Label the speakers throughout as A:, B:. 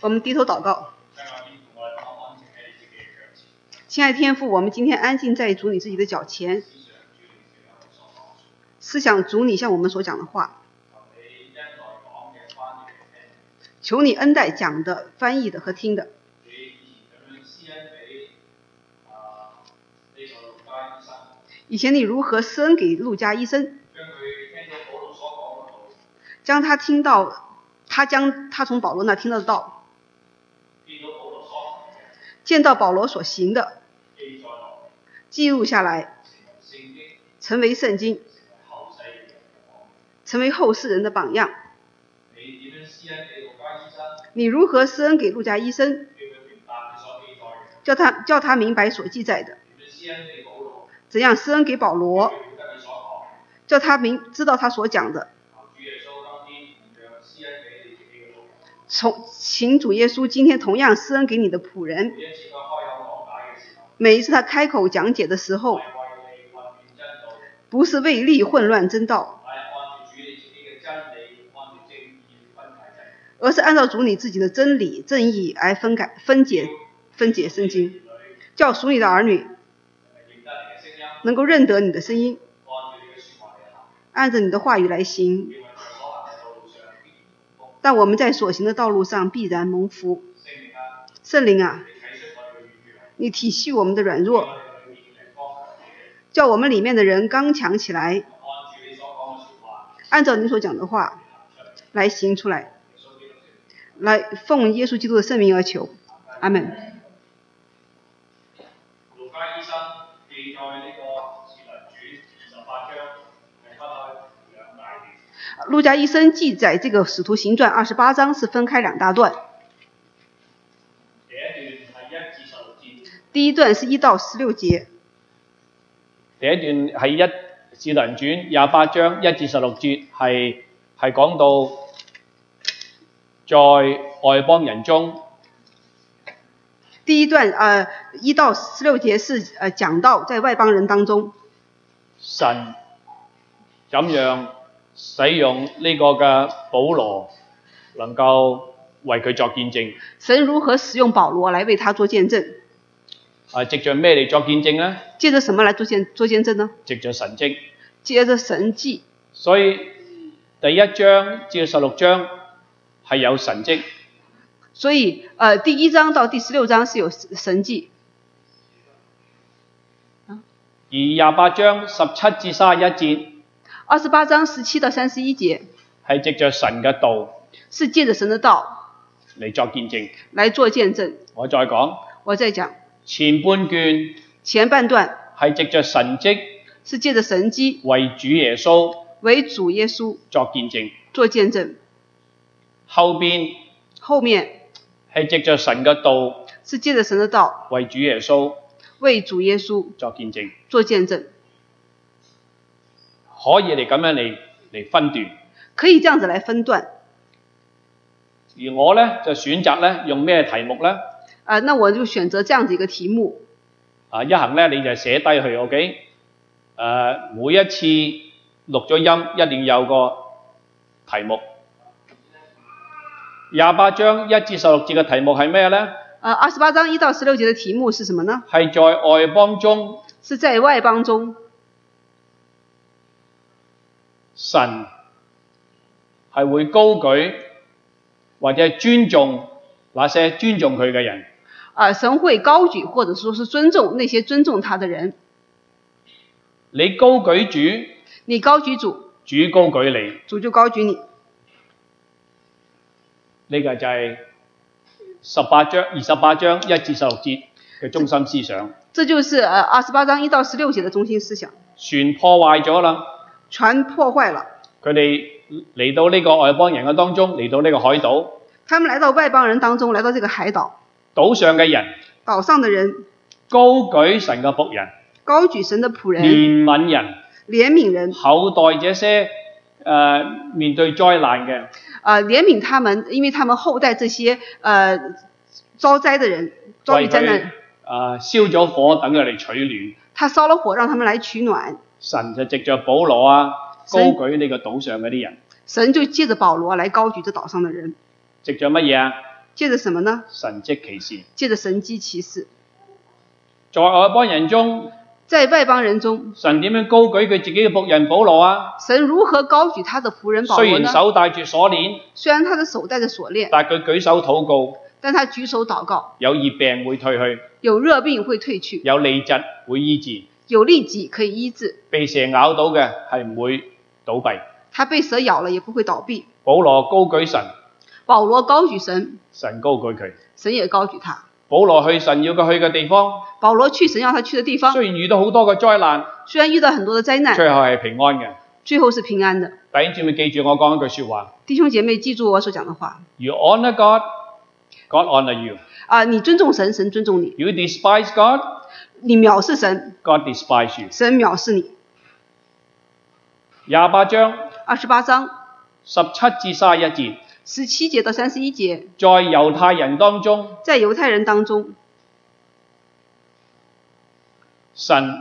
A: 我们低头祷告。亲爱的天父，我们今天安静在主你自己的脚前，思想主你向我们所讲的话，求你恩待讲的、翻译的和听的，以前你如何施恩给路加医生，将他听到，他将他从保罗那听得到，见到保罗所行的，记录下来，成为圣经，成为后世人的榜样。你如何施恩给路加医生，叫他叫他明白所记载的？怎样施恩给保罗，叫他明知道他所讲的？从请主耶稣今天同样施恩给你的仆人，每一次他开口讲解的时候，不是为利混乱真道。而是按照主你自己的真理、正义来分改、分解、分解圣经，叫属你的儿女
B: 呃
A: 能够认得你的声音，按着你的话语来行。但我们在所行的道路上必然蒙福。圣灵啊，你体恤我们的软弱，叫我们里面的人刚强起来，
B: 啊
A: 按照你所讲的话来行出来。来奉耶稣基督的圣名而求，
B: 啊
A: 阿门。
C: 路加醫生記載呢個《使徒傳》二十八章係分開兩大段，
A: 路加医生记载这个《使徒行传》二十八章是分开两大段，
C: 第一段
A: 第一段是
C: 係一至十六節，
A: 一到十六节，
B: 第一段係一至能傳廿八章一至十六節，係係講到在外邦人中，
A: 第一段呃一到十六节是呃讲到在外邦人当中，
B: 神怎樣使用呢個嘅保羅，能夠為佢作見證。
A: 神如何使用保羅来为他做见证，
B: 啊，藉着咩嚟作見證呢？
A: 借着什么来做见做见证呢？
B: 藉着神蹟。
A: 借着神迹，
B: 所以第一章至十六章係有神蹟，
A: 所以呃第一章到第十六章是有神神迹，
B: 而廿八章十七至三十一節
A: 二十八章十七到三十一节
B: 係藉着神嘅道
A: 是借着神的道
B: 嚟作見證。
A: 来做见证。
B: 我再講
A: 我在讲
B: 前半卷
A: 前半段。
B: 係藉着神蹟
A: 是借着神机
B: 為主耶穌
A: 为主耶稣
B: 作見證，
A: 做见证，
B: 後邊
A: 后面
B: 係藉着神嘅道
A: 是借着神的道
B: 為主耶穌
A: 为主耶稣
B: 作見證，
A: 做见证，
B: 可以嚟咁樣嚟嚟分段。
A: 可以这样子来分段。
B: 而我呢，就選擇呢用咩題目呢？
A: 啊、那我就选择这样子一个题目，
B: 啊，一行咧你就寫低佢，OK？誒、每一次錄咗音一定有個題目。廿八章一至十六節嘅題目係咩呢？
A: 呃，二十八章一到十六节的题目是什么呢？
B: 係在外邦中，
A: 是在外邦中，
B: 神係會高舉或者尊重那些尊重佢嘅人。
A: 啊，神会高举或者说是尊重那些尊重他的人。
B: 你高舉主，
A: 你高举主，
B: 主高舉你，
A: 主就高举你。
B: 呢、個就係十八章二十八章一至十六節嘅中心思想。
A: 这就是呃二十八章一到十六节的中心思想。
B: 船破壞咗啦。
A: 船破坏了，
B: 佢哋嚟到呢個外邦人嘅當中，嚟到呢個海島，
A: 他们来到外邦人当中，来到这个海岛，
B: 島上嘅人
A: 岛上的人
B: 高舉神嘅仆人、
A: 高举神的仆人，
B: 憐憫人、
A: 怜悯人，
B: 厚待這些誒、呃面對災難嘅，
A: 呃，怜悯他们，因为他们后代这些呃遭灾的人，遭遇
B: 為
A: 灾
B: 佢
A: 难，
B: 誒燒咗火，等佢嚟取暖。
A: 他烧了火，让他们来取暖。
B: 神就藉着保羅啊，高
A: 神
B: 舉呢個島上嗰啲人，
A: 神就借着保罗来高举这岛上的人，
B: 藉着乜嘢啊？
A: 借着什么呢？
B: 神蹟奇事。
A: 借着神机骑士，
B: 在外邦人中，
A: 在外邦人中，
B: 神點樣高舉佢自己嘅仆人保羅啊？
A: 神如何高举他的仆人保
B: 雖
A: 罗
B: 然
A: 呢？
B: 手戴住鎖鏈，
A: 虽然他的手戴着锁链，
B: 但佢舉手禱告，
A: 但他举手祷告，
B: 有熱病會退去，
A: 有热病会退去，
B: 有痢疾會醫治，
A: 有痢疾可以医治，
B: 被蛇咬到嘅係唔會倒閉。
A: 他被蛇咬了也不会倒闭。
B: 保羅高舉神，
A: 保罗高举神，
B: 神高舉佢。
A: 神也高举他。
B: 保羅去神要佢去嘅地方，
A: 保罗去神要他去的地方，
B: 雖然遇到好多嘅災難，
A: 虽然遇到很多的灾难，
B: 最後係平安嘅。
A: 最后是平安的。
B: 弟兄姊妹記住我講一句説話
A: 弟兄姐妹，记住我所讲的话
B: ：You honour God, God honour you.
A: 啊！你尊重神，神尊重你；
B: You despise God,
A: 你藐视神，
B: God despise you。
A: 神藐视你。
B: 廿八章
A: 二十八章
B: 十七至三十一節。
A: 十七节到三十一节，
B: 在猶太人當中，
A: 在犹太人当中，
B: 神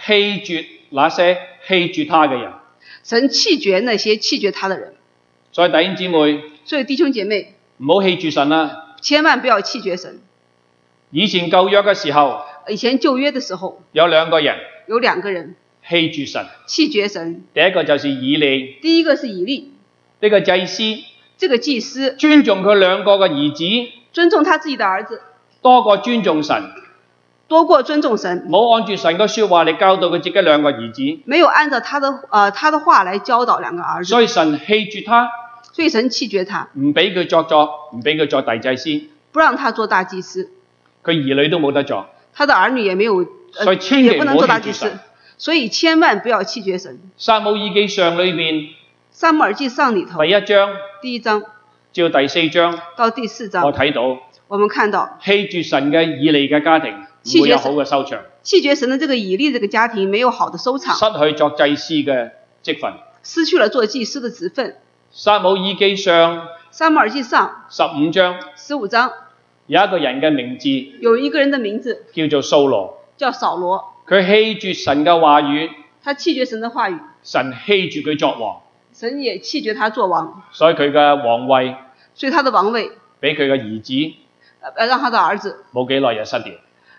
B: 棄絕那些棄絕他嘅人。
A: 神弃绝那些弃绝他的人。
B: 所以弟兄姊妹
A: 所以弟兄姐妹，
B: 唔好棄絕神啦。
A: 千万不要弃绝神。
B: 以前舊約嘅時候，
A: 以前旧约的时候，
B: 有兩個人
A: 有兩個人
B: 棄絕神，
A: 弃绝神，
B: 第一個就是以利
A: 第一個是以利，
B: 呢、個祭司，
A: 这個祭司
B: 尊重佢兩個嘅兒子
A: 尊重他自己的兒子，
B: 多過尊重神，
A: 多過尊重神，
B: 唔好按住神嘅説話嚟教導佢自己兩個兒子，
A: 沒有按照他的呃他的話來教導兩個兒子，
B: 所以神棄絕他，
A: 所以神弃绝他，
B: 唔俾佢作作，唔俾佢作大祭司，
A: 不讓他做大祭司，
B: 佢兒女都冇得做，
A: 他的兒女也沒有，
B: 所
A: 呃
B: 以千祈
A: 也不能
B: 唔好
A: 做大
B: 棄絕
A: 祭司
B: 神，
A: 所以千萬不要弃绝神。
B: 撒母耳記上裏面
A: 撒母耳記上里頭
B: 第一章
A: 第一章
B: 至到第四章，
A: 到第四
B: 我
A: 章，
B: 睇到
A: 我們看到
B: 棄絕神嘅以利嘅家庭
A: 棄絕神
B: 唔會有好嘅收場，
A: 弃绝神的這個以利這個家庭沒有好的收場，
B: 失去作祭司嘅職分。
A: 失去了做祭司的職分。
B: 撒母耳記上
A: 撒母耳記上
B: 十五章
A: 十五章
B: 有一個人嘅名字
A: 有一個人的名字
B: 叫做掃羅，
A: 叫掃羅，
B: 佢棄絕神嘅話語，
A: 他棄絕神的話語，
B: 神棄絕佢作王，
A: 神也棄絕他做王，
B: 所以佢嘅皇位
A: 所以他的王位
B: 俾佢嘅兒子
A: 呃让他的兒子
B: 冇幾耐就失掉。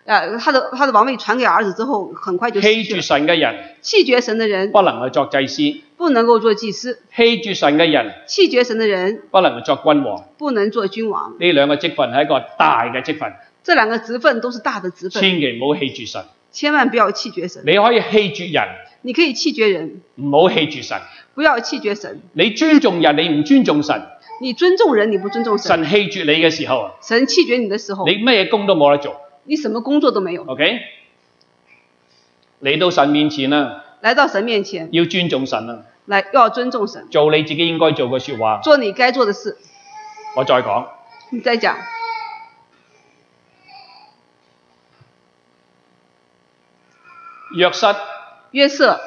A: 呃他的他的王位傳給兒子之後，很快就失
B: 棄
A: 去
B: 絕
A: 了。
B: 神嘅人
A: 棄絕神的人
B: 不能去作祭司，棄
A: 不能夠做祭司，
B: 絕神嘅人
A: 棄絕神的人
B: 不能作君王。
A: 不能做君王。
B: 呢兩個職分係一個大嘅職分，
A: 這兩個職分都是大的職分，
B: 千祈唔好棄絕神。
A: 千萬不要棄絕神。
B: 你可以棄絕人，
A: 你可以棄絕人，
B: 唔好棄絕神。
A: 不要棄絕神。
B: 你尊重人，你唔尊重神，
A: 你尊重人，你不尊重神，
B: 神棄絕你嘅時候，啊
A: 神棄絕你的時候，
B: 你咩工都冇得做。
A: 你什麼工作都沒有。
B: OK，嚟到神面前啦，
A: 來到神面前，
B: 要尊重神啦，
A: 來要尊重神，
B: 做你自己應該做嘅説話。
A: 做你該做的事。
B: 我再講，
A: 你再講。
B: 約瑟
A: 約瑟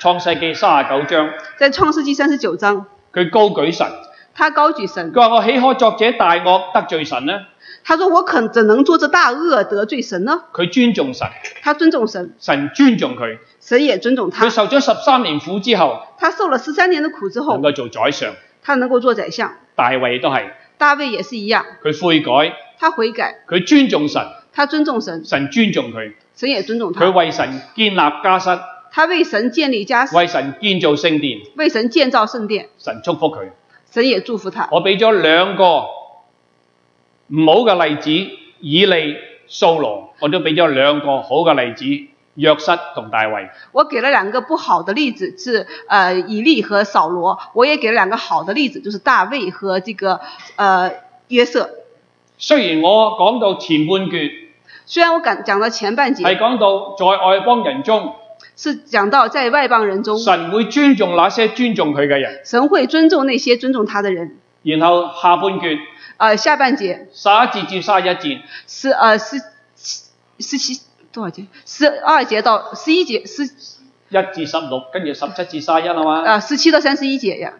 B: 創世記三十九章，
A: 在創世紀三十九章，
B: 佢高舉神，
A: 他高舉神，
B: 佢話我豈可作者大惡得罪神呢？
A: 他說：“我肯怎能做这大恶得罪神呢
B: 佢尊重神，？”
A: 他尊重神，
B: 神尊重佢。
A: 神也尊重
B: 佢
A: 他。
B: 受咗十三年苦之後，
A: 他受了十三年的苦之
B: 能
A: 後，
B: 夠做宰相。
A: 他能夠做宰相。
B: 大衛都係，
A: 大衛也是一樣，
B: 佢悔改，
A: 他悔改，
B: 佢尊重神，
A: 他尊重神，
B: 神尊重佢，
A: 神也尊重
B: 佢
A: 他。
B: 為神建立家室，
A: 他為神建立家室，
B: 為神建造聖殿，
A: 為神建造聖殿，
B: 神祝福佢。
A: 神也祝福他。
B: 我俾咗兩個唔好嘅例子，以利、掃羅，我都俾咗兩個好嘅例子，約瑟同大衛。
A: 我給了兩個不好的例子，是呃以利和掃羅。我也給了兩個好的例子，就是大衛和這個呃約瑟。
B: 雖然我講到前半段
A: 雖然我講講到前半
B: 係
A: 節
B: 講到在外邦人中，
A: 是講到在外邦人中，
B: 神會尊重那些尊重佢嘅人，
A: 神會尊重那些尊重他的人。
B: 然後下半段
A: 呃，下半節
B: 十一節至三十一節，
A: 十呃十十七多少節？十二節到十一節，十
B: 一至十六，跟住十七至三十一啊嘛。
A: 呃十七到三十一節呀。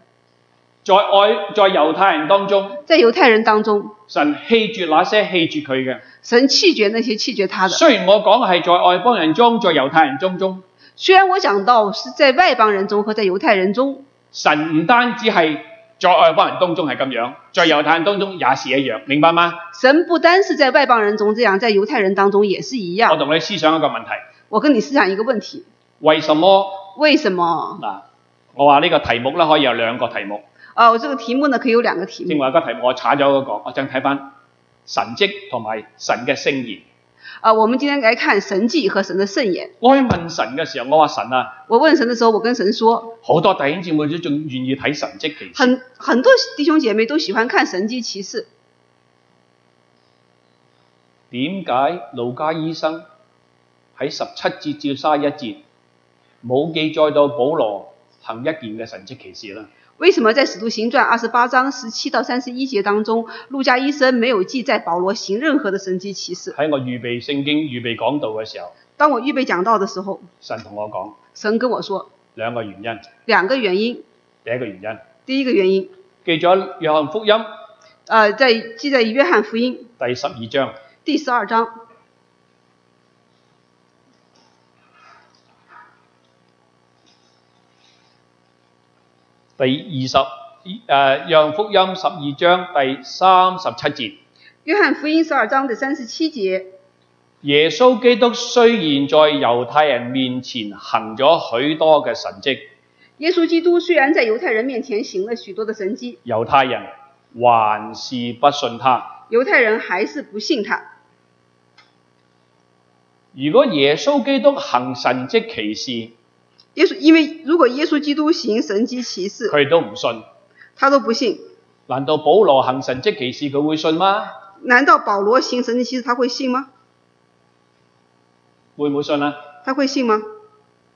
B: 在外在猶太人當中，
A: 在猶太人當中，
B: 神棄絕那些棄絕佢嘅。
A: 神棄絕那些棄絕他的。
B: 雖然我講係在外邦人中，在猶太人中中。
A: 雖然我講到是在外邦人中和在猶太人中，
B: 神唔單止係在外邦人當中係咁樣，在猶太人當中也是一樣，明白嗎？
A: 神不单是在外邦人中这样，在犹太人當中也是一
B: 我
A: 样。
B: 同你思想一個問題，
A: 我跟你思想一个问题：
B: 為什麼
A: 为什么？
B: 嗱？我話呢個題目咧可以有兩個題目，
A: 啊，我这个題目呢可以有兩個題
B: 正
A: 目。
B: 話個題目我查咗嗰、個，我陣睇翻神蹟同埋神嘅聖言。
A: 啊，我们今天来看神迹和神的圣言。
B: 我去問神嘅時候，我話神啊，
A: 我問神的时候，我跟神说，
B: 好多弟兄姊妹都仲願意睇神蹟奇事，
A: 很很多弟兄姐妹都喜欢看神迹奇事，
B: 點解路加醫生喺十七節至三一節冇記載到保羅行一件嘅神蹟奇事呢？
A: 为什么在《使徒行传》二十八章十七到三十一节当中，路加医生没有记载保罗行任何的神迹奇事？
B: 喺我預備聖經、預備講道嘅時候，
A: 当我预备讲到的时候，
B: 神同我講
A: 神跟我说
B: 兩個原因。
A: 两个原因。
B: 第一個原因
A: 第一個原因，
B: 記咗約翰福音
A: 呃，在记载于约翰福音
B: 第十二章，
A: 第十二章，
B: 第二十誒、呃、約翰福音十二章第三十七節。
A: 约翰福音十二章的三十七节。
B: 耶穌基督雖然在猶太人面前行咗許多嘅神蹟，
A: 耶稣基督虽然在猶太人面前行了许多的神迹，
B: 猶太人還是不信他。
A: 猶太人还是不信他。
B: 如果耶穌基督行神蹟奇事，
A: 耶稣因为如果耶稣基督行神迹奇事，
B: 佢哋都唔信，
A: 他都不信，
B: 難道保羅行神蹟奇事佢會信嗎？
A: 难道保罗行神迹奇事他会信吗？
B: 會唔會信啊？
A: 他会信吗？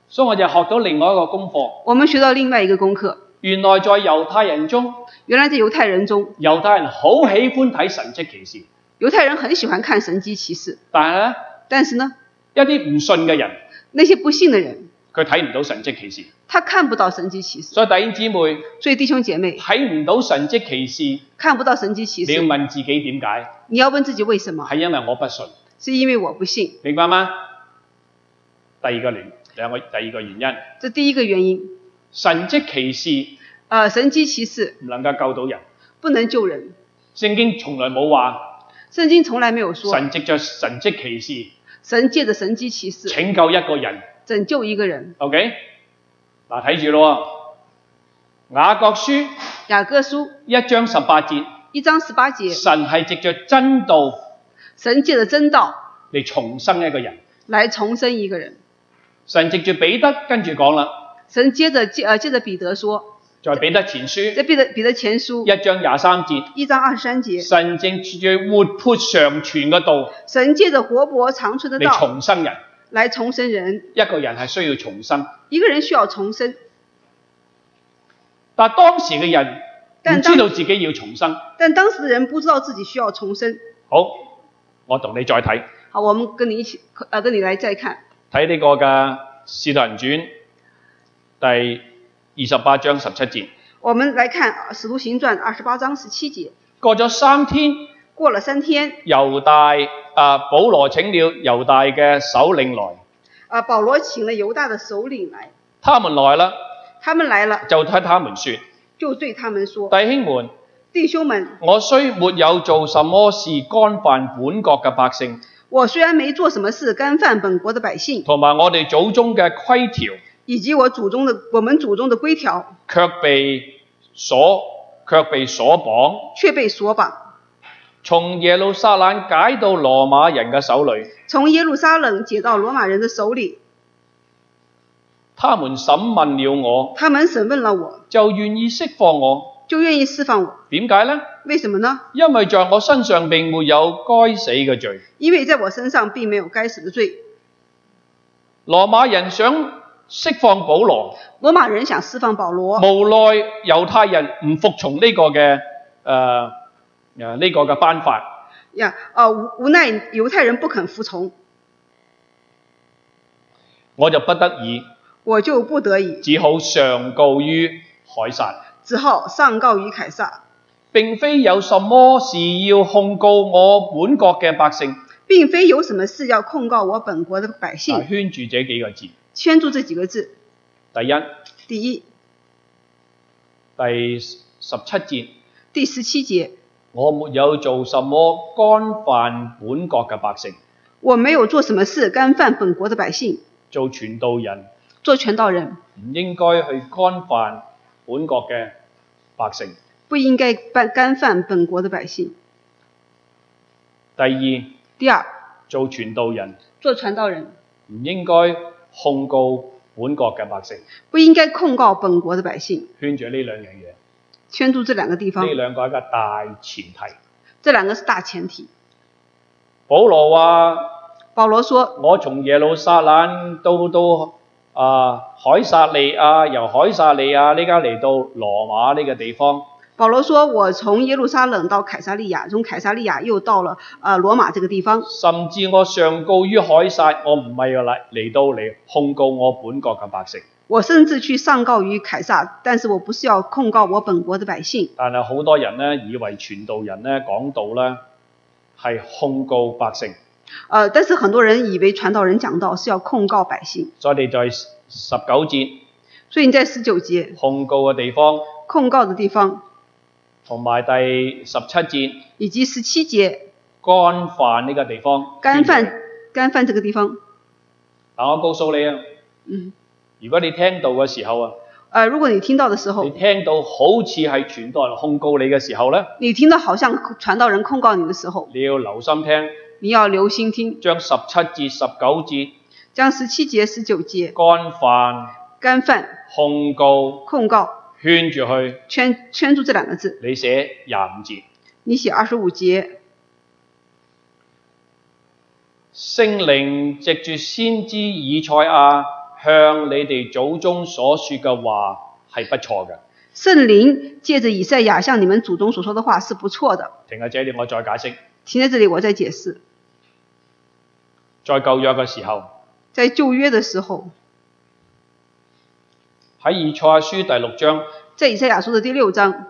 B: 所以我就學到另外一個功課，
A: 我们学到另外一个功课，
B: 原來在猶太人中，
A: 原来在猶太人中，
B: 猶太人好喜歡睇神蹟奇事，
A: 猶太人很喜欢看神迹奇事，
B: 但係
A: 但是呢，
B: 咧一啲唔信嘅人，
A: 那些不信的人，
B: 佢睇唔到神蹟奇事。
A: 他看不到神迹奇事。
B: 所以弟兄姊妹
A: 所以弟兄姐妹
B: 睇唔到神蹟奇事。
A: 看不到神迹奇
B: 你要
A: 事，
B: 問自己點解？
A: 你要问自己为什么？
B: 係因為我不信，
A: 是因为我不信，
B: 明白嗎？第二個原兩個第二個原因，
A: 这第一个原因。
B: 神蹟奇事
A: 呃，神迹奇事
B: 唔能夠救到人。
A: 不能救人，
B: 聖經從來冇話
A: 圣经从来没有说
B: 神藉着神蹟奇
A: 神借着神迹奇
B: 事
A: 事
B: 拯救一個人。
A: 拯救一个人。
B: OK，嗱睇住咯喎，雅各書
A: 雅各书
B: 一章十八節，
A: 一章十八节，
B: 神係藉着真道
A: 神借着真道
B: 嚟重生一個人。
A: 来重生一个人。
B: 神藉住彼得跟住講啦，
A: 神接着借呃借着彼得说，
B: 在彼得前書
A: 在彼得彼得前书
B: 一章廿三節，
A: 一章二十三节，
B: 神正藉住活潑常存嘅道。
A: 神借着活泼长存的
B: 你
A: 道
B: 重生人，
A: 来重生人。
B: 一個人係需要重生，
A: 一个人需要重生，
B: 但係當時嘅人唔
A: 但
B: 知
A: 當
B: 道自己要重生。
A: 但当时的人不知道自己需要重生。
B: 好，我同你再睇
A: 好，我们跟你一起呃跟你来再看
B: 睇呢個嘅《使徒行傳》第二十八章十七節。
A: 我们来看《使徒行传》二十八章十七节。
B: 過咗三天，
A: 过了三天，
B: 猶大啊，保羅請了猶大嘅首領來，
A: 啊，保罗请了犹大的首领来，
B: 他們來啦，
A: 他们来了，
B: 就對他們說：
A: 就对他们说
B: 弟兄們，：“
A: 弟兄们，
B: 我雖沒有做什麼事干犯本國嘅百姓，
A: 我虽然没做什么事干犯本国的百姓，
B: 同埋我哋祖宗嘅規條。
A: 以及我祖宗的我们祖宗的规条，
B: 卻被鎖，卻被鎖綁，
A: 却被锁绑，
B: 從耶路撒冷解到羅馬人嘅手裏。
A: 从耶路撒冷解到罗马人的手里。
B: 他們審問了我，
A: 他们审问了我，
B: 就願意釋放我。
A: 就愿意释放我。
B: 點解呢？
A: 为什么呢？
B: 因為在我身上並沒有該死嘅罪。
A: 因为在我身上并没有该死的罪。
B: 羅馬人想釋放保羅，
A: 罗马人想释放保罗，
B: 無奈猶太人唔服從呢個嘅誒誒呢個嘅頒法，
A: 呀，呃，无无奈犹太人不肯服从，
B: 我就不得已
A: 我就不得已
B: 只好上告於凱撒。
A: 只好上告于凯撒，
B: 並非有什麼事要控告我本國嘅百姓。
A: 并非有什么事要控告我本国的百姓。
B: 嗱，圈住這幾個字，
A: 圈住这几个字：
B: 第一、
A: 第一，
B: 第十七節，
A: 第十七节，
B: 我沒有做什麼干犯本國嘅百姓，
A: 我没有做什么事干犯本国的百姓，
B: 做傳道人
A: 做传道人
B: 唔應該去干犯本國嘅百姓。
A: 不应该干干犯本国的百姓。
B: 第二，
A: 第二，
B: 做傳道人
A: 做传道人
B: 唔應該控告本國嘅百姓。
A: 不应该控告本国的百姓，
B: 圈住呢兩樣嘢，
A: 圈住这两个地方
B: 呢，兩個係一個大前提。
A: 这两个是大前提。
B: 保羅話：
A: 保罗说，
B: 我從耶路撒冷到到啊海撒利亞，由海撒利亞呢家嚟到羅馬呢個地方，
A: 保罗说我从耶路撒冷到凯撒利亚，从凯撒利亚又到了呃罗马这个地方，
B: 甚至我上告於海撒，我唔係嚟嚟到嚟控告我本國嘅百姓，
A: 我甚至去上告于凯撒，但是我不是要控告我本国的百姓。
B: 但係好多人呢，以為傳道人呢講道呢係控告百姓，
A: 呃，但是很多人以为传道人讲道是要控告百姓，
B: 所以你在十九節
A: 所以你在十九节
B: 控告嘅地方，
A: 控告的地方，
B: 同埋第十七節
A: 以及十七节
B: 干犯呢個地方，
A: 干犯干犯这个地方，
B: 但我告訴你啊，
A: 嗯，
B: 如果你聽到嘅時候啊，
A: 呃，如果你聽到的时
B: 你
A: 候，
B: 聽到好似係傳道人控告你嘅時候咧，
A: 你听到好像传道人控告你的时候，
B: 你要留心聽，
A: 你要留心听，
B: 將十七至十九節
A: 将十七节、十九节
B: 干犯、
A: 干犯、
B: 控告
A: 控告
B: 圈住去，
A: 圈圈住这两个字，
B: 你寫廿五節。
A: 你写二十五节，
B: 聖靈藉住先知以賽亞向你哋祖宗所說嘅話係不錯嘅。
A: 圣灵借着以赛亚向你们祖宗所说的话是不错的。
B: 停喺這裏，我再解釋。
A: 停在这里，我再解释。
B: 在舊約嘅時候，
A: 在旧约的时候，
B: 喺以賽亞書第六章
A: 在以赛亚书的第六章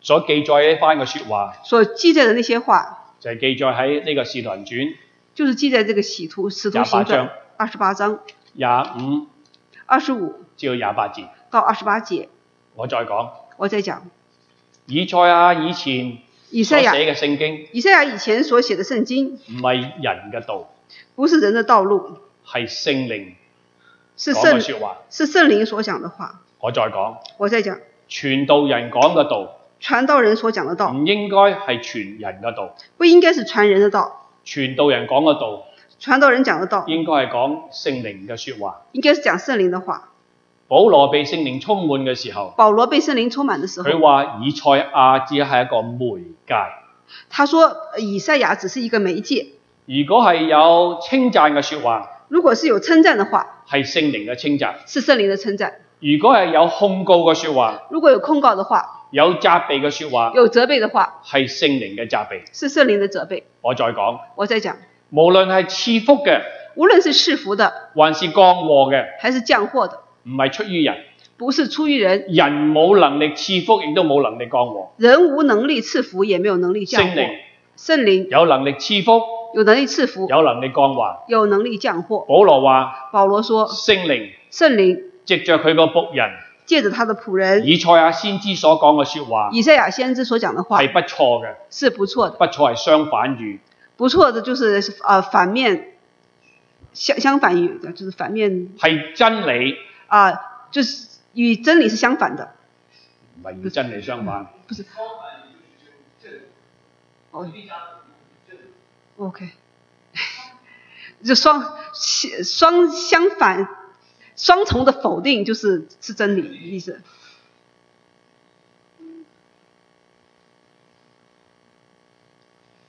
B: 所記載呢番嘅説話，
A: 所记载的那些话，
B: 就係、記載喺呢個《使徒行傳
A: 就是记载这个使徒使徒行传二十八章》
B: 廿五
A: 二十五
B: 至到廿八節。
A: 到二十八节，
B: 我再講，
A: 我再讲
B: 以賽亞以前
A: 以
B: 所
A: 赛
B: 寫
A: 亚。
B: 嘅聖經
A: 以赛亚以前所写的圣经
B: 唔係人嘅道，
A: 不是人的道路，
B: 係聖靈
A: 是
B: 講嘅
A: 圣
B: 説話。
A: 是圣灵所讲的话。
B: 我再講，
A: 我在讲
B: 傳道人講嘅道
A: 传道人所讲的道，
B: 唔應該係傳人嘅道，
A: 不应该是传人的道，
B: 傳道人講嘅道
A: 传道人讲的道
B: 應該係講聖靈嘅説話。
A: 应该是讲圣灵的话。
B: 保羅被聖靈充滿嘅時候，
A: 保罗被圣灵充满的时
B: 佢
A: 候，
B: 話以賽亞只係一個媒介。
A: 他说呃以赛亚只是一个媒介，
B: 如果係有稱讚嘅説話，
A: 如果是有称赞的话，
B: 係聖靈嘅稱讚；
A: 是圣灵的称赞；
B: 如果係有控告嘅説話，
A: 如果有控告的话，
B: 有責備嘅説話，
A: 有责备的话，
B: 係聖靈嘅責備。
A: 是圣灵的责备。
B: 我再講，
A: 我在讲，
B: 無論係賜福嘅，
A: 无论是赐福的
B: 還是降禍嘅，
A: 还是降祸的，
B: 唔係出於人，
A: 不是出于人，
B: 人冇能力賜福，亦都冇能力降禍。
A: 人无能力赐福，也没有能力降
B: 聖
A: 祸。
B: 靈
A: 圣灵
B: 有能力賜福，
A: 有能力赐福，
B: 有能力降禍。
A: 有能力降祸。
B: 保羅話：
A: 保罗说，
B: 聖靈
A: 圣灵
B: 藉着佢個仆人
A: 借着他的仆人
B: 以賽亞先知所講嘅説話
A: 以赛亚先知所讲的话
B: 係不錯嘅，
A: 是不错的，
B: 不錯係相反語。
A: 不错的就是呃反面相相反于就是反面
B: 係真理，
A: 啊、就是与真理是相反的。
B: 唔係與真理相反。
A: 哦，OK，就双双相反，双重的否定就是是真理意思。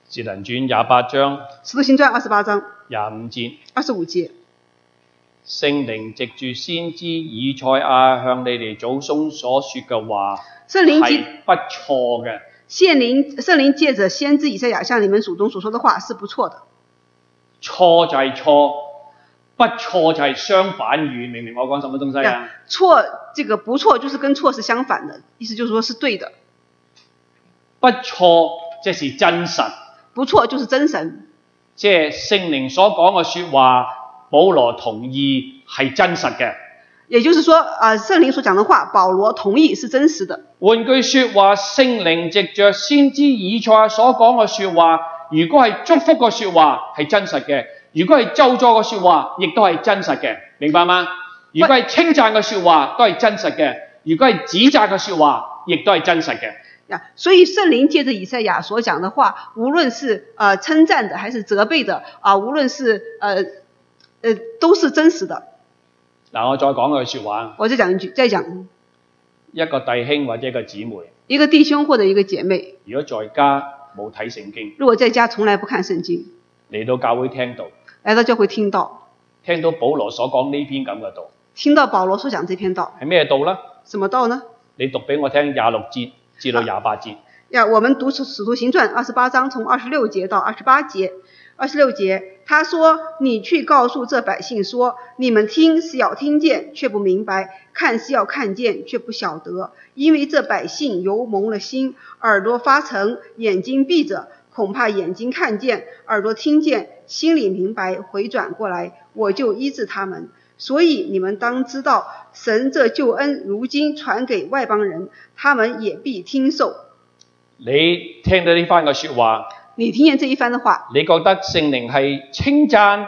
B: 智能傳廿八章
A: 《使徒行传》二十八章
B: 廿五節，
A: 二十五节，
B: 聖靈藉住先知以賽亞向你哋祖宗所說嘅話
A: 圣灵及
B: 係不錯嘅。
A: 圣灵圣灵借着先知以赛亚向你们祖宗所说的话是不錯的，
B: 錯就係錯，不錯就係相反語。明唔明我講什麼東西啊？
A: 錯这个不錯就是跟錯是相反的，意思就是说是对的，
B: 不錯即是真實，
A: 不錯就是真神，
B: 即係聖靈所講嘅説話，保羅同意係真實嘅。
A: 也就是说，呃，圣灵所讲的话，保罗同意是真实的。
B: 換句説話，聖靈藉着先知以賽亞所講嘅説話，如果係祝福嘅説話係真實嘅，如果係咒詛嘅説話，亦都係真實嘅，明白嗎？如果係稱讚嘅説話，都係真實嘅；如果係指責嘅説話，亦都係真實嘅。
A: 呀，所以圣灵借着以赛亚所讲的话，无论是呃称赞的还是责备的，啊、无论是呃呃都是真实的。
B: 嗱，我再講句説話，
A: 我再讲一句，再讲
B: 一個弟兄或者一個姊妹，
A: 一个弟兄或者一个姐妹，
B: 如果在家冇睇聖經，
A: 如果在家从来不看圣经，
B: 嚟到教會聽到，
A: 来到教會听到，
B: 聽到保羅所講呢篇咁嘅道，
A: 听到保罗所讲这篇道，
B: 係咩道呢？
A: 怎么道呢？
B: 你讀俾我聽廿六節至到廿八節。
A: 呀，我们读《使使徒行传》二十八章，从二十六节到二十八节。二十六节，他说：“你去告诉这百姓说，你们听是要听见，却不明白；看是要看见，却不晓得。因为这百姓油蒙了心，耳朵发沉，眼睛闭着，恐怕眼睛看见，耳朵听见，心里明白，回转过来，我就医治他们。所以你们当知道，神这救恩如今传给外邦人，他们也必听受。”
B: 你聽到呢番嘅説話，
A: 你听见这一番的话，
B: 你覺得聖靈係稱讚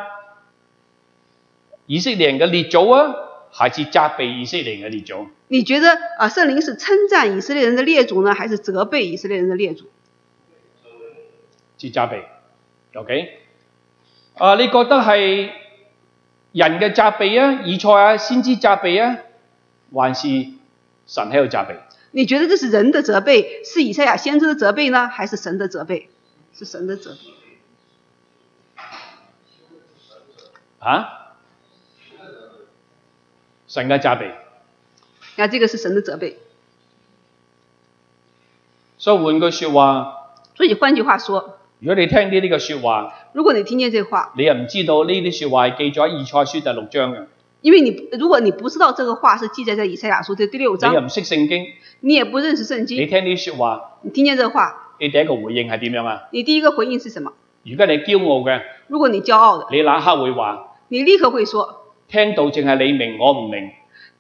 B: 以色列人嘅列祖啊，還是責備以色列人嘅列祖？
A: 你觉得啊，圣灵是称赞以色列人的列祖呢，还是责备以色列人的列祖？
B: 是責備。OK，啊，你覺得係人嘅責備啊，以賽亞先知責備啊，還是神喺度責備？
A: 你觉得这是人的责备，是以赛亚先知的责备呢，还是神的责备？是神的责备。
B: 啊？神嘅責備。
A: 那、这个是神的责备。
B: 所以換句説話，
A: 所以换句话说，
B: 如果你聽呢啲嘅説話，
A: 如果你听见这话，
B: 你又唔知道呢啲説話係記咗喺以賽書第六章嘅，
A: 因为你如果你不知道这个话是记载在以赛亚书的第六
B: 你又
A: 章，
B: 唔識聖經，
A: 你也不认识圣
B: 你
A: 经，
B: 聽呢啲説話，
A: 你听见这话，
B: 你第一個回應係點樣啊？
A: 你第一个回应是什么？
B: 如果你係驕傲嘅，
A: 如果你骄傲的，
B: 你那刻會話：
A: 你立刻会说：
B: 聽到淨係你明，我唔明。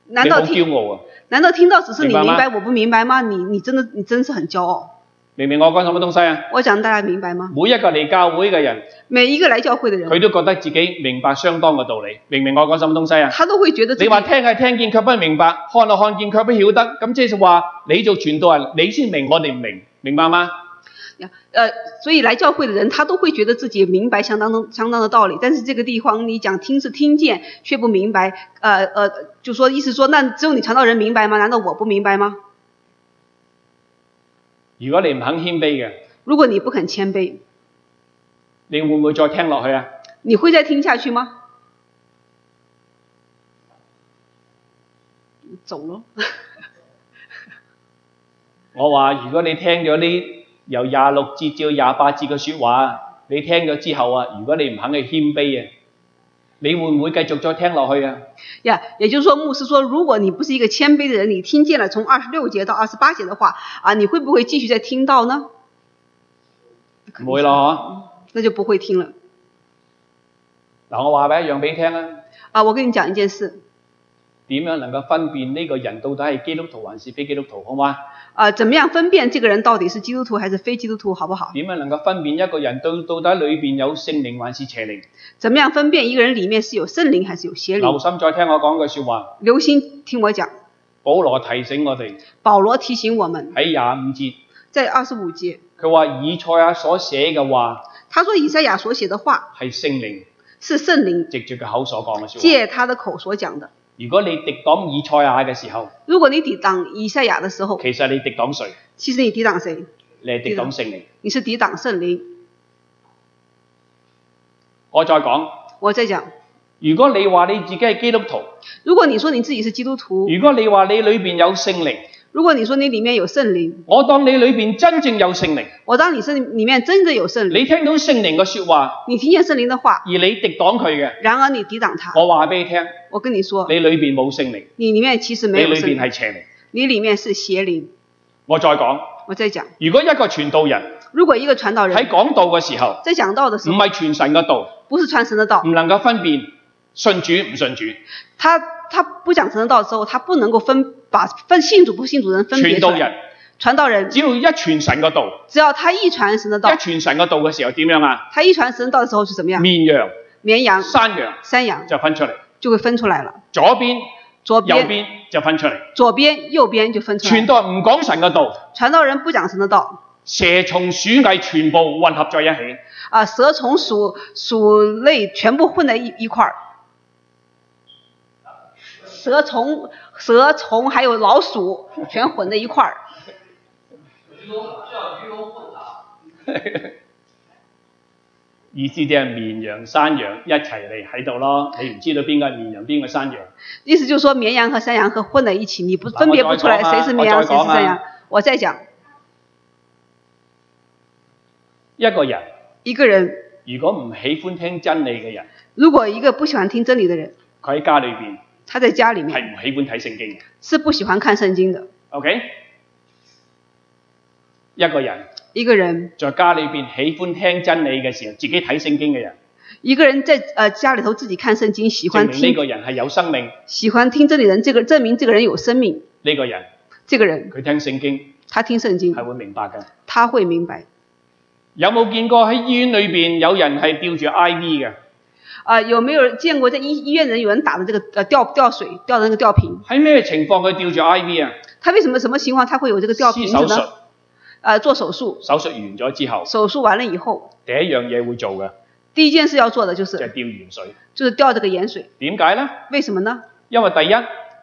A: 难
B: 你
A: 道
B: 好
A: 听
B: 驕傲啊？
A: 难道听到只是你
B: 明白吗
A: 明白我不明白吗？你你真的你真是很骄傲。
B: 明唔明我講什麼東西啊？
A: 我讲大家明白吗？
B: 每一個嚟教會嘅人，
A: 每一个来教会的人，
B: 佢都覺得自己明白相當嘅道理。明唔明我講什麼東西啊？
A: 他都会觉得自
B: 你
A: 己
B: 話聽係聽見卻不明白，看係看見卻不曉得，咁即係話你做傳道人，你先明，我哋唔明，明白嗎？
A: 呃，所以来教会的人，他都会觉得自己明白相当的相当的道理。但是这个地方你讲听是听见，却不明白，呃呃，就说意思说，那只有你传道人明白吗？难道我不明白吗？
B: 如果你唔肯謙卑嘅，
A: 如果你不肯谦卑，
B: 你會唔會再聽落去啊？
A: 你会再听下去吗？走咯。
B: 我話：如果你聽咗呢由廿六節至廿八節嘅説話，啊你聽咗之後啊，如果你唔肯去謙卑啊，你會唔會繼續再聽落去啊？
A: 呀也就是说，牧师说，如果你不是一个谦卑的人，你听见了从二十六节到二十八节的话啊，你会不会继续再听到呢？
B: 唔會咯，
A: 那就不会听了
B: 嗬！嗱，我話俾一樣俾你聽啊，
A: 啊！我跟你讲一件事
B: 點樣能夠分辨呢個人到底係基督徒還是非基督徒，好嘛？
A: 啊，怎么样分辨这个人到底是基督徒还是非基督徒，好不好？
B: 點樣能夠分辨一個人到到底裏邊有聖靈還是邪靈？
A: 怎么样分辨一个人里面是有圣灵还是有邪
B: 留
A: 灵？
B: 心再聽我講句説話。
A: 留心听我讲，
B: 保羅提醒我哋
A: 保罗提醒我们，
B: 喺廿五節，
A: 在二十五节，
B: 佢話以賽亞所寫嘅話
A: 他说以赛亚所寫的话
B: 係聖靈
A: 是圣灵
B: 藉住佢口所講嘅説話。
A: 借他的口所讲的。
B: 如果你敵擋以賽亞嘅時候，
A: 如果你抵挡以赛亚的时候，
B: 其實你敵擋誰？
A: 其实你抵挡谁？
B: 你係敵擋聖靈。
A: 你是抵挡圣灵。
B: 我再講，
A: 我在讲，
B: 如果你話你自己係基督徒，
A: 如果你说你自己是基督徒，
B: 如果你話你裏邊有聖靈，
A: 如果你说你里面有圣灵，
B: 我當你裏邊真正有聖靈，
A: 我当你是里面真的有圣灵，
B: 你聽到聖靈嘅説話，
A: 你听见圣灵的话，
B: 而你敵擋佢嘅，
A: 然而你抵擋他，
B: 我話俾你聽，
A: 我跟你说，
B: 你裏邊冇聖靈，
A: 你里面其实
B: 你
A: 没有
B: 裏
A: 圣
B: 邊
A: 灵，
B: 係邪靈。
A: 你里面是邪灵。
B: 我再講，
A: 我在讲，
B: 如果一個傳道人
A: 如果一个传道
B: 喺
A: 人
B: 講道嘅時候，
A: 在讲道的时
B: 唔
A: 候，
B: 係傳神嘅道，
A: 不是传神的道，
B: 唔能夠分辨信主唔信主，
A: 他他不讲神的道之后，他不能够分把分信主不信主的人分别
B: 傳
A: 出
B: 道
A: 来
B: 人
A: 传道人
B: 只要一傳神個道，
A: 只要他一传神的
B: 一
A: 道，
B: 傳神個道嘅時候點樣啊？
A: 他一传神的道的时候是怎么样？
B: 綿羊、
A: 绵羊、
B: 山羊
A: 山羊
B: 就分出嚟，
A: 就会分出来了，
B: 左邊、
A: 左
B: 右
A: 边、
B: 邊就分出嚟。
A: 左边、右边就分出
B: 傳
A: 来。
B: 道人唔講神個道，
A: 传道人不讲神的道，
B: 蛇蟲鼠蟻全部混合在一起。
A: 啊，蛇虫鼠鼠类全部混在一一块儿。蛇虫、蛇虫还有老鼠全混在一块儿，
B: 意思即係綿羊、山羊一齊嚟喺度咯，你唔知道邊個係綿羊，邊個係山羊。
A: 意思就是说绵羊和山羊和混在一起，你不分别不出来
B: 我再讲啊
A: 谁是绵羊
B: 我
A: 谁
B: 再讲啊
A: 是山羊。我再讲，
B: 一個人
A: 一个人
B: 如果唔喜歡聽真理嘅人，
A: 如果一个不喜欢听真理的人，
B: 佢喺家裏邊
A: 他在家里
B: 係
A: 面
B: 唔喜歡睇聖經嘅。
A: 是不喜欢看圣经的。
B: OK，一個人
A: 一个人，
B: 在家裏邊喜歡聽真理嘅時候，自己睇聖經嘅人，
A: 一个人在呃家里头自己看圣经，喜
B: 證
A: 欢
B: 明呢個
A: 听
B: 人係有生命。
A: 喜欢听真理的人，这个证明这个人有生命。
B: 呢、個人
A: 这个人
B: 佢聽聖經
A: 他听圣经
B: 係，會明白嘅。
A: 他会明白。
B: 有冇見過喺醫院裏邊有人係吊住 IV 嘅？
A: 啊、有没有人见过在医医院人有人打的这个呃吊吊水吊的那个吊瓶？
B: 喺咩情況佢吊住 IV 啊？
A: 他为什么什么情况他会有这个吊瓶
B: 施
A: 子
B: 手
A: 呢？
B: 術，
A: 呃，做手术，
B: 手術完咗之後，
A: 手术完了以后，
B: 第一樣嘢會做嘅
A: 第一件事要做的就
B: 就係
A: 是
B: 吊鹽水。
A: 就是吊这个盐水，
B: 點解呢？
A: 为什么呢？
B: 因為第一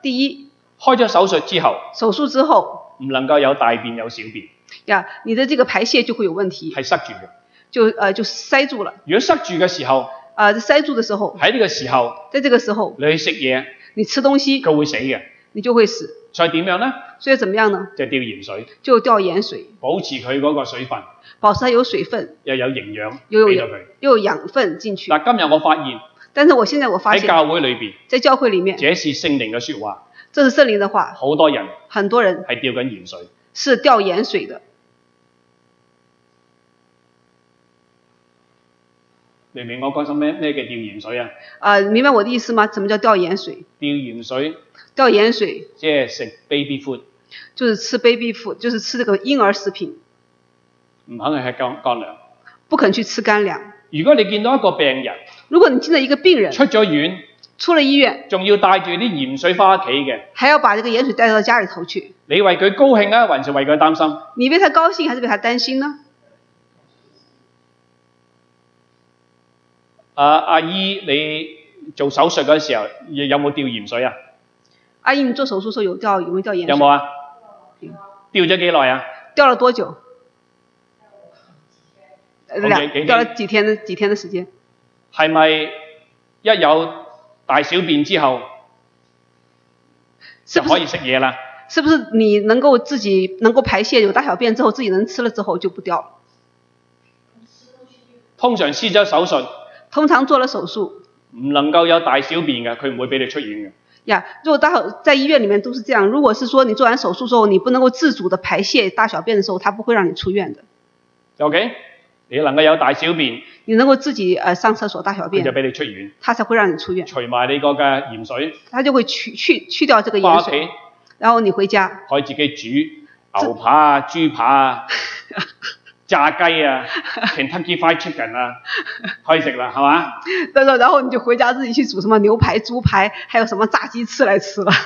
A: 第一，
B: 開咗手術之後，
A: 手术之后
B: 唔能夠有大便有小便，
A: 呀，你的这个排泄就会有问题，
B: 係塞住嘅。
A: 就呃就塞住了。
B: 如果塞住嘅時候，
A: 呃，塞住的时候，
B: 喺呢個時候
A: 在这个时候
B: 你去食嘢，
A: 你吃东西
B: 佢會死嘅。
A: 你就会死，
B: 所以點樣呢？
A: 所以怎么样呢？
B: 就吊鹽水，
A: 就吊盐水，
B: 保持佢嗰個水分，
A: 保持它有水分，
B: 又有營養
A: 又
B: 俾
A: 有
B: 到佢。
A: 又有养分进去。
B: 嗱，今日我發現
A: 但是我现在我发
B: 喺
A: 现，
B: 教會裏邊，
A: 在教会里面，
B: 這是聖靈嘅説話，
A: 这是圣灵的话，
B: 好多人
A: 很多人
B: 係吊緊鹽水。
A: 是吊盐水的。
B: 你明我講緊咩咩嘅吊鹽水啊？
A: 啊，明白我的意思吗？什么叫吊盐水？
B: 吊鹽水
A: 吊盐水
B: 即係食 baby food，
A: 就是吃 baby food，就是吃这个婴儿食品，
B: 唔肯去吃乾乾糧。
A: 不肯去吃干粮。
B: 如果你見到一個病人
A: 如果你见到一个病人
B: 出咗院，
A: 出了医院，
B: 仲要帶住啲鹽水翻屋企嘅，
A: 还要把这个盐水带到家里头去，
B: 你為佢高興啊，還是為佢擔心？
A: 你为他高兴还是为他担心呢？
B: 啊，阿姨，你做手術嗰時候有有冇吊鹽水啊？
A: 阿姨，你做手术时候有吊有没有吊盐
B: 有
A: 水？
B: 冇啊？吊咗幾耐啊？
A: 吊了多久？呃
B: 好
A: 两
B: 几几
A: 吊了
B: 天
A: 几天的几天的时间？
B: 係咪一有大小便之後
A: 是
B: 就
A: 不
B: 可以
A: 是
B: 食嘢啦？
A: 是不是你能够自己能够排泄有大小便之后自己能吃了之后就不掉了？
B: 通常施咗手術
A: 通常做了手术
B: 唔能夠有大小便嘅，佢唔會俾你出院嘅。
A: 呀，如果大小在医院里面都是这样，如果是说你做完手术之后你不能够自主的排泄大小便的时候，他不会让你出院的。
B: OK，你能夠有大小便，
A: 你能够自己呃上厕所大小
B: 佢就
A: 便，
B: 俾你出院，
A: 他才会让你出院，
B: 除埋你個嘅鹽水，
A: 他就会去去去掉这个
B: 翻屋
A: 盐水，
B: 企
A: 然后你回家
B: 可以自己煮牛扒啊、豬扒 啊、炸雞啊、Kentucky Fried Chicken 啊，可以食啦，係嘛？
A: 然后然后你就回家自己去煮什么牛排、猪排，还有什么炸鸡翅来吃了。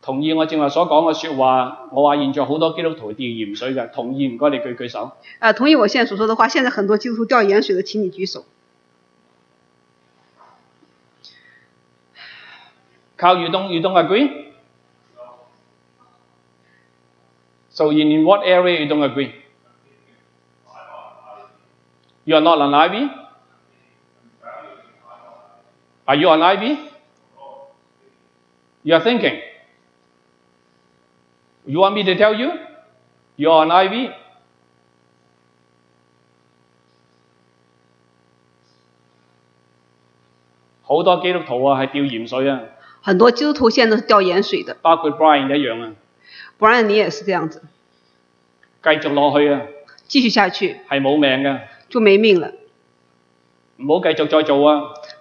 B: 同意我正話所講嘅説話，我話現在好多基督徒吊鹽水嘅，同意唔該你舉舉手。
A: 呃，同意我现在所说的话，现在很多基督徒掉盐水的，请你举手。
B: Carl, you don't you don't agree? So in, in what area you don't agree? You are not an Ivy? Are you an Ivy? You are thinking. You want me to tell you? You are an Ivy? Hầu đa Kitô hữu à, là tiêu盐水啊。
A: 很多基督徒现在都是掉盐水的，
B: 包括 Brian 一樣啊，
A: 不然你也是这样子。
B: 繼續落去啊，
A: 继续下去
B: 係冇命嘅，
A: 就没命了。
B: 唔好繼續再做啊！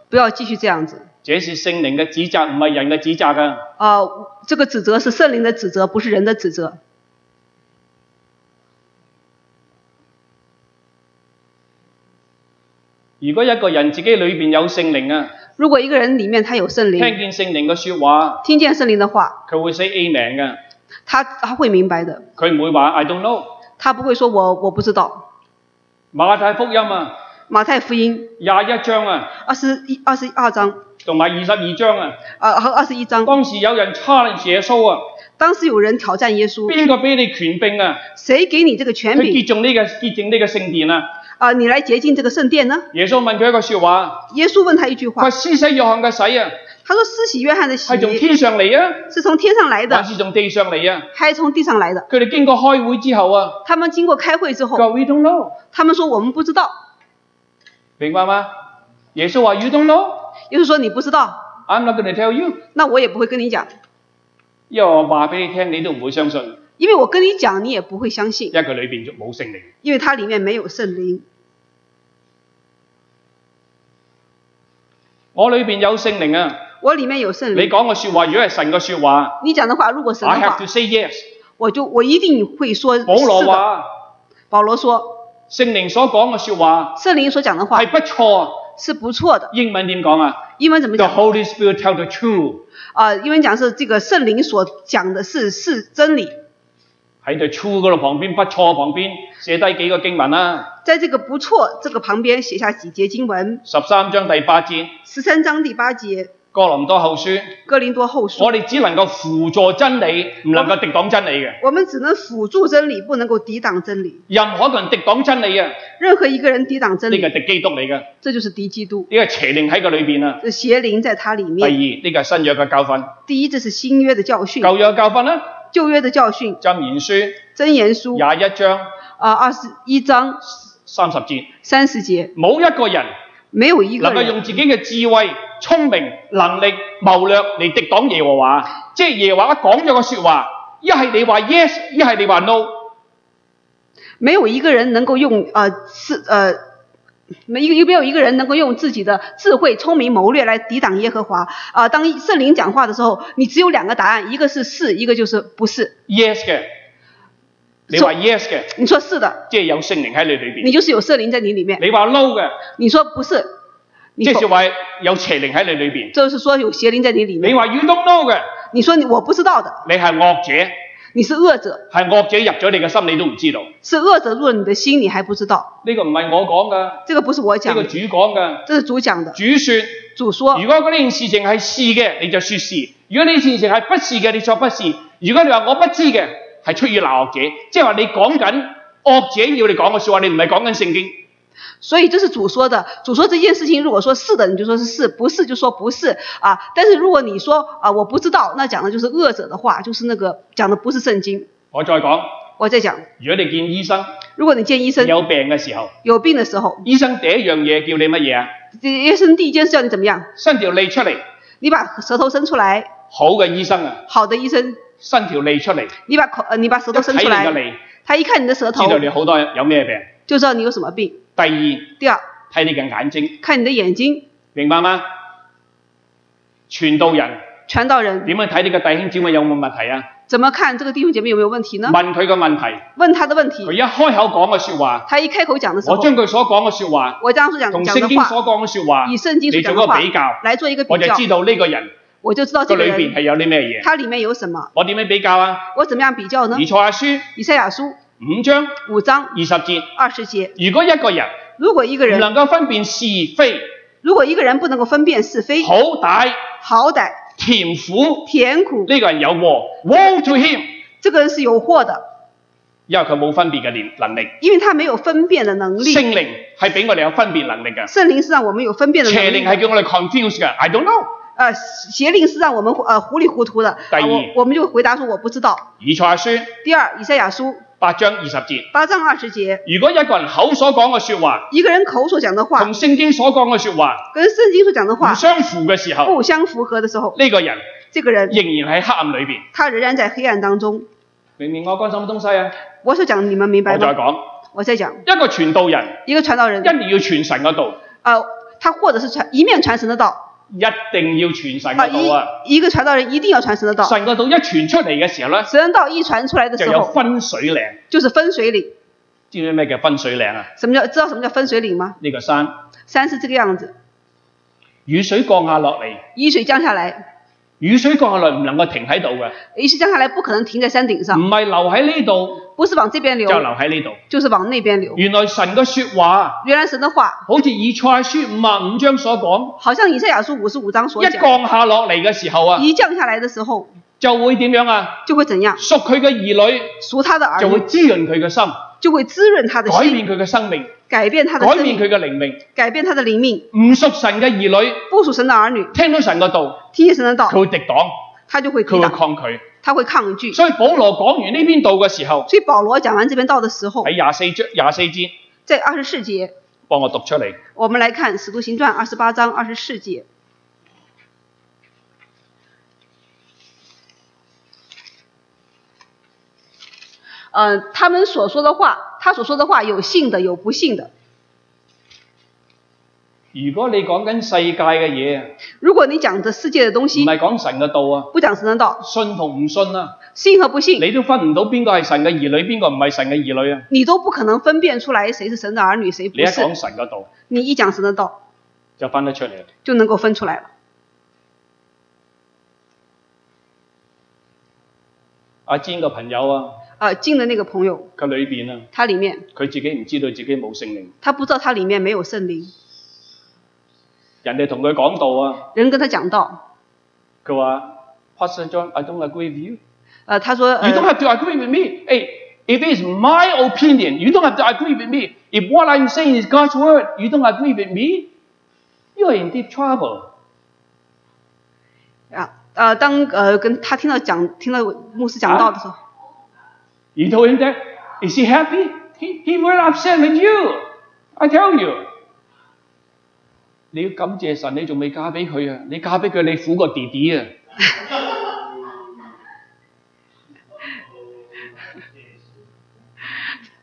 A: 不要继续这样子
B: 這是聖靈嘅指責，唔係人嘅指責啊！
A: 啊、这个指责是圣灵的指责，不是人的指责。
B: 如果一個人自己裏邊有聖靈啊，
A: 如果一个人里面他有圣
B: 聽
A: 灵，
B: 見聖靈嘅説話，
A: 听见圣灵的话，
B: 佢會 say amen 嘅，
A: 他他会明白的，
B: 佢唔會話 I don't know。
A: 他不会说我我不知道。
B: 馬太福音啊，
A: 马太福音
B: 廿一章啊，
A: 二十一二十二章，
B: 同埋二十二章啊，
A: 呃和二十一章，
B: 當時有人 challenge 耶穌啊，
A: 当时有人挑战耶稣，
B: 邊個俾你權柄啊？
A: 谁给你这个权
B: 佢
A: 柄
B: 潔淨呢、個潔淨呢個聖殿啊！
A: 啊、你来洁净这个圣殿呢？
B: 耶穌問佢一個説話，
A: 耶稣问他一句
B: 佢話
A: 话，
B: 施洗約翰嘅洗啊，
A: 他说：“施洗约翰的洗
B: 係從天上嚟啊，
A: 是从天上来
B: 還
A: 的，
B: 是從地上嚟啊？
A: 还是从地上来的
B: 佢哋經過開會之後啊，？”
A: 他们经过开会之
B: 佢話
A: 后，
B: We don't know，
A: 他们说：“我们不知道。
B: 明白嗎？耶穌話 You don't know，I'm ”
A: 耶稣说：“你不知道，
B: not going to tell you，
A: 那我也不会跟你讲，
B: 因為我話俾你聽，你都唔會相信，
A: 因为我跟你讲，你也不会相信
B: 因，為佢裏邊冇聖靈。
A: 因为它里面没有圣灵。
B: 我裏邊有聖靈啊！
A: 我里面有圣
B: 你
A: 灵，
B: 講嘅説話，如果係神嘅説話
A: 你讲的话如果嗯神的
B: ，I have
A: 话
B: to，say yes。
A: 我就我一定会说是
B: 保羅
A: 的。
B: 話
A: 保羅说，
B: 聖靈所講嘅説話
A: 圣灵所讲的话
B: 係不錯啊，
A: 是不错的。
B: 英文點講啊
A: 英文怎么
B: ？The
A: 讲？
B: Holy Spirit tell the truth。
A: 啊，英文讲是这个圣灵所讲的是是真理。
B: 喺對 true 嗰度旁邊不錯旁邊寫低幾個經文啊啦、
A: 在这个不错这个旁边写下几节经文，
B: 十三章第八節，
A: 十三章第八节，
B: 哥林多後書，
A: 哥林多后书。
B: 我哋只能夠輔助真理，唔能夠敵擋真理嘅。
A: 我们只能辅助真理，不能够抵挡真理。
B: 任何一個人敵擋真理啊，
A: 任何一个人抵挡真
B: 呢個
A: 理，
B: 係敵基督嚟嘅，呢、
A: 这就是敌基督，
B: 個係邪靈喺個裏邊啊。
A: 这邪灵在它里
B: 第二，
A: 面。
B: 呢、個係新約嘅教訓，
A: 第一，这是新约的教训，
B: 舊約嘅教訓啦，
A: 旧约的教训，
B: 《箴言書
A: 箴言书》
B: 廿一章
A: 啊二十一章
B: 三十節，
A: 三十节，
B: 冇一個人
A: 没有一个
B: 能夠
A: 人
B: 用自己嘅智慧、聰明、能力、謀略嚟敵擋耶和華，即係耶和華講咗個説話，一係你話 yes，一係你話 no。
A: 没有一个人能够用呃自呃。没有没有一个人能够用自己的智慧、聪明、谋略来抵挡耶和华啊、当圣灵讲话的时候，你只有两个答案，一个是是，一个就是不是。
B: yes 嘅，你話 yes 嘅，
A: 你说是的，
B: 即係有聖靈喺你裏
A: 你
B: 邊；
A: 就是有圣灵在你里面；
B: 你話 no 嘅，
A: 你说不是，你
B: 即
A: 否
B: 係話有邪靈喺你裏邊；
A: 就是说有邪灵在你里面。
B: 你話 you don't know 嘅，
A: 你说你我不知道的，
B: 你係惡者，
A: 你是恶者，
B: 係惡者入咗你嘅心，你都唔知道。
A: 是恶者入了你的心，你还不知道。
B: 呢、個唔係我講噶，
A: 这个不是我讲
B: 呢個
A: 的，
B: 主講噶。
A: 这是主讲的。
B: 主説：
A: 主说
B: 如，果呢件事情係是嘅，你就説是；如果呢件事情係不是嘅，你作不是。如果你話我不知嘅，係出於鬧惡者，即係話你講緊惡者要你講嘅説話，你唔係講緊聖經。
A: 所以这是主说的。主说这件事情，如果说是的，你就说是是；不是就说不是啊。但是如果你说啊我不知道，那讲的就是恶者的话，就是那个讲的不是圣经。
B: 我再講，
A: 我在讲，
B: 如果你見醫生
A: 如果你见医生
B: 有病嘅時候。
A: 有病的时候，
B: 醫生第一樣嘢叫你乜嘢啊？
A: 医生第一件事叫你怎么样？
B: 伸條脷出嚟，
A: 你把舌头伸出来。
B: 好嘅醫生啊，
A: 好的医生，
B: 伸條脷出嚟，
A: 你把口呃你把舌头伸
B: 一
A: 出
B: 睇你個
A: 来，
B: 脷，
A: 他一看你的舌头
B: 知道你好多有咩病。
A: 就知道你有什么病。
B: 第二，
A: 第二，
B: 睇你嘅眼睛，
A: 看你的眼睛，
B: 明白嗎？傳道人
A: 传道人
B: 點樣睇你嘅弟兄姊妹有冇問題啊？
A: 怎么看这个弟兄姐妹有没有问题呢？
B: 問佢個問題，
A: 问他的问
B: 佢
A: 题，
B: 一開口講嘅説話，
A: 他一开口讲的时候
B: 我，將佢所講嘅説話
A: 我当时讲
B: 同
A: 讲
B: 聖
A: 的
B: 經
A: 话，
B: 所講嘅説話，
A: 以聖經所
B: 你做
A: 讲
B: 個
A: 的话
B: 比較，
A: 来做一个比
B: 我就
A: 较，
B: 知道呢個人
A: 我就知道这
B: 個
A: 个
B: 裏邊
A: 人
B: 係有啲咩嘢。
A: 他里面有什么，
B: 我點樣比較啊？
A: 我怎么样比较呢
B: 以？賽亞書
A: 以赛亚书
B: 五章
A: 五章
B: 二十節，
A: 二十节，
B: 如果一個人
A: 如果一个
B: 唔
A: 人
B: 能夠分辨是非、
A: 如果一个人不能够分辨是非、
B: 好歹、
A: 好歹、
B: 甜苦，
A: 甜苦，
B: 呢、個人有禍。Woe to him，
A: 这个人是有祸的，
B: 因為佢冇分別嘅能力。
A: 因为他没有分辨的能力。
B: 聖靈係俾我哋有分別能力嘅，
A: 圣灵是让我们有分辨的
B: 邪
A: 能
B: 靈
A: 力，
B: 係叫我哋 confuse 嘅。I don't know。
A: 呃，邪灵是让我们呃糊里糊涂的。
B: 第
A: 啊
B: 一
A: 我我们就回答说我不知道。
B: 以賽亞書
A: 第二，以赛亚书
B: 八章二十節，
A: 八章二十节，
B: 如果一個人口所講嘅説話
A: 一个人口所讲的话
B: 同聖經所講嘅説話
A: 跟圣经所讲的
B: 唔
A: 话
B: 相符嘅時候，
A: 不相符合的时候，
B: 呢、個人
A: 这个人
B: 仍然喺黑暗裏邊。
A: 他仍然在黑暗当中。
B: 明明我講什麼東西啊？
A: 我所讲的你们明
B: 我
A: 白
B: 再
A: 吗？
B: 講，
A: 我在讲
B: 一個傳道人
A: 一个传道人
B: 一，定要傳神嘅道，
A: 呃，他或者是传一面传神的道，
B: 一定要傳神
A: 啊，
B: 嘅道啊！
A: 一一个傳道人一定要傳神的道，
B: 神嘅道一傳出嚟嘅時候咧，
A: 神道一傳出來的
B: 就
A: 時
B: 有
A: 候，
B: 分水嶺。
A: 就是分水嶺。
B: 知唔知咩叫分水嶺啊？
A: 什麼叫知道什麼叫分水嶺嗎？
B: 呢、個山
A: 山是這個樣子，
B: 雨水降下落嚟，
A: 雨水降下來，
B: 雨水降下落唔能夠停喺度嘅，
A: 雨水降下來不可能停在山頂上，
B: 唔係留喺呢度
A: 不是往這邊
B: 就
A: 流，
B: 留喺呢度。
A: 就是往那邊流。
B: 原來神嘅説話，
A: 原來神的話，
B: 好似以賽書五啊五章所講，
A: 好像以賽亞書五十五章所
B: 一
A: 講，
B: 降下落嚟嘅時候啊，
A: 一降下來的時候
B: 就會點樣啊？
A: 就會怎樣？
B: 屬佢嘅兒女
A: 屬他的
B: 就
A: 兒
B: 會
A: 女
B: 滋潤佢嘅心，
A: 就會滋潤他的
B: 改
A: 心，
B: 變佢嘅生命，
A: 改變他的
B: 改
A: 生
B: 變
A: 命，
B: 佢嘅靈命。
A: 改變他的靈命。
B: 唔屬神嘅兒女
A: 不屬神的兒女
B: 聽到神嘅道，
A: 聽見神的道
B: 佢，會敵擋，
A: 他就會哦抵
B: 佢會
A: 擋，
B: 抗拒。
A: 他會抗拒。
B: 所以保羅講完呢篇道嘅時候，
A: 所以保羅講完這邊道的時候，
B: 喺廿四章廿四節
A: 在二十四節，
B: 幫我讀出嚟。
A: 我們來看《使徒行傳》二十八章二十四節。呃，他们所说的话，他所说的话有信的，有不信的。
B: 如果你講緊世界嘅嘢，
A: 如果你講這世界的東
B: 唔
A: 西，
B: 係講神嘅道啊，
A: 不講神的道，
B: 信同唔信啊，
A: 信和不信，
B: 你都分唔到邊個係神嘅兒女，邊個唔係神嘅兒女啊！
A: 你都不可能分辨出來誰是神的兒女，誰不
B: 你一
A: 是
B: 講。神嘅道，
A: 你一講神的道，
B: 就分得出嚟。
A: 就能夠分出來了。
B: 阿堅個朋友啊，
A: 呃，進的那個朋友，
B: 佢裏邊啊，
A: 他裡面
B: 佢自己唔知道自己冇聖靈，
A: 他不知道他裡面沒有聖靈，
B: 人哋同佢講道啊，
A: 人跟他講道，
B: 佢話 Pastor John，I don't agree with you。
A: 呃，他說，
B: You don't
A: 呃，
B: have to agree with me. Hey, if it's my opinion, you don't have to agree with me. If what I'm saying is God's word, you don't agree with me, you're in deep trouble.
A: 啊，呃，當呃跟他聽到講聽到牧師講道的時候，
B: You told him that. Is he happy? He, he will upset with you. I tell you. 你要感謝神，你仲未嫁俾佢啊！你嫁俾佢，你苦過弟弟啊！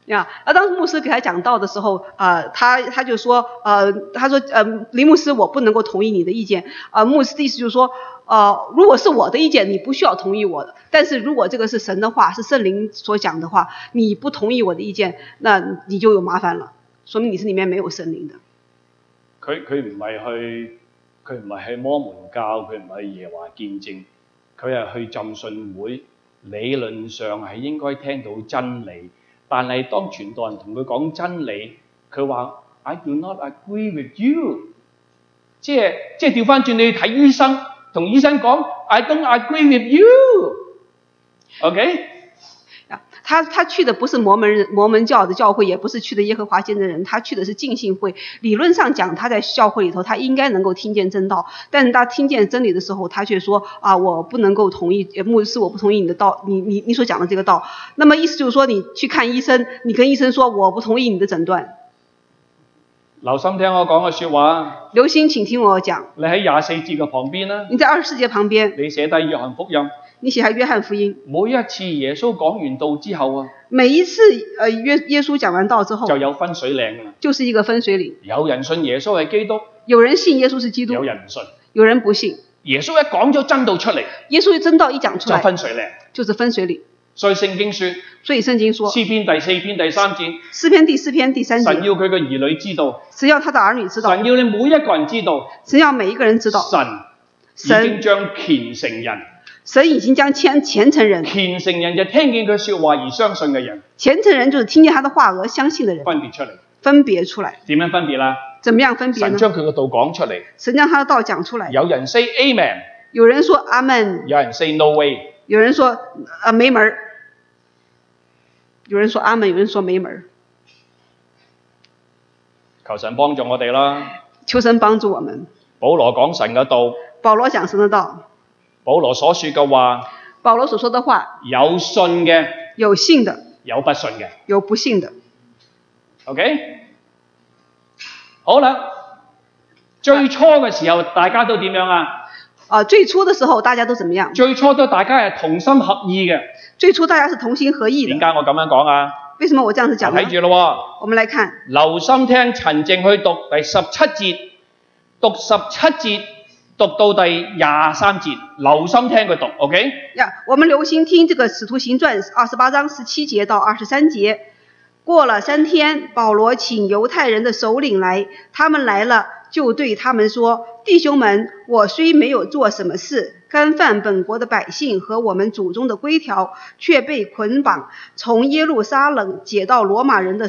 A: 呀，啊，當牧師給他講道的時候，呃，他他就說，呃，他說，呃，林牧師，我不能夠同意你的意見，呃，牧師的意思就是說，呃，如果是我的意見，你不需要同意我的，但是如果這個是神的話，是聖靈所講的話，你不同意我的意見，那你就有麻煩了，說明你是裡面沒有聖靈的。
B: 佢佢唔係去佢唔係去摩門教，佢唔係去耶和華見證，佢係去浸信會。理論上係應該聽到真理，但係當傳道人同佢講真理，佢話：I do not agree with you。即係即係調翻轉，你去睇醫生，同醫生講：I don't agree with you。OK，
A: 啊，他他去的不是摩门人摩门教的教会，也不是去的耶和华见证人，他去的是浸信会。理论上讲，他在教会里头，他应该能够听见真道，但是他听见真理的时候，他却说啊，我不能够同意，呃牧师，我不同意你的道，你你你所讲的这个道。那么意思就是说，你去看医生，你跟医生说我不同意你的诊断。
B: 留心聽我講嘅説話。
A: 留心，請聽我讲。
B: 你喺廿四節嘅旁邊啦，
A: 你在二十世界旁边，
B: 你寫低約翰福音。
A: 你写下约翰福音，
B: 每一次耶穌講完道之後啊，
A: 每一次呃约耶稣讲完道之后
B: 就，有分水嶺㗎啦。
A: 就是一个分水岭，
B: 有人信耶穌係基督，
A: 有人信耶稣是基督
B: 有，人唔信。
A: 有人不信。
B: 耶穌一講咗真道出嚟，
A: 耶稣真道一讲出
B: 就
A: 来，
B: 分水嶺。
A: 就是分水岭。
B: 所以聖經說
A: 所以圣经说，
B: 詩篇第四篇第三節，
A: 诗篇第四篇第三
B: 神
A: 节，
B: 要佢嘅兒女知道，
A: 神要他的儿女知道，
B: 神要你每一個人知道，
A: 神要每一个人知道，
B: 神已經
A: 神
B: 將虔誠人，
A: 神已经将虔虔诚人，
B: 虔誠人就聽見佢說話而相信嘅人
A: 虔诚人就是聽见他的话而相信的人，
B: 分別出嚟。
A: 分别出来。
B: 點樣分別啦？
A: 怎么样分别
B: 神
A: 呢？
B: 將佢嘅道講出嚟，
A: 神将他的道讲出来。
B: 有人 say amen，
A: 有人说阿门，
B: 有人 say no way。
A: 有人说呃没门儿，有人说阿门，有人说没门儿。
B: 求神幫助我哋啦。
A: 求神帮助我们。
B: 保羅講神嘅道，
A: 保羅讲神的道，
B: 保羅所說嘅話，
A: 保羅所说的话，
B: 有信嘅，
A: 有信的，
B: 有不信嘅。
A: 有不信的。
B: OK，好啦，最初嘅時候大家都點樣啊？
A: 啊、最初的时候大家都怎么样？
B: 最初都大家係同心合意嘅。
A: 最初大家是同心合意的
B: 點。解我咁樣講啊？
A: 为什么我这样子讲呢？
B: 睇住咯
A: 我们来看
B: 喎，留心聽陳靜去讀第十七節，讀十七節，讀到第廿三節，留心聽佢讀，OK？
A: 呀，我们留心听这个《使徒行传》二十八章十七节到二十三节。过了三天，保罗请犹太人的首领来，他们来了，就对他们说：“弟兄们，我虽没有做什么事，干犯本国的百姓和我们祖宗的规条，却被捆绑，从耶路撒冷解到罗马人的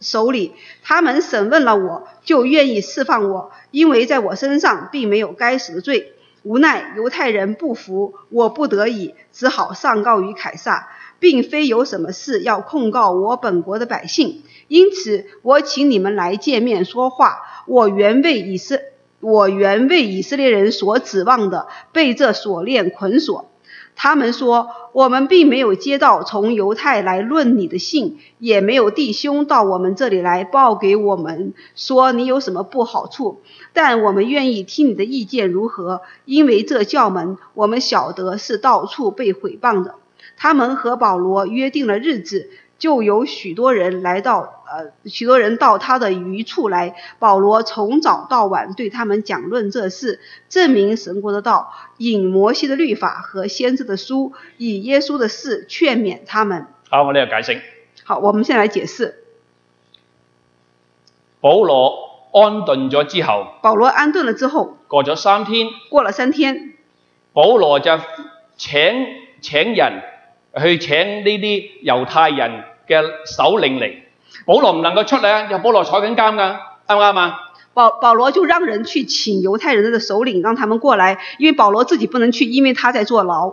A: 手里。他们审问了我，就愿意释放我，因为在我身上并没有该死的罪。”无奈犹太人不服，我不得已只好上告于凯撒，并非有什么事要控告我本国的百姓，因此我请你们来见面说话。我原为以色，我原为以色列人所指望的，被这锁链捆锁。他们说，我们并没有接到从犹太来论你的信，也没有弟兄到我们这里来报给我们说你有什么不好处，但我们愿意听你的意见如何，因为这教门我们晓得是到处被毁谤的。他们和保罗约定了日子，就有许多人来到，呃，许多人到他的渔处来。保罗从早到晚对他们讲论这事，证明神国的道，引摩西的律法和先知的书，以耶稣的事劝勉他们。
B: 好，我呢個解釋。
A: 好，我们先来解释。
B: 保羅安頓咗之後，
A: 保罗安顿了之后，
B: 過咗三天，
A: 过了三天，
B: 保羅就請請人去請呢啲猶太人嘅首領嚟。保羅唔能夠出嚟啊，有保羅坐緊監㗎，啱唔啱啊？
A: 保保罗就让人去请犹太人的首领，让他们过来，因为保罗自己不能去，因为他在坐牢。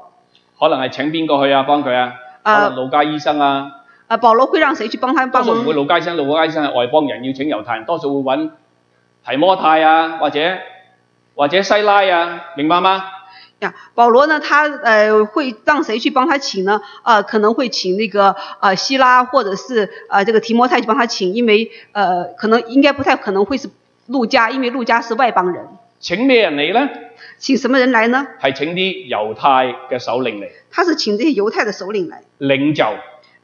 B: 可能係請邊個去啊？幫佢啊？可
A: 啊嗯
B: 能老家醫生啊？
A: 呃，保罗会让谁去幫他
B: 多
A: 帮
B: 數唔
A: 忙
B: 會？老家醫生，老家醫生係外邦人要請猶太人，多數會揾提摩太啊，或者或者西拉啊，明白嗎？
A: 呀，保罗呢，他呃会让谁去帮他请呢？呃，可能会请那个呃希拉或者是呃这个提摩太去帮他请，因为呃可能应该不太可能会是路加，因为路加是外邦人。
B: 請咩人嚟呢？
A: 请什么人来呢？
B: 係請啲猶太嘅首領嚟，
A: 他是请这些犹太的首领来，
B: 領袖。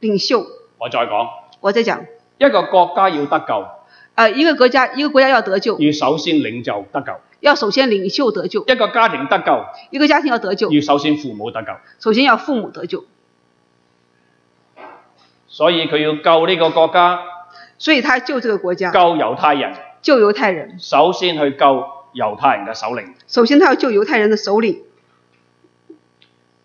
A: 领袖。
B: 我再講，
A: 我在讲，
B: 一個國家要得救，
A: 呃，一个国家一个国家要得救，
B: 要首先領袖得救；
A: 要首先领袖得救，
B: 一個家庭得救，
A: 一个家庭要得救，
B: 要首先父母得救。
A: 首先要父母得救，
B: 所以佢要救呢個國家，
A: 所以他救这个国
B: 救
A: 家，
B: 猶太人，
A: 救犹太人。
B: 首先去救猶太人嘅首領。
A: 首先他要救犹太人的首领。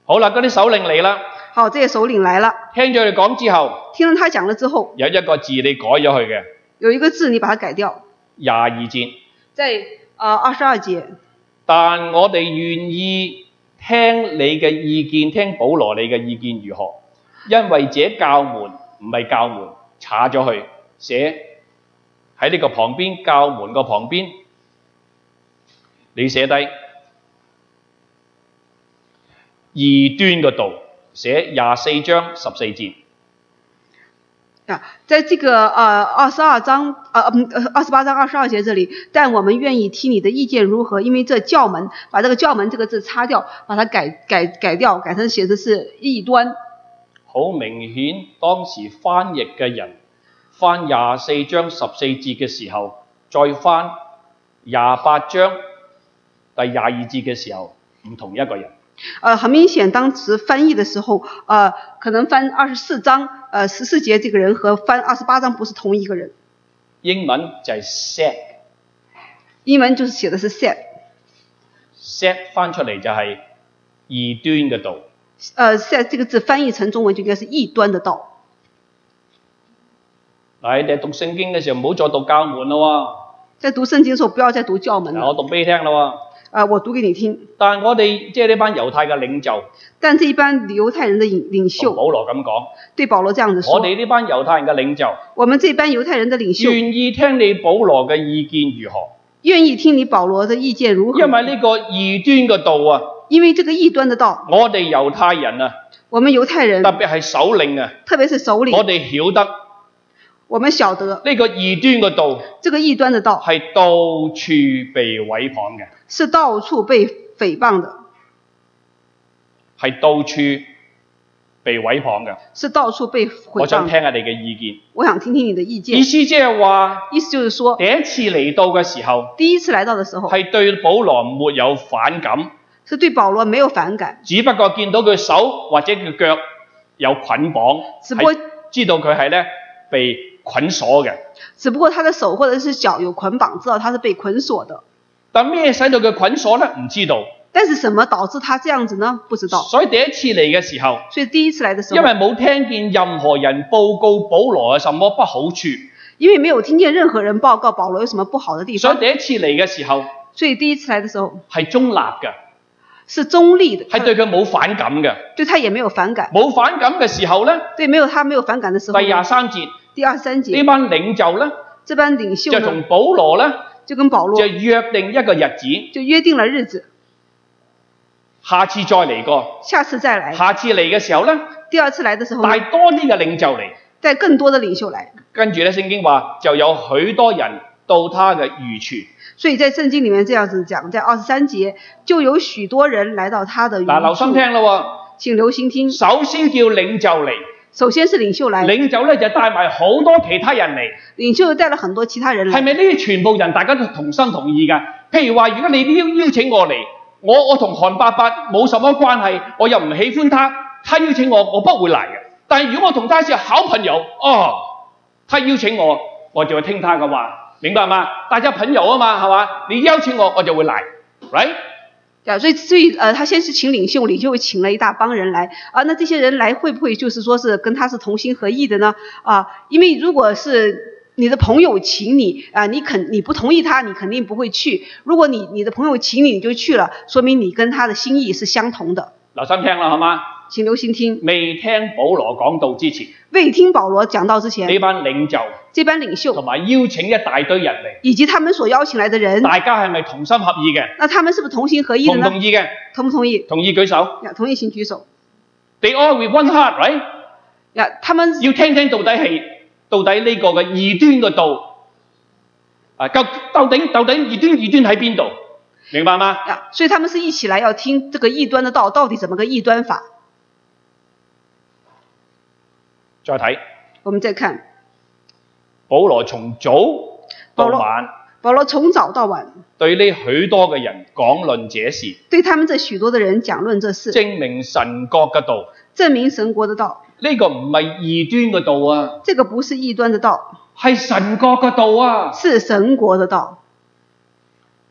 B: 好啦，嗰啲首領嚟啦，
A: 好，这些首领来了，
B: 聽咗佢講之後，
A: 听了他讲了之后，
B: 有一個字你改咗佢嘅
A: 有一个字你把它改掉，
B: 廿二節。
A: 在呃二十二节。
B: 但我哋願意聽你嘅意見，聽保羅你嘅意見如何？因為這教門唔係教門，查咗佢寫喺呢個旁邊教門個旁邊，你寫低異端嗰度寫廿四章十四節。
A: 啊，在这个呃二十二章呃嗯二十八章二十二节这里，但我们愿意听你的意见如何？因为这教门把这个教门这个字擦掉，把它改改改掉，改成写的是异端。
B: 好明顯，當時翻譯嘅人翻廿四章十四節嘅時候，再翻廿八章第廿二節嘅時候，唔同一個人。
A: 呃，很明显，当时翻译的时候，呃，可能翻二十四章呃十四节这个人和翻二十八章不是同一个人，
B: 英文就係 set，set
A: 英文就是写的是 set，
B: 翻出嚟就係異端嘅道。
A: 呃 set 这个字翻译成中文就应该是异端的道。
B: 嗱，你哋讀聖經嘅時候唔好再讀教門咯
A: 在读聖經的时候，不要再读教门
B: 喎。嗱，
A: 了。
B: 我讀俾你聽咯
A: 啊，我读给你聽
B: 喎。。但我哋即係呢班猶太嘅領袖，
A: 但这一班犹太人的领领
B: 同
A: 袖
B: 保羅咁講，
A: 对保罗这样子说
B: 我：，哋呢班猶太人嘅領袖
A: 我們这班猶太人的领袖
B: 願意聽你保羅嘅意見如何？
A: 愿意聽你保羅的意見如何？
B: 因為呢個異端嘅道啊，
A: 因为这个異端的道，
B: 我哋猶太人啊，
A: 我們猶太
B: 特
A: 人，
B: 別係首 領啊，
A: 特別是首
B: 我
A: 領，
B: 哋曉得呢
A: 我們曉得
B: 個異端嘅道
A: 這個異端的道
B: 係到處被毀謗嘅，
A: 是到處被誹謗的，
B: 係到處被毀謗嘅。
A: 是到处被毁
B: 我想
A: 谤。
B: 聽下你嘅意見。
A: 我想听听你的意
B: 意
A: 见。
B: 思即係話，
A: 意思就是说，
B: 第一次嚟到嘅時候
A: 第一次来到的时候，
B: 係對保羅沒有反感，
A: 是对保羅沒有反感，
B: 只不過見到佢手或者佢腳有捆綁，
A: 只不過
B: 係知道佢係咧被捆鎖嘅。
A: 只不過他的手或者是腳有捆綁，知道他是被捆鎖的。
B: 但咩使到佢捆鎖咧？唔知道。
A: 但是什么导致他这样子呢？不知道。
B: 所以第一次嚟嘅時候，
A: 所以第一次来的时
B: 因
A: 候
B: 為，冇聽見任何人報告保羅有什麼不好處，
A: 因為沒有聽見任何人報告保羅有什麼不好的地
B: 所以
A: 方，
B: 第一次嚟嘅時候
A: 所以第一次来的時候
B: 係中立嘅，
A: 是中立的，
B: 係對佢冇反感嘅。
A: 对他也沒有反感。
B: 冇反感嘅時候咧，
A: 对，沒有他沒有反感的时候
B: 第廿
A: 呢，
B: 三節
A: 第二十三
B: 呢
A: 节，
B: 班領袖咧
A: 這班領袖
B: 就同
A: 呢
B: 保羅咧
A: 就跟保
B: 就
A: 羅
B: 約定一個日子，
A: 就約定了日子，
B: 下次再嚟過。
A: 下次再來。
B: 下次嚟嘅時候咧，
A: 第二次來的時候呢，
B: 帶多啲嘅領袖嚟，
A: 帶更多的領袖來。
B: 跟住咧聖經話就有許多人到他嘅御處。
A: 所以在聖經里面这样子講，在二十三节就有許多人來到他的原
B: 嗱，留心聽咯
A: 请留心聽
B: 喎，。首先叫領袖嚟。
A: 首先是領袖來，
B: 領袖咧就帶埋好多其他人嚟，
A: 領袖帶了很多其他人
B: 係
A: 來，
B: 咪呢啲全部人大家都同心同意㗎？譬如話，如果你邀邀請我嚟，我我同韓伯伯冇什麼關係，我又唔喜歡他，他邀請我，我不會嚟嘅。但係如果我同他是好朋友，哦，他邀請我，我就會聽他嘅話，明白嗎？大家朋友啊嘛，係嘛？你邀請我，我就會嚟，right？
A: 对啊，所以所以呃，他先是请領袖，領袖请了一大帮人来啊，那这些人来会不会就是说是跟他是同心合意的呢？啊，因为如果是你的朋友请你啊，你肯你不同意他，你肯定不会去；如果你你的朋友请你，你就去了，说明你跟他的心意是相同的。
B: 留心聽啦，好嗎？
A: 请留心聽，
B: 未聽保羅講道之前，
A: 未聽保羅講道之前，
B: 呢班領袖
A: 這班領袖
B: 同埋邀請一大堆人嚟，
A: 以及他们所邀请来的人，
B: 大家係咪同心合意嘅？
A: 那他们是不是同心合意的
B: 同唔
A: 呢？
B: 同意嘅？
A: 同不同意？
B: 同意舉手。
A: 呀，同意请举手。
B: They all with one heart, right？
A: 呀，他们
B: 要聽聽到底係到底呢個嘅異端嘅道啊，究究竟究竟異端異端喺邊度？明白嗎？
A: 呀，所以他们是一起来要听这个异端的道到底怎么个异端法。
B: 再睇
A: 我們再看
B: 保羅從早到晚
A: 保羅從早到晚
B: 對呢許多嘅人講論這事，
A: 對他們這許多的人講論這事，
B: 證明神國嘅道。
A: 證明神國的道，
B: 呢、個唔係異端嘅道啊，
A: 這個不是異端的道，
B: 係神國嘅道啊。
A: 是神國的道。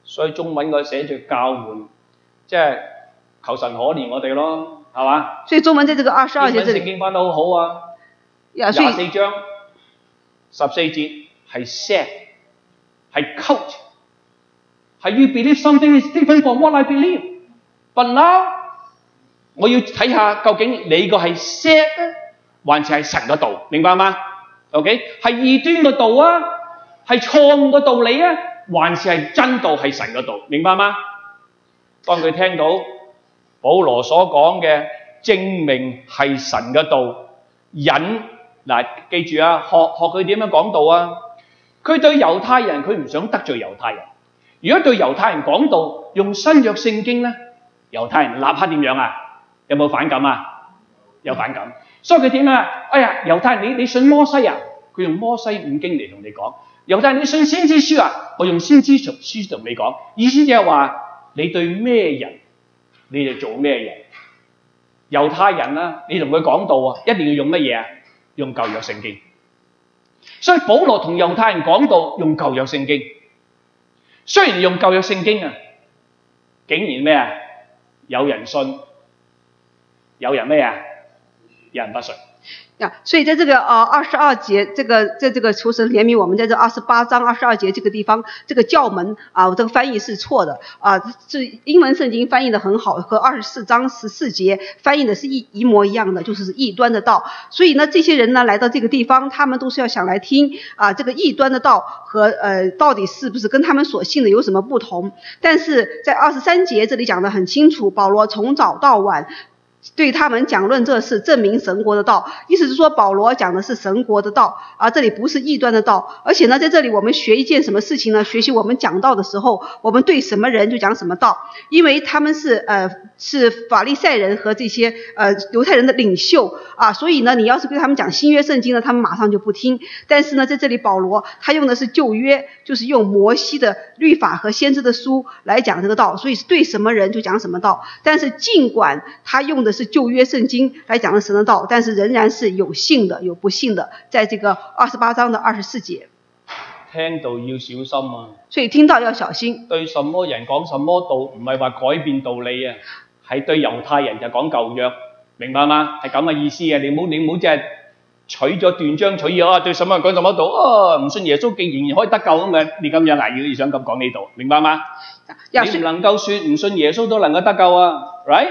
B: 所以中文我寫住教換，即係求神可憐我哋咯，係嘛？
A: 所以中文在這個二十二節
B: 英文
A: 這
B: 聖
A: 裡
B: 經翻得好好啊，
A: 呀，所
B: 廿
A: 以
B: 四章十四節係 set，係 coach，係 you believe something is different from what I believe。But now 我要睇下究竟你個係 set 咧，還是係神嘅道，明白嗎？OK，係異端嘅道啊，係錯誤嘅道理啊，還是係真道係神嘅道，明白嗎？當佢聽到保羅所講嘅證明係神嘅道，忍嗱記住啊，學學佢點樣講道啊！佢對猶太人，佢唔想得罪猶太人。如果對猶太人講道，用新約聖經咧，猶太人立刻點樣啊？有冇反感啊？有反感，所以佢點啊？哎呀，猶太人你你信摩西啊？佢用摩西五經嚟同你講。猶太人你信先知書啊？我用先知書書同你講，意思就係話你對咩人你就做咩人。猶太人啦、你同佢講道啊，一定要用乜嘢啊？用舊約聖經。所以保羅同猶太人講道用舊約聖經，雖然用舊約聖經啊，竟然咩啊？有人信，有人咩啊？有人不信。
A: 呀，所以在这个呃二十二节，这个在这个求神怜悯我们，在这二十八章二十二节这个地方，这个教门啊，我这个翻译是错的啊，这英文圣经翻译的很好，和二十四章十四节翻译的是一一模一样的，就是异端的道。所以呢，这些人呢来到这个地方，他们都是要想来听啊这个异端的道和呃到底是不是跟他们所信的有什么不同。但是在二十三节这里讲的很清楚，保罗从早到晚对他们讲论这事，证明神国的道。意思是说，保罗讲的是神国的道，啊，这里不是异端的道。而且呢，在这里我们学一件什么事情呢？学习我们讲道的时候，我们对什么人就讲什么道，因为他们是呃是法利赛人和这些呃犹太人的领袖啊，所以呢，你要是跟他们讲新约圣经呢，他们马上就不听。但是呢，在这里保罗他用的是旧约，就是用摩西的律法和先知的书来讲这个道，所以是对什么人就讲什么道。但是尽管他用的是旧约圣经来讲的神的道，但是仍然是有信的，有不信的，在这个二十八章的二十四节。
B: 聽到要小心啊！
A: 所以听到要小心，
B: 對什麼人講什麼道，唔係話改變道理啊，係對猶太人就講舊約，明白嘛？係咁嘅意思啊！你唔好你唔好即係取咗斷章取義啊！對什麼人講什麼道啊？唔信耶穌竟然可以得救咁嘅，你咁樣嗱，如果你想咁講呢度，明白嘛？
A: 要
B: 你唔
A: 所以
B: 能夠説唔信耶穌都能夠得救啊，right？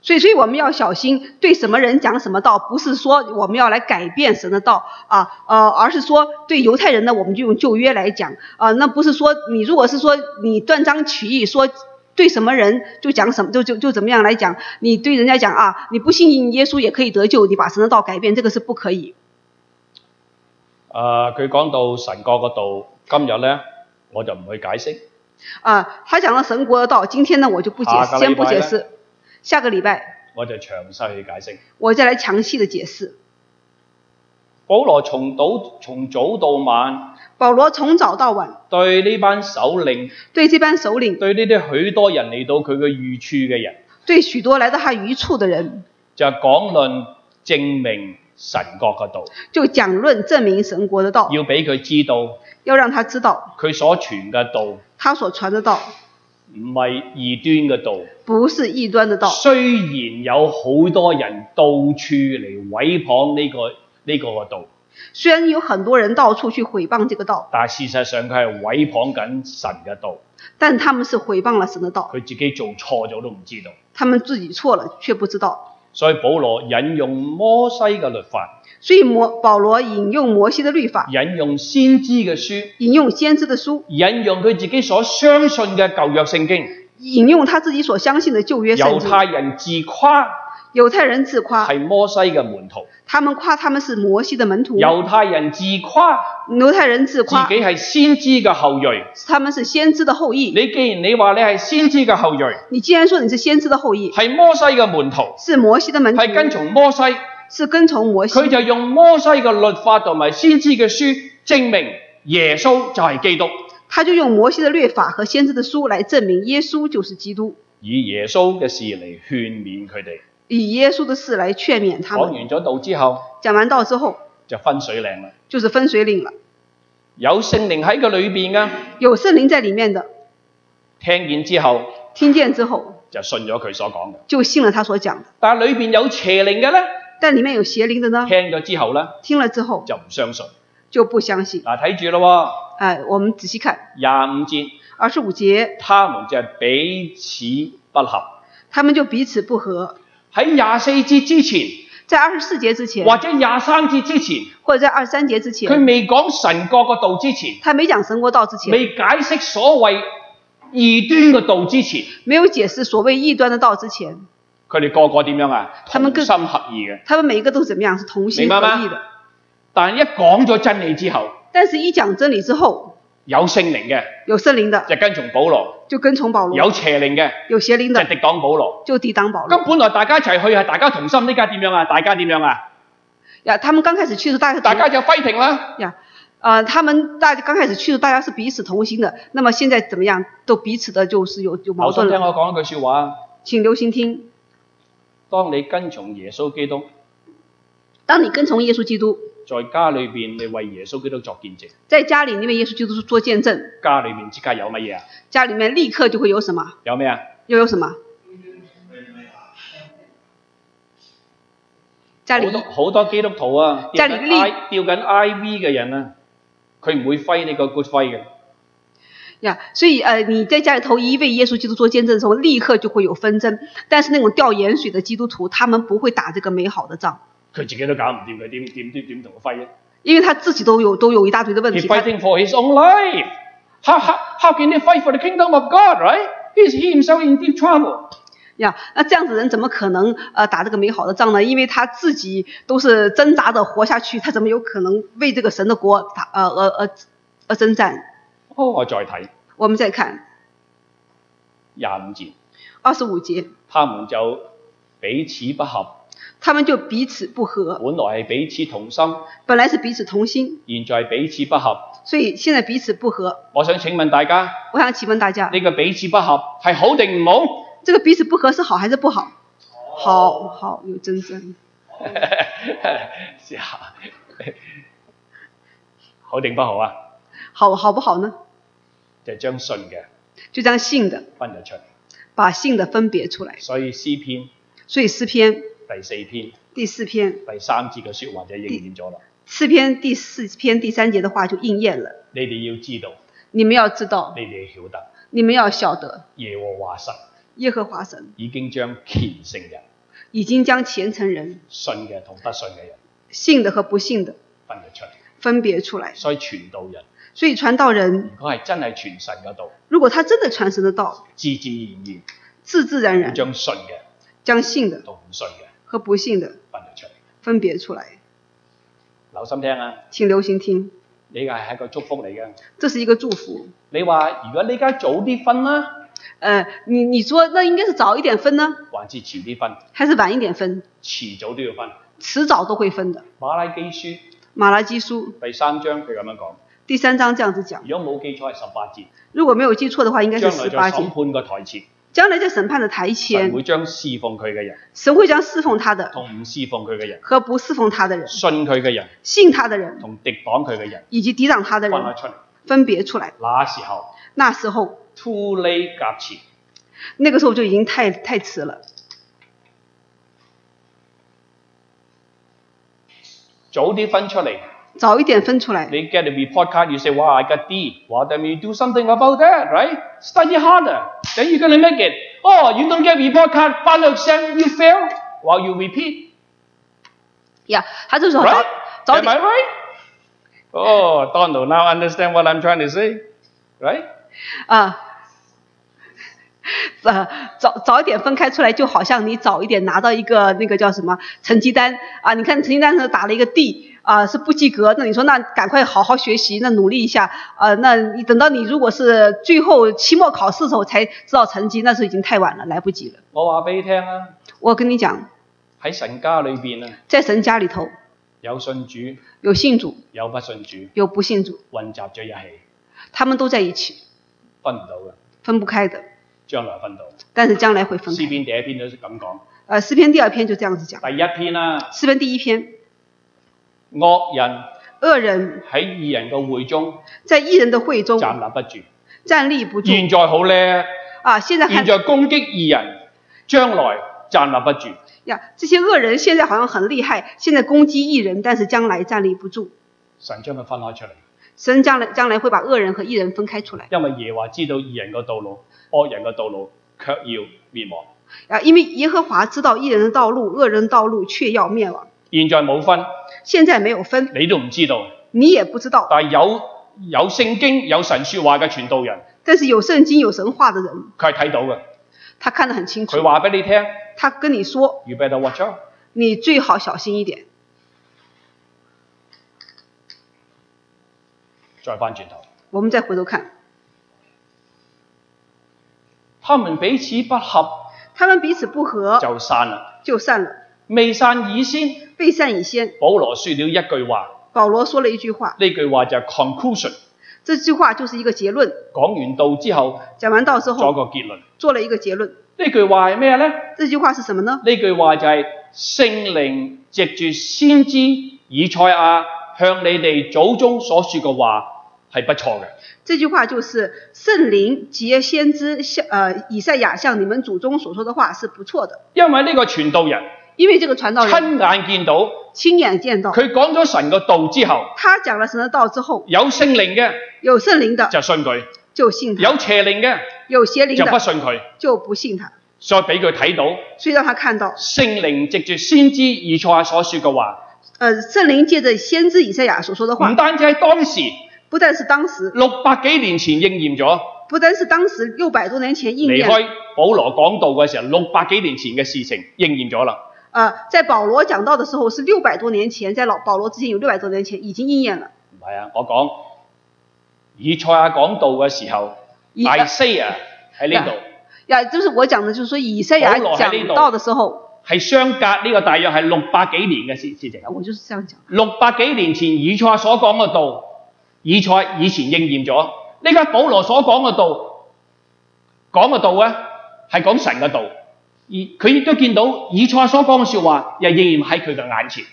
A: 所以所以我们要小心对什么人讲什么道，不是说我们要来改变神的道啊，呃，而是说对犹太人呢，我们就用旧约来讲啊，那不是说你如果是说你断章取义说。对什么人就讲什么，就就就怎么样来讲。你对人家讲啊，你不信耶稣也可以得救，你把神的道改变，这个是不可以。
B: 誒，啊佢講到神國嗰度，今日咧我就唔去解釋。
A: 啊，他讲了神国的道，今天呢我就不解
B: 啊
A: 释，
B: 下个
A: 先
B: 礼
A: 不
B: 拜
A: 解
B: 呢
A: 释，下个礼拜
B: 我就詳細去解釋。
A: 我再来详细的解释。
B: 保羅從早從早到晚
A: 保罗从早到晚
B: 對呢班首領，
A: 对这班首领，
B: 對呢啲許多人嚟到佢嘅御處嘅人，
A: 对许多来到他余处的人，
B: 就講論證明神國嘅道，
A: 就讲论证明神国的道，
B: 要俾佢知道
A: 要让他知道
B: 佢所傳嘅道唔
A: 他所传的道
B: 係異端嘅道。
A: 不是异端的道。
B: 雖然有好多人到處嚟毀謗呢、個呢、個嘅道，
A: 虽然有很多人到处去毁谤这个道，
B: 但係事實上佢係毀謗緊神嘅道，
A: 但他们是毁谤了神的道，
B: 佢自己做錯咗都唔知道。
A: 他们自己错了却不知道。
B: 所以保羅引用摩西嘅律法，
A: 所以摩保罗引用摩西的律法，
B: 引用先知嘅書。
A: 引用先知的书，
B: 引用佢自己所相信嘅舊約聖經，
A: 引用他自己所相信的旧约圣
B: 猶
A: 经。
B: 太人自誇
A: 犹太人自夸，
B: 係摩西嘅門徒，
A: 他们夸他们是摩西的门徒；
B: 猶太人自誇
A: 犹太人自
B: 嗯自
A: 夸
B: 己係先知嘅後裔。
A: 他们是先知的后裔。
B: 你既然你話你係先知嘅後裔，
A: 你既然说你是先知的后裔，
B: 係摩西嘅門徒，
A: 是摩西的门徒，
B: 係跟從摩西，
A: 是跟从摩西，
B: 佢就用摩西嘅律法同埋先知嘅書證明耶穌就係基督，
A: 他就用摩西的律法和先知的书来证明耶稣就是基督，
B: 以耶穌嘅事嚟勸勉佢哋。
A: 以耶稣的事来劝勉他
B: 講
A: 们。
B: 完咗道之後，
A: 讲完道之后，
B: 就分水嶺啦。
A: 就是分水岭了，
B: 有聖靈喺佢裏邊嘅，
A: 有圣灵在里面的，
B: 聽見之後
A: 听见之后
B: 就信咗佢所講嘅。
A: 就信了他所讲的。
B: 但係裏邊有邪靈嘅咧，
A: 但里面有邪灵的呢，
B: 聽咗之後咧
A: 听了之后
B: 就唔相信。
A: 就不相信。
B: 嗱，睇住咯
A: 哎，我们仔细看
B: 喎，廿五節，
A: 二十五节，
B: 他們就係彼此不合。
A: 他们就彼此不和，
B: 喺廿四節之前，
A: 在二十四节之前，
B: 或者廿三節之前，
A: 或者在二十三节之前，
B: 佢未講神國個道之前，
A: 他没讲神国道之前，
B: 未解釋所謂異端嘅道之前，
A: 没有解释所谓异端的道之前，
B: 佢哋個個點樣啊？
A: 他
B: 同
A: 們
B: 心
A: 更
B: 合意嘅。
A: 他们每一个都是怎么样？是同心
B: 明白
A: 合
B: 吗
A: 意的。
B: 但係一講咗真理之後，
A: 但是，一讲真理之后，
B: 有聖靈嘅
A: 有圣灵的
B: 就跟從保羅，
A: 就跟從保罗，
B: 有邪靈嘅
A: 有邪灵
B: 就
A: 的
B: 敵擋保羅。
A: 就抵挡保
B: 咁
A: 罗。
B: 本來大家一齊去係大家同心，呢家點樣啊？大家點樣啊？
A: 呀，他们刚开始去的时候，大家
B: 大家就 fighting 啦。
A: 呀，呃，他们大家刚开始去的时候，大家是彼此同心的。那么现在怎么样？都彼此的就是有有矛
B: 留心
A: 盾
B: 聽
A: 了。
B: 我講一句説話：，
A: 请留心聽，
B: 當你跟從耶穌基督，
A: 当你跟從耶稣基督，
B: 在家裏邊你為耶穌基督作見證，
A: 在家里你为耶稣基督做见证，
B: 家裏面即刻有乜嘢啊？
A: 家里面立刻就会有什么？
B: 有咩啊？
A: 又有什么？家里
B: 好多好多基督徒啊，
A: 家
B: 吊
A: 裏
B: 緊
A: 呢
B: I 吊緊 IV 嘅人啊，佢唔會揮你個 good 揮嘅。
A: 呀，所以呃，你在家里头一为耶稣基督做见证的时候，立刻就会有纷争。但是那种掉盐水的基督徒，他们不会打这个美好的仗，
B: 佢自己都搞唔掂，佢點點點點同佢揮啊
A: 因为他自己都有都有一大堆的问
B: ？He
A: 题。他
B: fighting for his own life. How how how can he fight for the kingdom of God? Right? He's he himself in deep trouble.
A: 呀，那这样子人怎么可能呃打这个美好的仗呢？因为他自己都是挣扎着活下去，他怎么有可能为这个神的国打呃呃呃呃征战？
B: 好，我再睇
A: 我们再看
B: 廿五節，
A: 二十五节，
B: 他們就彼此不合，
A: 他們就彼此不和，
B: 本來係彼此同心，
A: 本来是彼此同心，
B: 現在係彼此不合。
A: 所以現在彼此不和。
B: 我想請問大家，
A: 我想請問大家，
B: 呢、個彼此不合係好定唔好？
A: 这個彼此不和是好還是不好？好好有真真，
B: 試下，好定不好啊？
A: 好好不好呢？
B: 就係將信嘅
A: 就將信的
B: 分咗出嚟。
A: 把信的分別出來。
B: 所以詩篇
A: 所以詩篇
B: 第四篇
A: 第四篇，
B: 第三節嘅説話就應驗咗啦。
A: 詩篇第四篇第三節的話就應驗了。
B: 你哋要知道，
A: 你們要知道，
B: 你哋要曉得，
A: 你們要曉得，
B: 耶和華神
A: 耶和華神
B: 已經將虔誠人、
A: 已經將虔誠人、
B: 信嘅同不信嘅人
A: 信的和不信的
B: 分咗出嚟。
A: 分別出來。
B: 所以傳道人
A: 所以傳道人
B: 如果係真係傳神嗰度，
A: 如果他真的傳神的道，
B: 自自然然
A: 自自然然
B: 會將信嘅
A: 將信的
B: 同唔信嘅
A: 和不信的
B: 分咗出嚟。
A: 分別出來。
B: 留心聽啊！
A: 請留心聽，
B: 呢個係一個祝福嚟嘅。
A: 這是一個祝福。
B: 你話如果呢家早啲分啦，
A: 呃，你你說那應該是早一點分呢，
B: 還是遲啲分？
A: 還是晚一點分？
B: 遲早都要分。
A: 遲早都會分的。
B: 馬拉基書
A: 馬拉基書
B: 第三章佢咁樣講，
A: 第三章這樣子講，
B: 如果冇記錯係十八節，
A: 如果沒有記錯的話，應該是
B: 將來
A: 十
B: 在
A: 八節
B: 審。判個台前，
A: 將來在審判的台
B: 神
A: 前，
B: 會將侍奉佢嘅人
A: 神會將侍奉他的
B: 同唔侍奉佢嘅人、
A: 和不侍奉他的人、
B: 信佢嘅人
A: 信他的人
B: 同敵擋佢嘅人
A: 以及抵擋他的
B: 分
A: 人
B: 咗出嚟。
A: 分別出來。
B: 那時候
A: 那時候，
B: too late 夾前，
A: 那個時候就已經太太遲了。
B: 早啲分出嚟。
A: 早一點分出來，
B: They get a report card, you say, wow, I got D. Well, then you do something about that, right? Study harder. Then you're going to make it. Oh, you don't get report card, final exam, you fail. Well, you repeat,
A: 呀，他就说早
B: right?
A: 早
B: Am I
A: 點，
B: right? Oh, Donald, now understand what I'm trying to say, right?
A: 啊， 呃，早早一點分開出來，就好像你早一點拿到一個那個叫什麼成績單啊，你看成績單上打了一個 D 啊，是不及格，那你说那赶快好好学習，那努力一下啊，那你等到你如果是最后期末考試的時候才知道成績，那時候已經太晚了，來不及了。
B: 我話俾你聽啊，
A: 我跟你講，
B: 喺神家裏邊啊，
A: 在神家裡頭
B: 有信主，
A: 有信主
B: 有不信主，
A: 有不信主，
B: 混雜咗一起，
A: 他們都在一起，
B: 分唔到嘅，
A: 分不開的，
B: 將來分到。
A: 但是將來會分
B: 詩
A: 開。
B: 篇第一篇都咁講，
A: 呃，詩篇第二篇就這樣子講。
B: 第一篇啦、啊，
A: 诗篇第一篇，
B: 惡人
A: 恶人
B: 喺義人嘅會中
A: 在异人的会中
B: 站立不住。
A: 站立不住
B: 現在好叻，
A: 啊！现在
B: 現
A: 还
B: 在攻擊異人，將來站立不住。
A: 呀，这些恶人现在好像很厉害，现在攻击异人，但是将来站立不住。
B: 神將佢分開出嚟，
A: 神将来将来会把恶人和异人分开出来
B: 因為耶和華知道異人嘅道路，惡人嘅道路卻要滅亡。
A: 啊！因为耶和华知道异人的道路，恶人的道路却要灭亡。
B: 現在冇分，
A: 现在没有分，
B: 你都唔知道，
A: 你也不知道，
B: 但係有有聖經有神説話嘅傳道人，
A: 但是有圣经有神话的人，
B: 佢係睇到嘅。
A: 他看得很清
B: 佢
A: 楚。
B: 話俾你聽
A: 他跟你说，
B: ，You better watch out。
A: 你最好小心一点。
B: 再翻轉頭，
A: 我们再回头看，
B: 他們彼此不合
A: 他们彼此不和
B: 就散啦。
A: 就散了。
B: 未散以先，
A: 被散以先，
B: 保羅説了一句話，
A: 保罗说了一句话，
B: 呢句話就係 conclusion。
A: 这句话就是一个结论。
B: 講完道之後，
A: 讲完道之
B: 作一
A: 后，
B: 個結論。
A: 做了一个结论。
B: 呢句話係咩呢？呢
A: 这句话是什么呢？
B: 句話就係聖靈藉住先知以賽亞向你哋祖宗所說嘅話係不錯嘅。
A: 这句话就是圣灵及先知向呃以赛亚向你们祖宗所说的话是不错的，
B: 因為呢個傳道人
A: 因为这个传道人
B: 親眼見到，
A: 亲眼见到，
B: 佢講咗神嘅道之後，
A: 他講了神的道之后，
B: 有聖靈嘅
A: 有圣靈的
B: 就信佢，
A: 就信他，
B: 有邪靈嘅
A: 有邪靈
B: 就不
A: 的
B: 信佢，
A: 就不信他，
B: 再俾佢睇到
A: 所以让他看到，
B: 聖靈藉住先知以賽亞所說嘅話，
A: 呃，圣灵借着先知以赛亚所说的
B: 唔
A: 话，
B: 單止喺當時
A: 不但是当时
B: 六百幾年前應驗咗，
A: 不单是当时六百多年前应
B: 離
A: 验，
B: 開保羅講道嘅時候，六百幾年前嘅事情應驗咗啦。
A: 呃，在保罗讲到的时候是六百多年前，在老保罗之前有六百多年前已经应验了。
B: 唔係啊，我講以賽亞講道嘅時候
A: 以呃
B: ，I say 啊喺呢度
A: 呀，就是我讲的，就是说以赛亚
B: 保罗还没
A: 讲
B: 懂
A: 到的时候，
B: 係相隔呢個大約係六百幾年嘅事事情。
A: 我就是这样讲。
B: 六百幾年前以賽所講嘅道，以賽以前應驗咗。呢家保羅所講嘅道，講嘅道咧係講神嘅道，而佢亦都見到以賽所講嘅説話又應驗喺佢嘅眼前。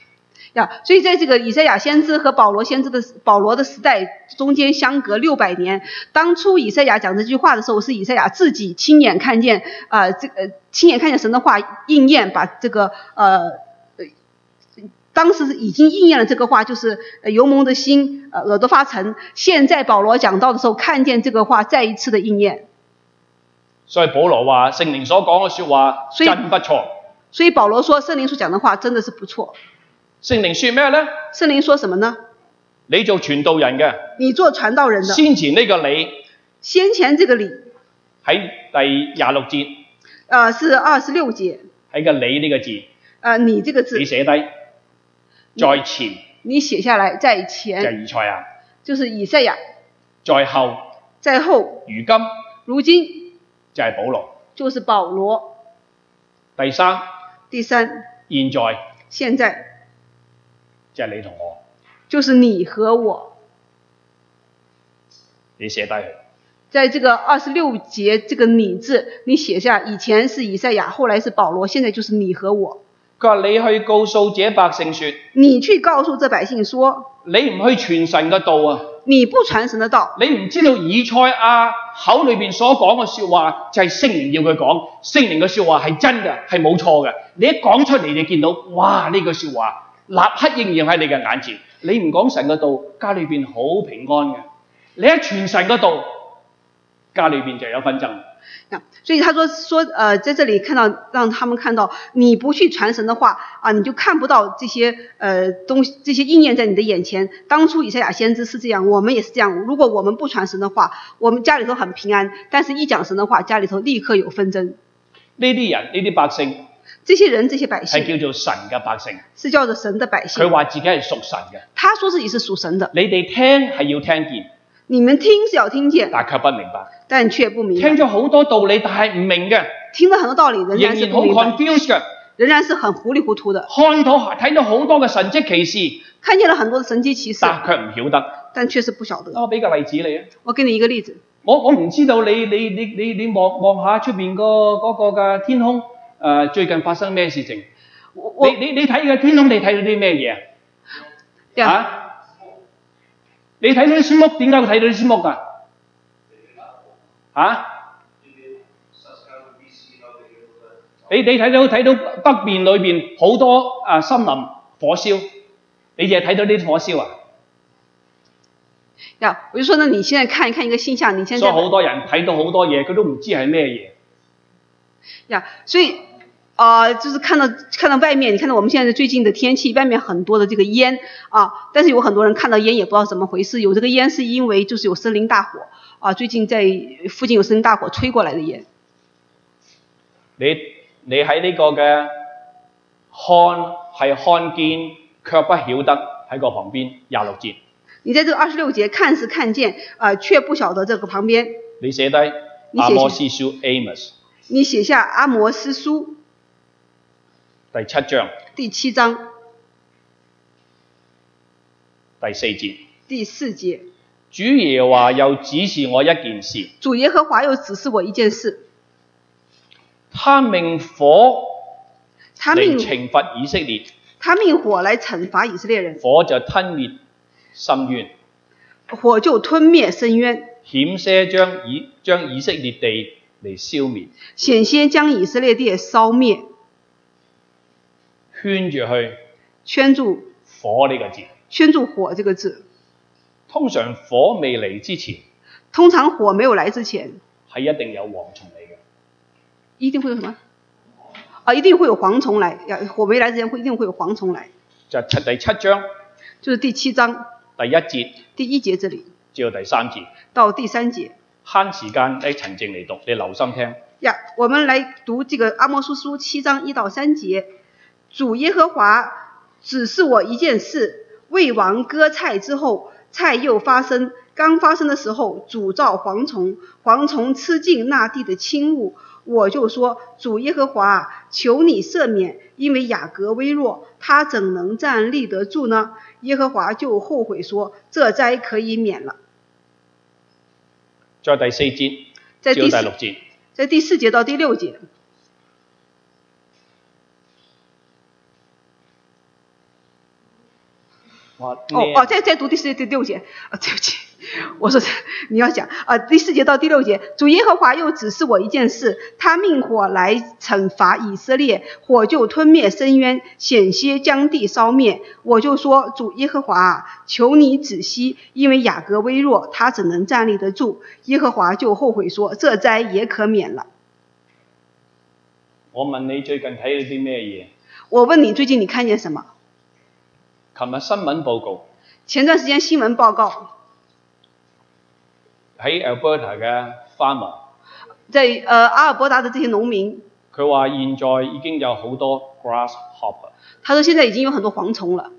A: 呀，所以在这个以赛亚先知和保罗先知的保罗的时代中间相隔六百年，当初以赛亚讲这句话的时候，是以赛亚自己亲眼看见啊、呃这个呃亲眼看见神的话应验，把这个呃。呃当时已经应验了这个话，就是呃油蒙的心，呃耳朵发沉。现在保罗讲到的时候，看见这个话再一次的应验，
B: 所以保羅話聖靈所講嘅説話
A: 所以
B: 真不錯。
A: 所以保罗说圣灵所讲的话真的是不错。
B: 聖靈説咩咧？
A: 圣灵说什么呢？
B: 你做傳道人嘅，
A: 你做传道人的，
B: 先前呢個你
A: 先前这个理，
B: 喺第廿六節
A: 呃，是二十六节，
B: 喺個你呢個字，
A: 呃，你这个字
B: 你寫低，在前
A: 你寫下来，在
B: 就
A: 前
B: 係以賽亞，
A: 就是以赛亚，
B: 在後
A: 在后
B: 如今
A: 如今
B: 就係保羅。
A: 就是保罗。
B: 第三，
A: 第三，
B: 現在
A: 现在
B: 就係你同我，
A: 就是你和我，
B: 你寫低佢。
A: 在这个二十六节这个你字，你写下，以前是以赛亚，后来是保罗，现在就是你和我。
B: 佢話：你去告訴這百姓說，
A: 你去告诉这百姓说，
B: 你唔去傳神嘅道啊，
A: 你不传神的道，
B: 你唔知道以賽亞口裏邊所講嘅説話就係聖靈要佢講，聖靈嘅説話係真嘅，係冇錯嘅。你一講出嚟，你見到哇呢句説話立刻應驗喺你嘅眼前。你唔講神嘅道，家裏邊好平安嘅；你一傳神嘅道，家裏邊就有紛爭。
A: 啊所以他说说呃，在这里看到让他们看到，你不去传神的话啊，你就看不到这些呃东西，这些应验在你的眼前。当初以赛亚先知是这样，我们也是这样。如果我们不传神的话，我们家里头很平安，但是一讲神的话，家里头立刻有纷争。
B: 呢啲人呢啲百姓
A: 这些人，这些百
B: 係
A: 姓
B: 叫做神嘅百姓，
A: 是叫做神的百
B: 佢
A: 姓，
B: 話自己係屬神嘅。
A: 他说自己是属神的，
B: 你哋聽係要聽見，
A: 你们听是要听见，
B: 但卻不明白。
A: 但却不明
B: 聽
A: 白，
B: 咗好多道理，但係唔明嘅，
A: 听了很多道理，仍然
B: 仍
A: 是
B: 然
A: 不
B: 好
A: 明白，
B: confused 嘅。
A: 仍然是很糊里糊涂的。
B: 看到睇到好多嘅神蹟奇事，
A: 看见了很多的神迹奇事，
B: 但卻唔曉得。
A: 但却是不晓得。
B: 我俾個例子你啊，
A: 我给你一个例子。
B: 我我唔知道你你你你你望望下出邊個嗰個嘅天空，誒、呃最近發生咩事情？
A: 我我
B: 你你你睇嘅天空，你睇到啲咩嘢啊？
A: 呀，
B: 啊你睇到啲 smoke，點解會睇到啲 smoke 啊？啊？你你睇到睇到北面裏邊好多啊森林火燒，你淨係睇到呢啲火燒啊？
A: 呀，我就说呢，你现在看一看一个现象，你现
B: 所以
A: 在
B: 好多人睇到好多嘢，佢都唔知係咩嘢。
A: 呀，所以呃，就是看到看到外面，你看到我们现在最近的天气，外面很多的这个烟啊，但是有很多人看到烟也不知道怎么回事，有这个烟是因为就是有森林大火啊，最近在附近有森林大火吹过来的烟。
B: 你你喺呢個嘅看係看見，卻不曉得喺個旁邊廿六節，
A: 你在这二十六节看是看见，呃，却不晓得这个旁边，
B: 你寫低
A: 你
B: 阿
A: 寫
B: 摩斯書 Amos
A: 你写下阿摩斯书
B: 第七章
A: 第七章
B: 第四節，
A: 第四节，
B: 主耶和華又指示我一件事，
A: 主耶和华又指示我一件事，
B: 他命火
A: 他
B: 嚟
A: 命
B: 懲罰以色列，
A: 他命火来惩罚以色列人。
B: 火就吞滅深淵，
A: 火就吞灭深渊，
B: 險些將以將以色列地嚟消滅，
A: 险些将以色列地烧灭。
B: 圈
A: 圈
B: 住去
A: 住
B: 火呢個字。
A: 圈住火这个字，
B: 通常火未嚟之前
A: 通常火没有来之前，
B: 係一定有蝗蟲嚟嘅。
A: 一定会有什么？啊，一定会有蝗虫来。呀，火没来之前会一定会有蝗虫来，
B: 就係七第七章
A: 就是第七章
B: 第一節
A: 第一节这里
B: 至到第三節，
A: 到第三节，
B: 慳時間，你陳靜嚟讀，你留心聽。
A: 呀，我们来读这个阿摩斯书七章一到三节。主耶和华指示我一件事：为王割菜之后，菜又发生。刚发生的时候，主造蝗虫，蝗虫吃尽那地的青物。我就说：主耶和华啊，求你赦免，因为雅各微弱，他怎能站立得住呢？耶和华就后悔说：这灾可以免了。
B: 再第四節
A: 在
B: 至
A: 第
B: 到
A: 四
B: 第六節，
A: 在第四节到第六节，
B: 哇！
A: 哦
B: 呢
A: 哦，再再读第四节第六节啊，对不起，我说你要讲啊，第四节到第六节，主耶和华又指示我一件事，他命火来惩罚以色列，火就吞灭深渊，险些将地烧灭。我就说，主耶和华啊，求你止息，因为雅各微弱，他怎能站立得住？耶和华就后悔说，这灾也可免了。
B: 我問你最近睇咗啲咩嘢？
A: 我问你，最近你看见什么？
B: 琴日新聞報告
A: 前段时间新闻报告，
B: 喺 Alberta 嘅 farmer，
A: 在呃阿尔伯达的这些农民，
B: 佢話現在已經有好多 grasshopper。
A: 他说现在已经有很多蝗虫了。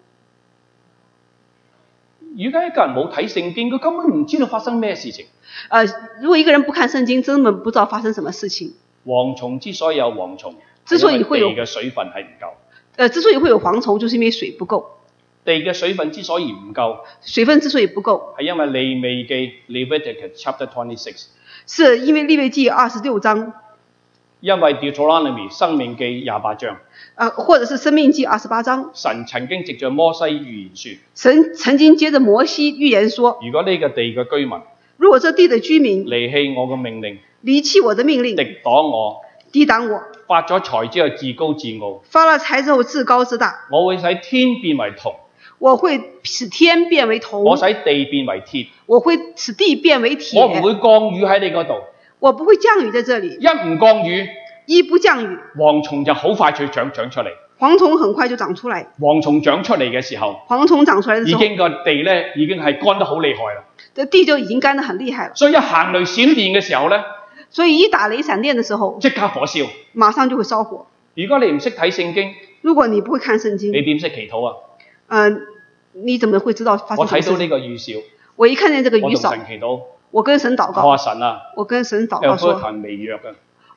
B: 如果一個人冇睇聖經，佢根本唔知道發生咩事情。
A: 呃，如果一个人不看圣经，根本不知道发生什么事情。
B: 蝗蟲之所以有蝗蟲，
A: 之所以
B: 係
A: 會
B: 因
A: 有
B: 為地嘅水分係唔夠，
A: 呃，之所以会有蝗虫，就是因为水不够，
B: 地嘅水分之所以唔夠，
A: 水分之所以不够，
B: 係因為利未記 （Leviticus chapter twenty six），
A: 是因为利未记二十六章，
B: 因為 Deuteronomy 生命記廿八章，
A: 呃，或者是生命记二十八章，
B: 神曾經藉着摩西預言説：
A: 神曾经接着摩西预言说，
B: 如果呢個地嘅居民
A: 如果这地的居民
B: 離棄我嘅命令，
A: 离弃我的命
B: 敵
A: 令，
B: 擋我，
A: 抵挡我，
B: 發咗財之後自高自傲，
A: 发了财之后自高自大，
B: 我會使天變為銅，
A: 我会使天变为铜，
B: 我使地變為鐵，
A: 我会使地变为铁，
B: 我唔會降雨喺你嗰度。
A: 我不会降雨在这里，
B: 一唔降雨，
A: 一不降雨，
B: 蝗蟲就好快就長長出嚟。
A: 蝗虫很快就长出来，
B: 蝗蟲長出嚟嘅時候，
A: 蝗虫长出来的
B: 已
A: 时候，
B: 經個地咧已經係乾得好厲害啦。
A: 这地就已经干得很厉害了。
B: 所以一行雷閃電嘅時候咧，
A: 所以一打雷闪电的时候，
B: 即刻火燒。
A: 马上就会烧火。
B: 如果你唔識睇聖經，
A: 如果你不会看圣
B: 你
A: 经，
B: 點識祈禱啊？
A: 嗯、你怎么会知道发
B: 我
A: 生什么事
B: 睇到
A: 情？
B: 呢個預兆，
A: 我一看见这个
B: 我
A: 雨
B: 同
A: 扫，
B: 神祈禱，
A: 我跟神
B: 我
A: 祷告，
B: 話神啊，
A: 我跟神祷告
B: 有
A: 说，
B: 份微弱啊。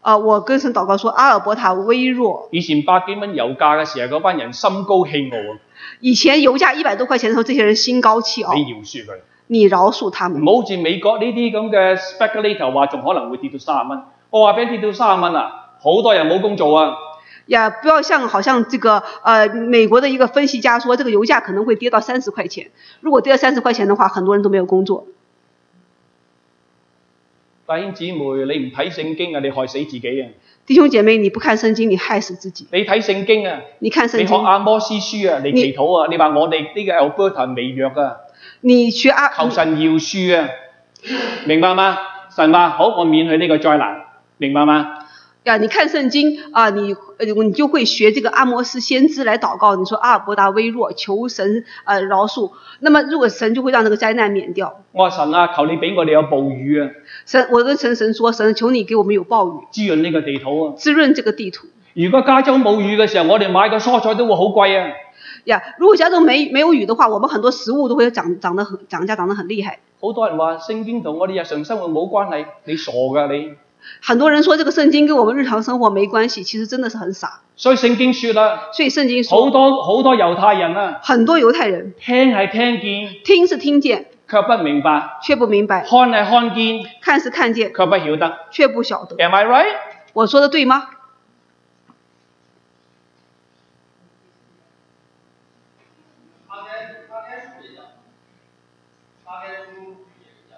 A: 啊、我跟神祷告说，阿尔伯塔微弱。
B: 以前百幾蚊油價嘅時候，嗰班人心高氣傲啊，
A: 以前油价一百多块錢的时候，这些人心高气傲
B: 你，饒恕佢，
A: 你饶恕他
B: 唔
A: 们，
B: 好好似美國呢啲咁嘅 speculator 話仲可能會跌到三十蚊。我話俾你跌到三十蚊啊，好多人冇工做啊。
A: 呀，不要像好像这个呃美国的一个分析家说，这个油价可能会跌到三十块钱，如果跌到三十块钱的话，很多人都没有工作。
B: 弟兄姊妹，你唔睇聖經啊，你害死自己啊！
A: 弟兄姐妹，你不看圣经，你害死自己；
B: 你睇聖經啊，
A: 你看
B: 你
A: 圣
B: 學
A: 经，
B: 阿摩斯書啊，你祈禱啊，你話我哋呢個 Alberta 微弱啊，
A: 你学阿
B: 求神饒恕啊，明白嗎？神話好，我免去呢個災難，明白嗎？
A: 呀，你看圣经啊，你呃你就会学这个阿摩斯先知来祷告。你说阿尔伯达微弱，求神呃饶恕。那么如果神就会让这个灾难免掉。
B: 我話神啊，求你俾我哋有暴雨啊，
A: 神，我跟神神说，神求你给我们有暴雨，
B: 滋潤呢個地土啊！
A: 滋润这个地土。
B: 如果加州冇雨嘅時候，我哋買個蔬菜都會好貴啊！
A: 呀，如果加州没没有雨的话，我们很多食物都会涨涨得很涨价，涨得很厉害。
B: 好多人話聖經同我哋日常生活冇關係，你傻㗎你！
A: 很多人说这个圣经跟我们日常生活没关系，其实真的是很傻。
B: 所以聖經說啦、
A: 所以圣经
B: 好
A: 说，
B: 多好多猶太人啊，
A: 很多猶太人
B: 聽係聽見。
A: 听是听见，
B: 卻不明白，
A: 却不明白；
B: 看係看見，
A: 看是看见，
B: 卻不曉得。
A: 却不晓得。
B: Am I right？
A: 我说的对吗？
C: 阿天阿天书也讲，阿天书也讲，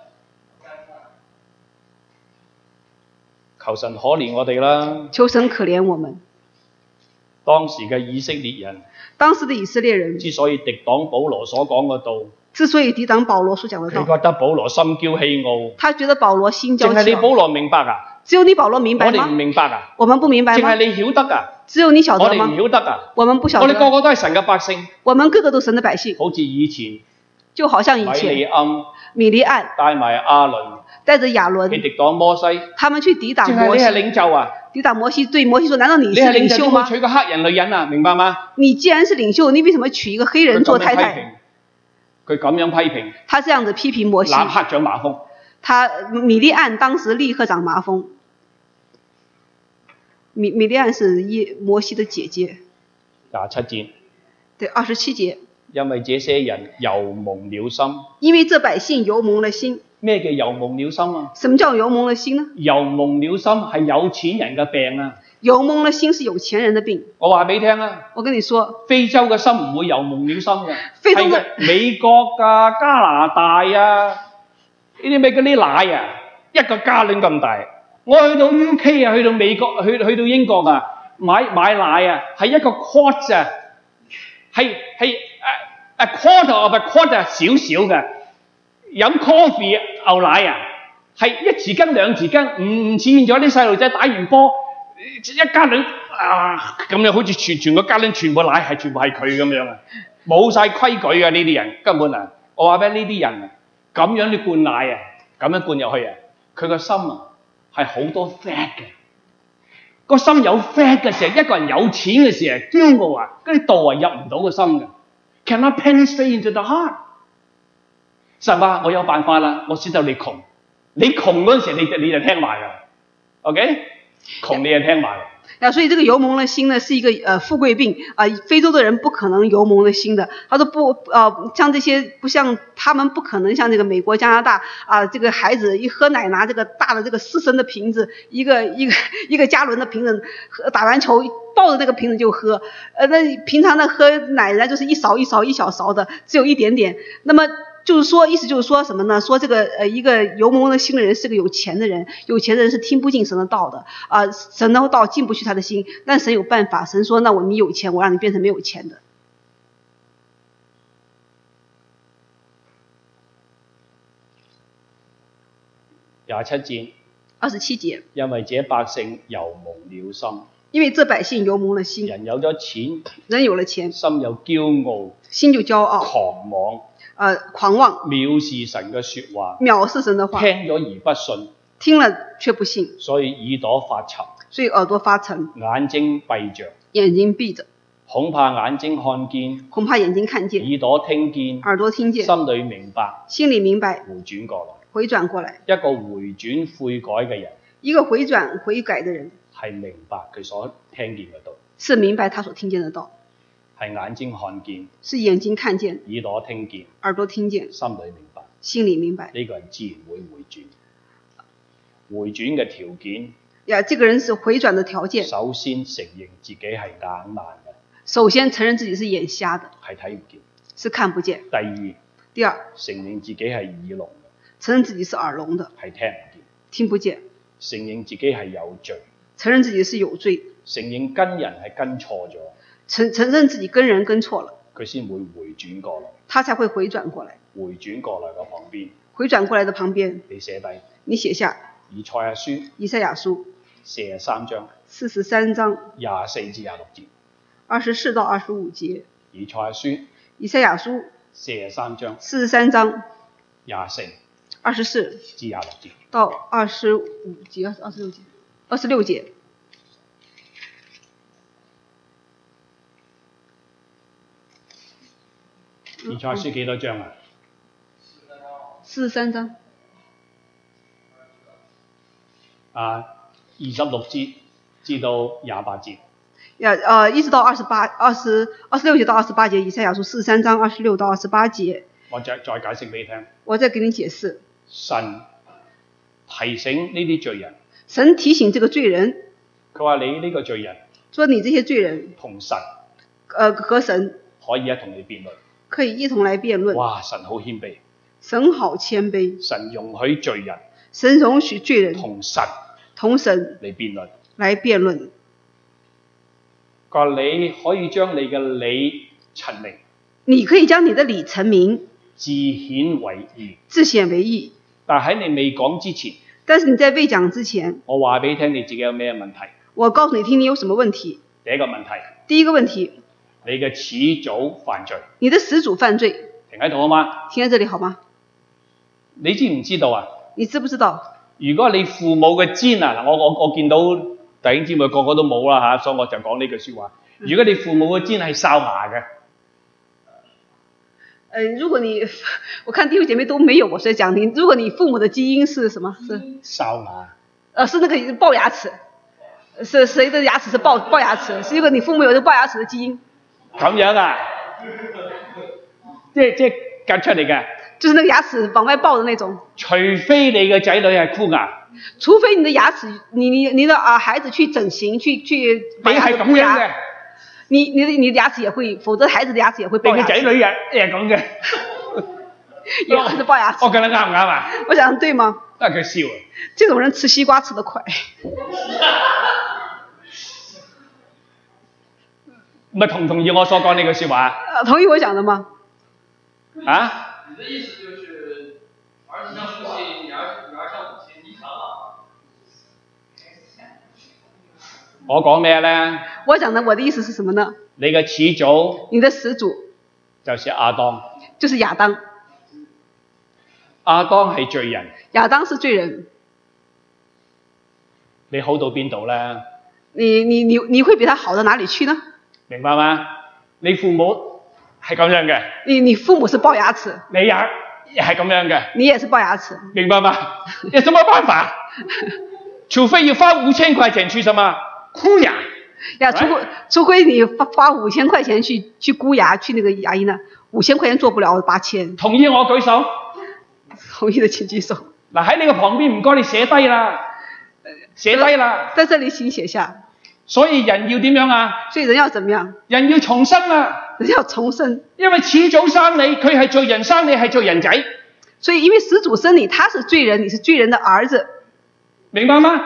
C: 我看看。
B: 求神可憐我哋啦！
A: 求神可憐我们。
B: 當時嘅以色列人
A: 当时的以色列人
B: 之所以敵擋保羅所講嘅道，
A: 之所以抵擋保羅所講的
B: 佢
A: 道，
B: 覺得保羅心驕氣傲，
A: 他覺得保羅心
B: 淨
A: 焦
B: 係
A: 氣
B: 你保
A: 昂。
B: 羅明白啊，
A: 只有你保羅明
B: 我
A: 白
B: 哋
A: 嗎？
B: 唔明白啊，
A: 我們不明白
B: 淨係
A: 嗎？
B: 你曉得啊，
A: 只有你曉
B: 我
A: 得
B: 哋唔
A: 嗎？
B: 曉得啊，
A: 我們不曉
B: 我哋個
A: 得。
B: 個都係神嘅百姓，
A: 我們個個都神的百姓，
B: 好似以前
A: 就好像以
B: 米利
A: 前
B: 暗
A: 米利暗
B: 帶埋阿倫，
A: 带着亚伦
B: 佢，敵擋摩西，淨
A: 他们去抵挡
B: 係
A: 嗯摩
B: 你係
A: 西，
B: 領袖啊！
A: 抵挡摩西，对摩西说：“难道你
B: 你
A: 是
B: 係
A: 领
B: 領袖，
A: 袖
B: 點會
A: 吗？
B: 娶個黑人女人啊？明白嗎？
A: 你既然是领袖，你为什么娶一个黑人
B: 佢
A: 做
B: 咁
A: 太
B: 樣批
A: 太
B: 評，佢咁樣批評，？”
A: 他这样子批评摩西，
B: 立刻掌馬蜂。
A: 他米利暗当时立刻长麻风。米米利暗是耶摩西的姐姐，
B: 廿七節，
A: 对，二十七节，
B: 因為這些人油蒙了心。
A: 因为这百姓油蒙了心。
B: 咩叫油蒙了心啊？
A: 什么叫油蒙了心呢？
B: 油蒙了心係有錢人嘅病啊！
A: 油蒙了心是有钱人的病。
B: 我話俾你聽啊！
A: 我跟你说，
B: 非洲嘅心唔會油蒙了心嘅，
A: 非洲嘅
B: 係嘅美國啊、加拿大啊，呢啲咩嗰啲奶啊，一個加侖咁大。我去到 UK 啊，去到美國，去去到英國啊，買買奶啊，係一個 quart 啊，係係誒呃 a quarter of a quarter 少少嘅。飲 coffee 牛奶啊，係一匙羹兩匙羹，唔唔似現咗啲細路仔打完波一家兩啊咁樣，好似全全個家兩全部奶係全部係佢咁樣啊，冇晒規矩嘅呢啲人根本啊！我話俾你呢啲人啊咁樣你灌奶啊，咁樣灌入去啊，佢個心啊係好多 fat 嘅。個心有 fat 嘅時候，一個人有錢嘅時候，驕傲啊，嗰啲道啊入唔到個心嘅，cannot penetrate into the heart。神話我有辦法啦，我先到你窮。你窮嗰陣時，你就你就聽話㗎啦，OK？窮你就聽話㗎。
A: 啊，所以这个油蒙了心呢是一个呃富贵病啊、非洲的人不可能油蒙了心的。他说不呃，像这些不像他们不可能像这个美国、加拿大啊、这个孩子一喝奶拿这个大的这个四升的瓶子，一个一个一个加仑的瓶子，喝打完球抱着那个瓶子就喝。呃，那平常的喝奶人家就是一勺一勺一小勺的，只有一点点。那么就是说，意思就是说什么呢？说这个呃，一个油蒙了心的人是个有钱的人，有钱的人是听不进神的道的啊、神的道进不去他的心。但神有办法，神说：“那我你有钱，我让你变成没有钱的。
B: 廿七節，”
A: 二十七节，
B: 因為這百姓油蒙了心，
A: 因为这百姓油蒙了心，
B: 人有咗錢，
A: 人有了钱，
B: 心有驕
A: 心就骄
B: 傲、
A: 傲，
B: 狂妄，
A: 呃，狂妄，
B: 藐視神嘅説話，
A: 藐视神的话，
B: 聽咗而不信，
A: 听了却不信，
B: 所以耳朵發沉，
A: 所以耳朵发沉，
B: 眼睛閉着，
A: 眼睛闭着，
B: 恐怕眼睛看見，
A: 恐怕眼睛看见，
B: 耳朵聽見，
A: 耳朵听见，
B: 心裏明白，
A: 心里明白，
B: 回轉過來。
A: 回转过来。
B: 一個回轉悔改嘅人
A: 一个回转悔改的人
B: 係明白佢所聽見嘅道。
A: 是明白他所听见的道。
B: 係眼睛看見，
A: 是眼睛看见，
B: 耳朵聽見，
A: 耳朵听见，
B: 心裏明白，
A: 心里明白。
B: 呢、個人自然會回轉。回轉嘅條件，
A: 呀，这个人是回转的条件，
B: 首先承認自己係眼盲嘅，
A: 首先承认自己是眼瞎的，
B: 係睇唔見；
A: 是看不见；
B: 第二，
A: 第二，
B: 承認自己係耳聾嘅，
A: 承认自己是耳聋的，
B: 係聽唔見；
A: 听不见；
B: 承認自己係有罪，
A: 承认自己是有罪，
B: 承認跟人係跟錯咗，
A: 承承認自己跟人跟错了，
B: 佢先會回轉過來。
A: 他才会回转过来。
B: 回轉過來嘅旁邊，
A: 回转过来的旁边，
B: 你寫低
A: 你写下
B: 以賽亞書
A: 以赛亚书
B: 四十三章
A: 四十三章
B: 廿四至廿六節，
A: 二十四到二十五节，
B: 以賽亞書
A: 以赛亚书
B: 四十三章
A: 四十三章
B: 廿四
A: 二十四
B: 至廿六節。
A: 到二十五节、二十六节、二十六节。嗯
B: 以賽亞書幾多章啊？
A: 四十三章
B: 啊，二十六節至到廿八節，
A: 呀，呃，一直到二十八、二十二十六节到二十八节，以赛亚书四十三章二十六到二十八节，
B: 我再再解釋俾你聽。
A: 我再给你解释。
B: 神提醒呢啲罪人，
A: 神提醒这个罪人，
B: 佢話你呢個罪人
A: 说你这些罪人，
B: 同神
A: 呃，和神
B: 可以一同你辯論。
A: 可以一同来辩论。
B: 哇！神好謙卑，
A: 神好谦卑，
B: 神容許罪人
A: 神容许罪人
B: 同神
A: 同神
B: 嚟辯論。
A: 来辩论。
B: 佢話你可以將你嘅理陳明，
A: 你可以将你的理陳明，
B: 自顯為義。
A: 自显为义，
B: 但喺你未講之前，
A: 但是你在未讲之前，
B: 我話俾你聽，你自己有咩問題？
A: 我告诉你听，你有什么问题？
B: 第一個問題，
A: 第一个问题，
B: 你嘅始祖犯罪，
A: 你的始祖犯罪，
B: 停喺度啊嘛。
A: 停在这里好吗？
B: 你知唔知道啊？
A: 你知不知道？
B: 如果你父母嘅煎啊，嗱我我我見到弟兄姊妹個個都冇啦嚇，所以我就講呢句説話。如果你父母嘅煎係哨牙嘅，
A: 呃，如果你 我看弟兄姐妹都没有我，所以讲你，如果你父母的基因是什么？是
B: 哨牙
A: 呃是那个龅牙齿，是谁的牙齿是龅龅牙齿？是如果你父母有这个龅牙齿的基因，
B: 咁樣啊，即係即係夾出嚟嘅。
A: 就是那个牙齿往外爆的那种。
B: 除非你嘅仔女係箍牙，
A: 除非你的牙齿，你你你的啊孩子去整形去去，
B: 你係咁樣嘅，
A: 你你的你的牙齿也会，否则孩子的牙齿也会
B: 你
A: 龅牙
B: 嘅仔
A: 齿，
B: 女日日係咁嘅，
A: 也会是龅牙齿
B: 我。覺得啱唔啱啊？
A: 我想对吗？
B: 都係佢笑啊！
A: 这种人吃西瓜吃得快，
B: 唔係同唔同意我所講呢句説話
A: 呃同意我讲的吗？
B: 啊啊？
C: 你的意思就是，儿子像父亲，女儿女儿像母亲，你尝了。
B: 我講咩咧？
A: 我讲的我的意思是什么呢？
B: 你嘅始祖
A: 你的始祖
B: 就是亞當。
A: 就是亚当，
B: 亞當係罪人，
A: 亚当是罪人，
B: 你好到邊度咧？
A: 你你你你会比他好到哪里去呢？
B: 明白嗎？你父母係咁樣嘅，
A: 你你父母是龅牙齿，
B: 你也也係咁樣嘅，
A: 你也是龅牙齿，
B: 明白嗎？有什麼辦法？除非要花五千塊錢去什麼箍牙？
A: 呀，除非除非你花花五千块钱去去箍牙去那个牙医那，五千块钱做不了，八千，
B: 同意我舉手。
A: 同意的请举手。
B: 嗱喺你個旁邊，唔該你寫低啦，寫低啦。
A: 在这里请写下，
B: 所以人要點樣啊？
A: 所以人要怎么样？
B: 人要重生啊！
A: 人要重生。
B: 因為始祖生你，佢係罪人生你係罪人仔。
A: 所以因为始祖生你，他是罪人，你是罪人的儿子。
B: 明白嗎？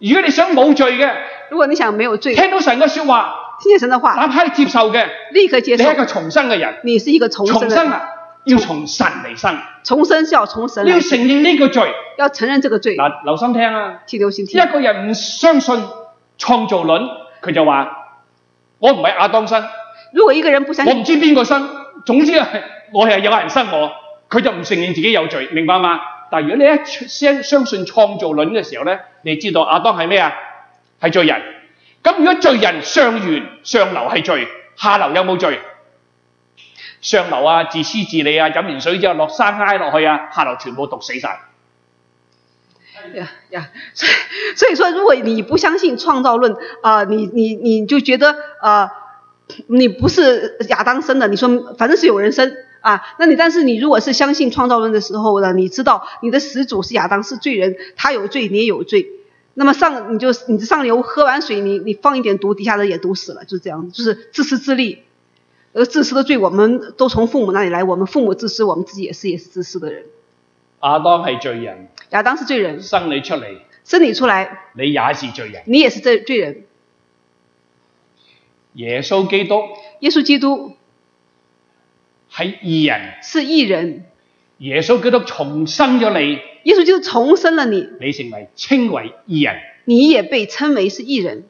B: 如果你想冇罪嘅，
A: 如果你想没有罪，
B: 聽到神嘅説話，
A: 听见神的话，
B: 哪怕接受嘅，
A: 立刻接
B: 你
A: 受
B: 係一。個重生嘅人，
A: 你是一个重生
B: 重
A: 的
B: 生
A: 人，
B: 啊，要從神嚟生，
A: 重生是要從神
B: 你
A: 来
B: 要，承認呢個罪。
A: 要承认这个罪。
B: 嗱，留心聽啊，
A: 请留心听。
B: 一個人唔相信創造論，佢就話：我唔係亞當生，
A: 如果一个人不相
B: 我唔
A: 信，
B: 知邊個生，總之係我係有人生我，佢就唔承認自己有罪，明白嗎？但如果你一相相信創造論嘅時候咧，你知道亞當係咩啊？係罪人。咁如果罪人上源上流係罪，下流有冇罪？上流啊，自私自利啊，飲完水之後落山挨落去啊，下流全部毒死晒。
A: 呀呀，所以所以说，如果你不相信创造论啊、你你你就觉得呃，你不是亚当生的，你说反正是有人生啊，那你但是你如果是相信创造论的时候呢，你知道你的始祖是亚当，是罪人，他有罪，你也有罪。那么上你就你上流喝完水，你你放一点毒，底下的也毒死了，就是这样，就是自私自利。而自私的罪，我们都从父母那里来。我们父母自私，我们自己也是也是自私的人。
B: 亞啊當係罪人，
A: 亚当是罪人，
B: 生你出嚟，
A: 生你出来，
B: 你也是罪人。
A: 你也是罪罪人。
B: 耶穌基督
A: 耶稣基督
B: 係義人，
A: 是义人，
B: 耶穌基督重生咗你，
A: 耶稣基督重生了你，
B: 你成為稱為義人。
A: 你也被称为是义人。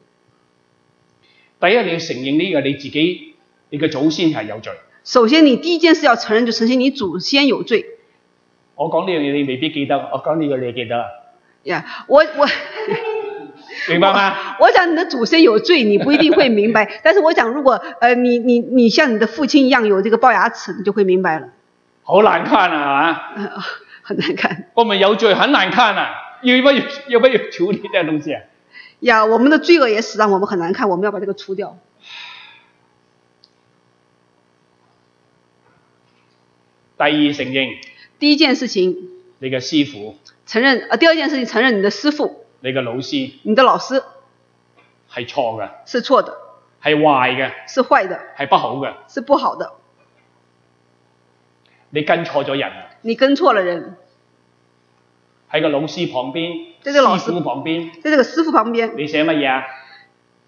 B: 第一，你要承認呢個你自己，你嘅祖先係有罪。
A: 首先，你第一件事要承认，就承认你祖先有罪
B: 我講呢樣嘢你未必記得，我講呢個你記得啦，
A: 呀。我我
B: 明白嗎？
A: 我讲你的祖先有罪，你不一定会明白。 但是我讲，如果呃你你你像你的父亲一样有这个龅牙齿，你就会明白了。
B: 好難看啊，係嘛？
A: 呃很难看
B: 我們有罪很難看啊，要不要要不要處理呢個東西啊？
A: 呀，我们的罪恶也使让我们很难看，我们要把这个除掉。
B: 第二，承認
A: 第一件事情，
B: 你嘅師傅、
A: 承認呃；第二件事情，承認你的师傅、
B: 你嘅老師
A: 你的老师
B: 係錯嘅，
A: 是错的，
B: 係壞嘅，
A: 是坏的，
B: 係不好嘅，
A: 是不好的，
B: 你跟錯咗人啊。
A: 你跟错了人。
B: 喺個老師旁邊，
A: 即係個老師
B: 師傅旁邊，
A: 在这个师傅旁边，
B: 你寫乜嘢啊？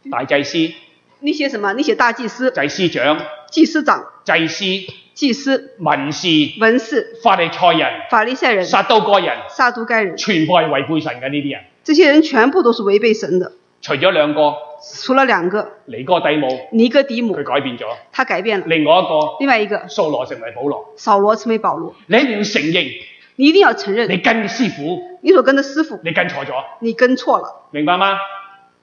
B: 大祭司、
A: 你写什么？你写大祭司、
B: 祭司長、
A: 祭司长、
B: 祭司、
A: 祭司、
B: 文士、
A: 文士、
B: 法利賽人、
A: 法利赛人、
B: 撒都該人，
A: 撒都该人，
B: 全部係違背神嘅呢啲人。
A: 这些人全部都是违背神的。
B: 除咗兩個
A: 除了两个，
B: 尼哥底母，
A: 尼哥底母
B: 佢改變咗；
A: 他改变了，
B: 另外一個
A: 另外一個
B: 掃羅成為保羅。
A: 扫羅成为保羅。
B: 你一定要承認，
A: 你一定要承
B: 你
A: 認，
B: 跟師傅，
A: 你所跟的師傅
B: 你跟錯咗，
A: 你跟錯了。
B: 明白嗎？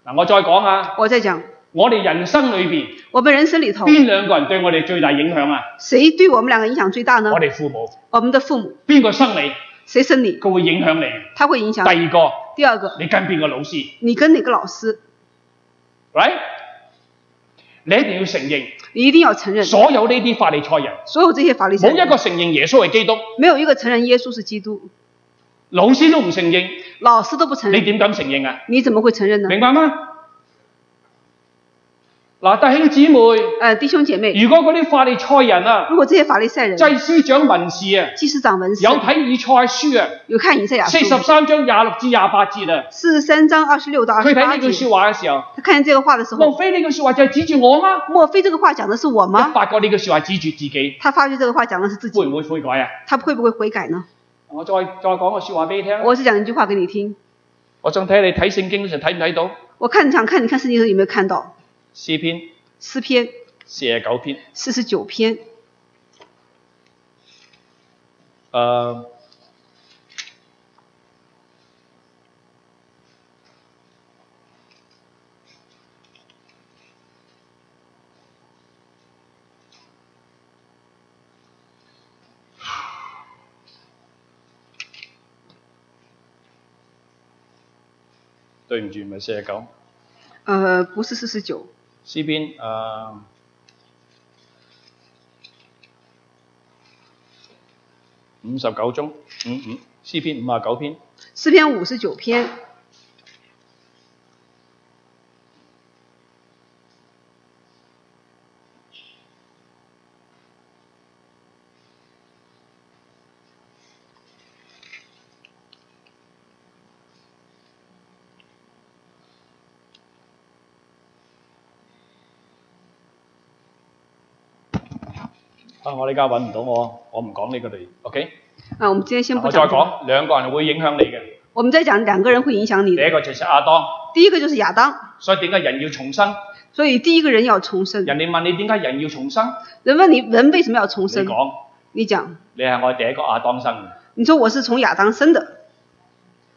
B: 嗱，我再講下，
A: 我在講，
B: 我哋人生裏邊
A: 我們人生裡頭，
B: 邊兩個人對我哋最大影響啊？
A: 誰對我們兩個影響最大呢？
B: 我哋父母，
A: 我們的父母，
B: 邊個生你，
A: 誰生你，
B: 佢會影響你。
A: 他會影響
B: 第
A: 你。
B: 二個，
A: 第二個，
B: 你跟邊個老師
A: 你跟哪個老師，
B: ，right？你一定要承認，
A: 你一定要承認。
B: 所有呢啲法利賽人，
A: 所有這些法律
B: 冇
A: 上，
B: 一個承認耶穌係基督，
A: 沒有一個承認耶穌是基督，
B: 老師都唔承認，
A: 老師都不承
B: 你
A: 認，
B: 點敢承認啊？
A: 你怎麼會承認呢？
B: 明白嗎？嗱，弟兄姊妹，
A: 呃，弟兄姐妹，
B: 如果嗰啲法利賽人啊、
A: 如果這些法利賽人、
B: 祭司長文士啊，
A: 祭司長、文士
B: 有睇以賽書啊，
A: 有看以賽亞
B: 四十
A: 書
B: 三章廿六至廿八節啊，
A: 四十三章二十六到二
B: 佢
A: 十
B: 睇
A: 八
B: 呢句
A: 節
B: 説，話嘅時候，
A: 他看見這個話的時候，
B: 莫非呢句説話就係指住我嗎？
A: 莫非這個話講的是我
B: 一
A: 嗎？
B: 發覺呢句説話指住自己，
A: 他發覺這個話講的是自己，
B: 會唔會悔改啊？
A: 他會不會悔改呢？
B: 我再再講個説話俾你聽啊，
A: 我只講一句話給你聽，
B: 我想睇你睇聖經嗰陣睇唔睇到
A: 我看想看你看聖經的時候有沒有看到
B: 詩篇
A: 詩篇
B: 四十九篇。
A: 四十九篇，
B: 誒、對唔住，唔係四十九
A: 呃，不是四十九，
B: 詩篇誒。呃五十九中，五五詩篇五啊九篇，
A: 詩篇五十九篇
B: 啊！我呢家揾唔到我，我唔講呢個嚟，OK？
A: 啊，我們今天先不
B: 我再
A: 講這個，
B: 講兩個人會影響你嘅，
A: 我們再講兩個人會影響你
B: 第
A: 的，
B: 一個就係亞當，
A: 第一個就是亞當，
B: 所以點解人要重生？
A: 所以第一個人要重生。
B: 人哋問你點解人要重生，
A: 人問你人為什麼要重
B: 你
A: 生？
B: 講
A: 你講，
B: 你係我第一個亞當生嘅，
A: 你說我是從亞當生的，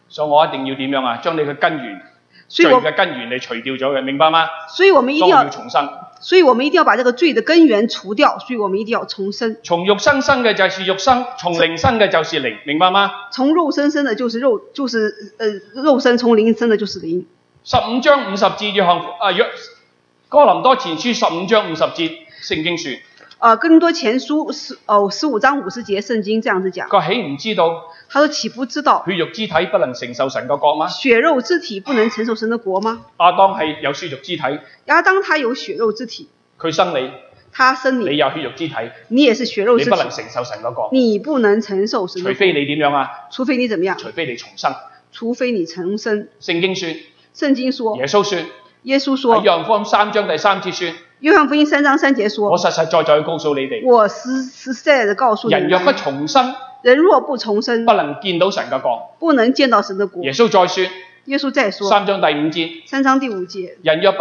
B: 所以我一定要點樣啊？將你嘅根源
A: 所
B: 罪
A: 以我，
B: 嘅根源你除掉咗佢，明白嗎？
A: 所以我們一
B: 所
A: 定
B: 以我要
A: 要，
B: 重生，
A: 所以我們一定要把這個罪的根源除掉，所以我們一定要重生。
B: 從肉生生嘅就是肉生，從靈生嘅就是靈，明白嗎？
A: 從肉身生的就是肉，就是呃肉身；從靈生的就是靈。
B: 十五章五十節約翰啊約哥林多前書十五章五十節聖經説：
A: 呃，更多前書十哦十五章五十節聖經這樣子講，
B: 佢豈唔知道
A: 他說：岂不知道
B: 血肉之體不能承受神嘅國嗎？
A: 血肉之體不能承受神的國嗎？
B: 亞當係有血肉之體。
A: 亞當他有血肉之體，
B: 佢生你，
A: 他生
B: 你
A: 你，
B: 有血肉之體，
A: 你也是血肉
B: 你
A: 之
B: 不能
A: 體，
B: 承受神嗰個，
A: 你不能承受神
B: 除
A: 的
B: 非你點樣啊？
A: 除非你怎麼樣？
B: 除非你重生。
A: 除非你重生。
B: 聖經説，
A: 聖經說，
B: 耶穌説
A: 耶穌
B: 喺
A: 說，
B: 約翰福音三章第三節説：
A: 約翰福音三章三節
B: 我
A: 說
B: 實實在在告訴你：“哋，
A: 我實實在在的告訴你
B: 人若不
A: 們，
B: 重生，
A: 人若不重生
B: 不，能見到神嘅國。
A: 不能見到神的”國
B: 耶。穌再説
A: 耶穌再說，
B: 三章第五節：
A: 三章第五節，
B: 人若不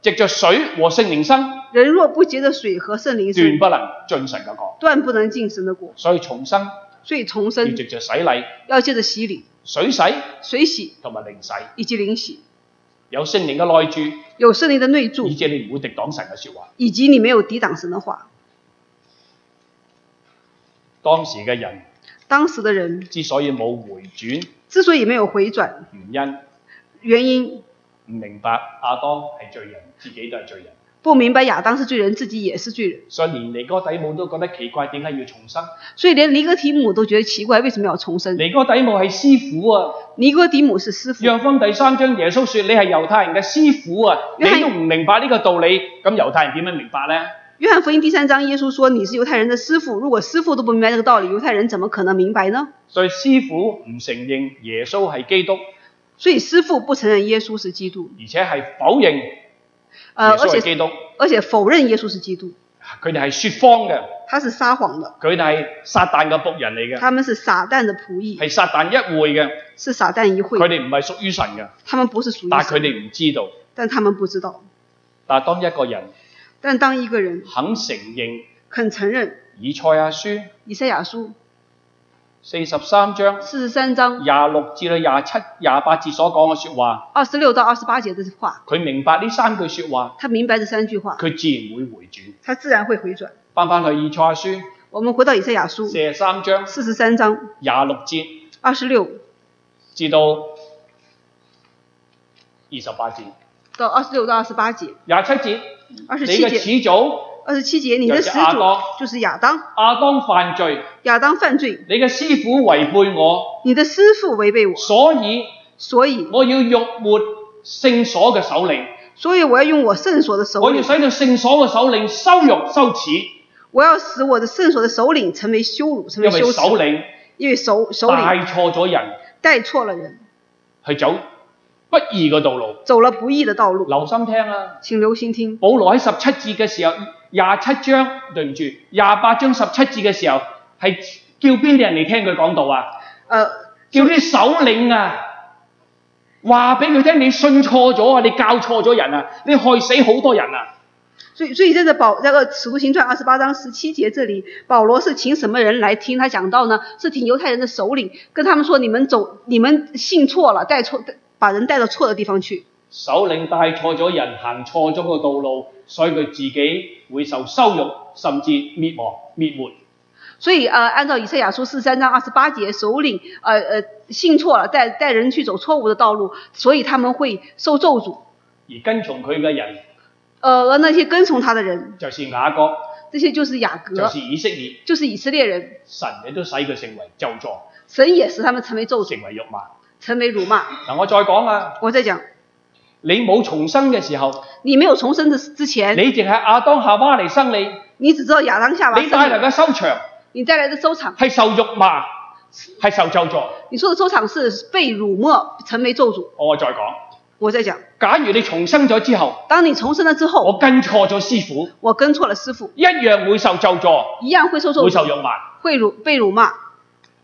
B: 藉着水和聖靈生，
A: 人若不結着水和聖靈
B: 斷
A: 生，
B: 不能進神嘅國。
A: 斷不能進神的國。
B: 所以重生
A: 所以重
B: 要
A: 生
B: 藉着洗禮、
A: 要借着洗禮、
B: 水洗
A: 水洗
B: 同埋靈洗，
A: 以及靈洗，
B: 有聖靈嘅內住，
A: 有聖靈的內住
B: 以，致你唔會敵擋神嘅説話。
A: 以及你沒有抵擋神的話。
B: 當時嘅人
A: 當時的人
B: 之所以冇回轉。
A: 之所以沒有回轉，
B: 原因
A: 原因
B: 唔明白亞當係罪人，自己都係罪人，
A: 不明白亞當是罪人，自己也是罪人，
B: 所以連尼哥底母都覺得奇怪，點解要重生？
A: 所以連尼哥提姆都覺得奇怪，為什麼要重生？
B: 尼哥底母係師傅啊！
A: 尼哥底母是師傅。
B: 約翰第三章耶穌說：你係猶太人嘅師傅啊！你
A: 你係
B: 都唔明白呢個道理，咁猶太人點樣明白呢？
A: 約翰福音第三章，耶穌說：“你是猶太人的師傅。”如果師傅都不明白这个道理，犹太人怎么可能明白呢？
B: 所以師傅唔承認耶穌係基督，
A: 所以師傅不承認耶穌是基督，
B: 而且係否認耶
A: 呃，而
B: 穌係
A: 且
B: 基督，
A: 而且否認耶穌是基督，
B: 佢哋係説謊嘅，
A: 他是撒谎的，
B: 佢哋係撒旦嘅仆人嚟嘅，
A: 他们是撒旦的仆役，
B: 係撒旦一會嘅，
A: 是撒旦一
B: 佢
A: 会，
B: 哋唔係屬於神嘅，
A: 他们不是属于
B: 但係佢
A: 神，
B: 哋唔知道。
A: 但他们不知道。
B: 但係當一個人
A: 但当一个人
B: 肯承認
A: 肯承认
B: 以賽亞書
A: 以赛亚书
B: 四十三章
A: 四十三章
B: 廿六至到廿七、廿八節所講嘅説話，
A: 二十六到二十八节的话，
B: 佢明白呢三句説話，
A: 他明白这三句话，
B: 佢自然會回轉，
A: 他自然会回转。
B: 翻返去以賽亞書
A: 我们回到以赛亚书
B: 四十三章
A: 四十三章
B: 廿六節
A: 二十六
B: 至到二十八節，
A: 到二十六到二十八节，
B: 廿七節
A: 二
B: 你
A: 十七
B: 嘅
A: 节、
B: 始祖
A: 二十七节，你的始
B: 亚
A: 祖
B: 当
A: 就是亚当，
B: 亞當犯罪，
A: 亚当犯罪，
B: 你嘅師傅違背我，
A: 你的师傅违背我，
B: 所以
A: 所以，
B: 我要辱沒聖所嘅首領，
A: 所以我要用我圣所的首
B: 我要
A: 领，
B: 使到聖所嘅首領羞辱羞恥，
A: 我要使我的圣所的首领成为羞辱，成
B: 因
A: 为
B: 為
A: 羞
B: 首
A: 耻，
B: 領
A: 因为首首
B: 帶
A: 领
B: 錯咗人
A: 带错了人，
B: 去走不義嘅道路。
A: 走了不义的道路。
B: 留心聽啊！
A: 请留心听，
B: 保羅喺十七節嘅時候，廿七章對唔住，廿八章十七節嘅時候係叫邊啲人嚟聽佢講道啊？
A: 呃，
B: 叫啲首領啊，話俾佢聽你信錯咗啊，你教錯咗人啊，你害死好多人啊！
A: 所以所以在这保那个《使徒行传》二十八章十七节这里，保罗是请什么人来听他讲道呢？是请犹太人的首领，跟他们说：你们走，你们信错了，带错，把人带到错的地方去。
B: 首領帶錯咗人，行錯咗個道路，所以佢自己會受羞辱，甚至滅亡滅沒。
A: 所以呃，按照以赛亚书四十三章二十八节，首领呃呃信错了，带带人去走错误的道路，所以他们会受咒诅。
B: 而跟從佢嘅人
A: 呃，而那些跟从他的人，
B: 就是雅各，
A: 这些就是雅
B: 就
A: 各，
B: 是以色列，
A: 就是以色列人，
B: 神亦都使佢成為咒詛，
A: 神也使他们成为咒诅，
B: 成為辱罵。
A: 成为辱骂。
B: 嗱，我再講啊！
A: 我在讲，
B: 你冇重生嘅時候，
A: 你没有重生的之
B: 你
A: 前，
B: 淨係亞當夏娃嚟生你，你
A: 你只知道亚当夏娃
B: 帶
A: 生你，
B: 嚟嘅收場
A: 你带来的收场，
B: 係受辱罵，係受咒詛。
A: 你说的收场是被辱没，成为咒诅。
B: 我再講，
A: 我在讲，
B: 假如你重生咗之後，
A: 当你重生了之后，
B: 我跟錯咗師傅，
A: 我跟错了师傅，
B: 一樣會受咒詛，
A: 一样会受咒
B: 會受
A: 诅，
B: 辱罵。
A: 会辱被辱骂。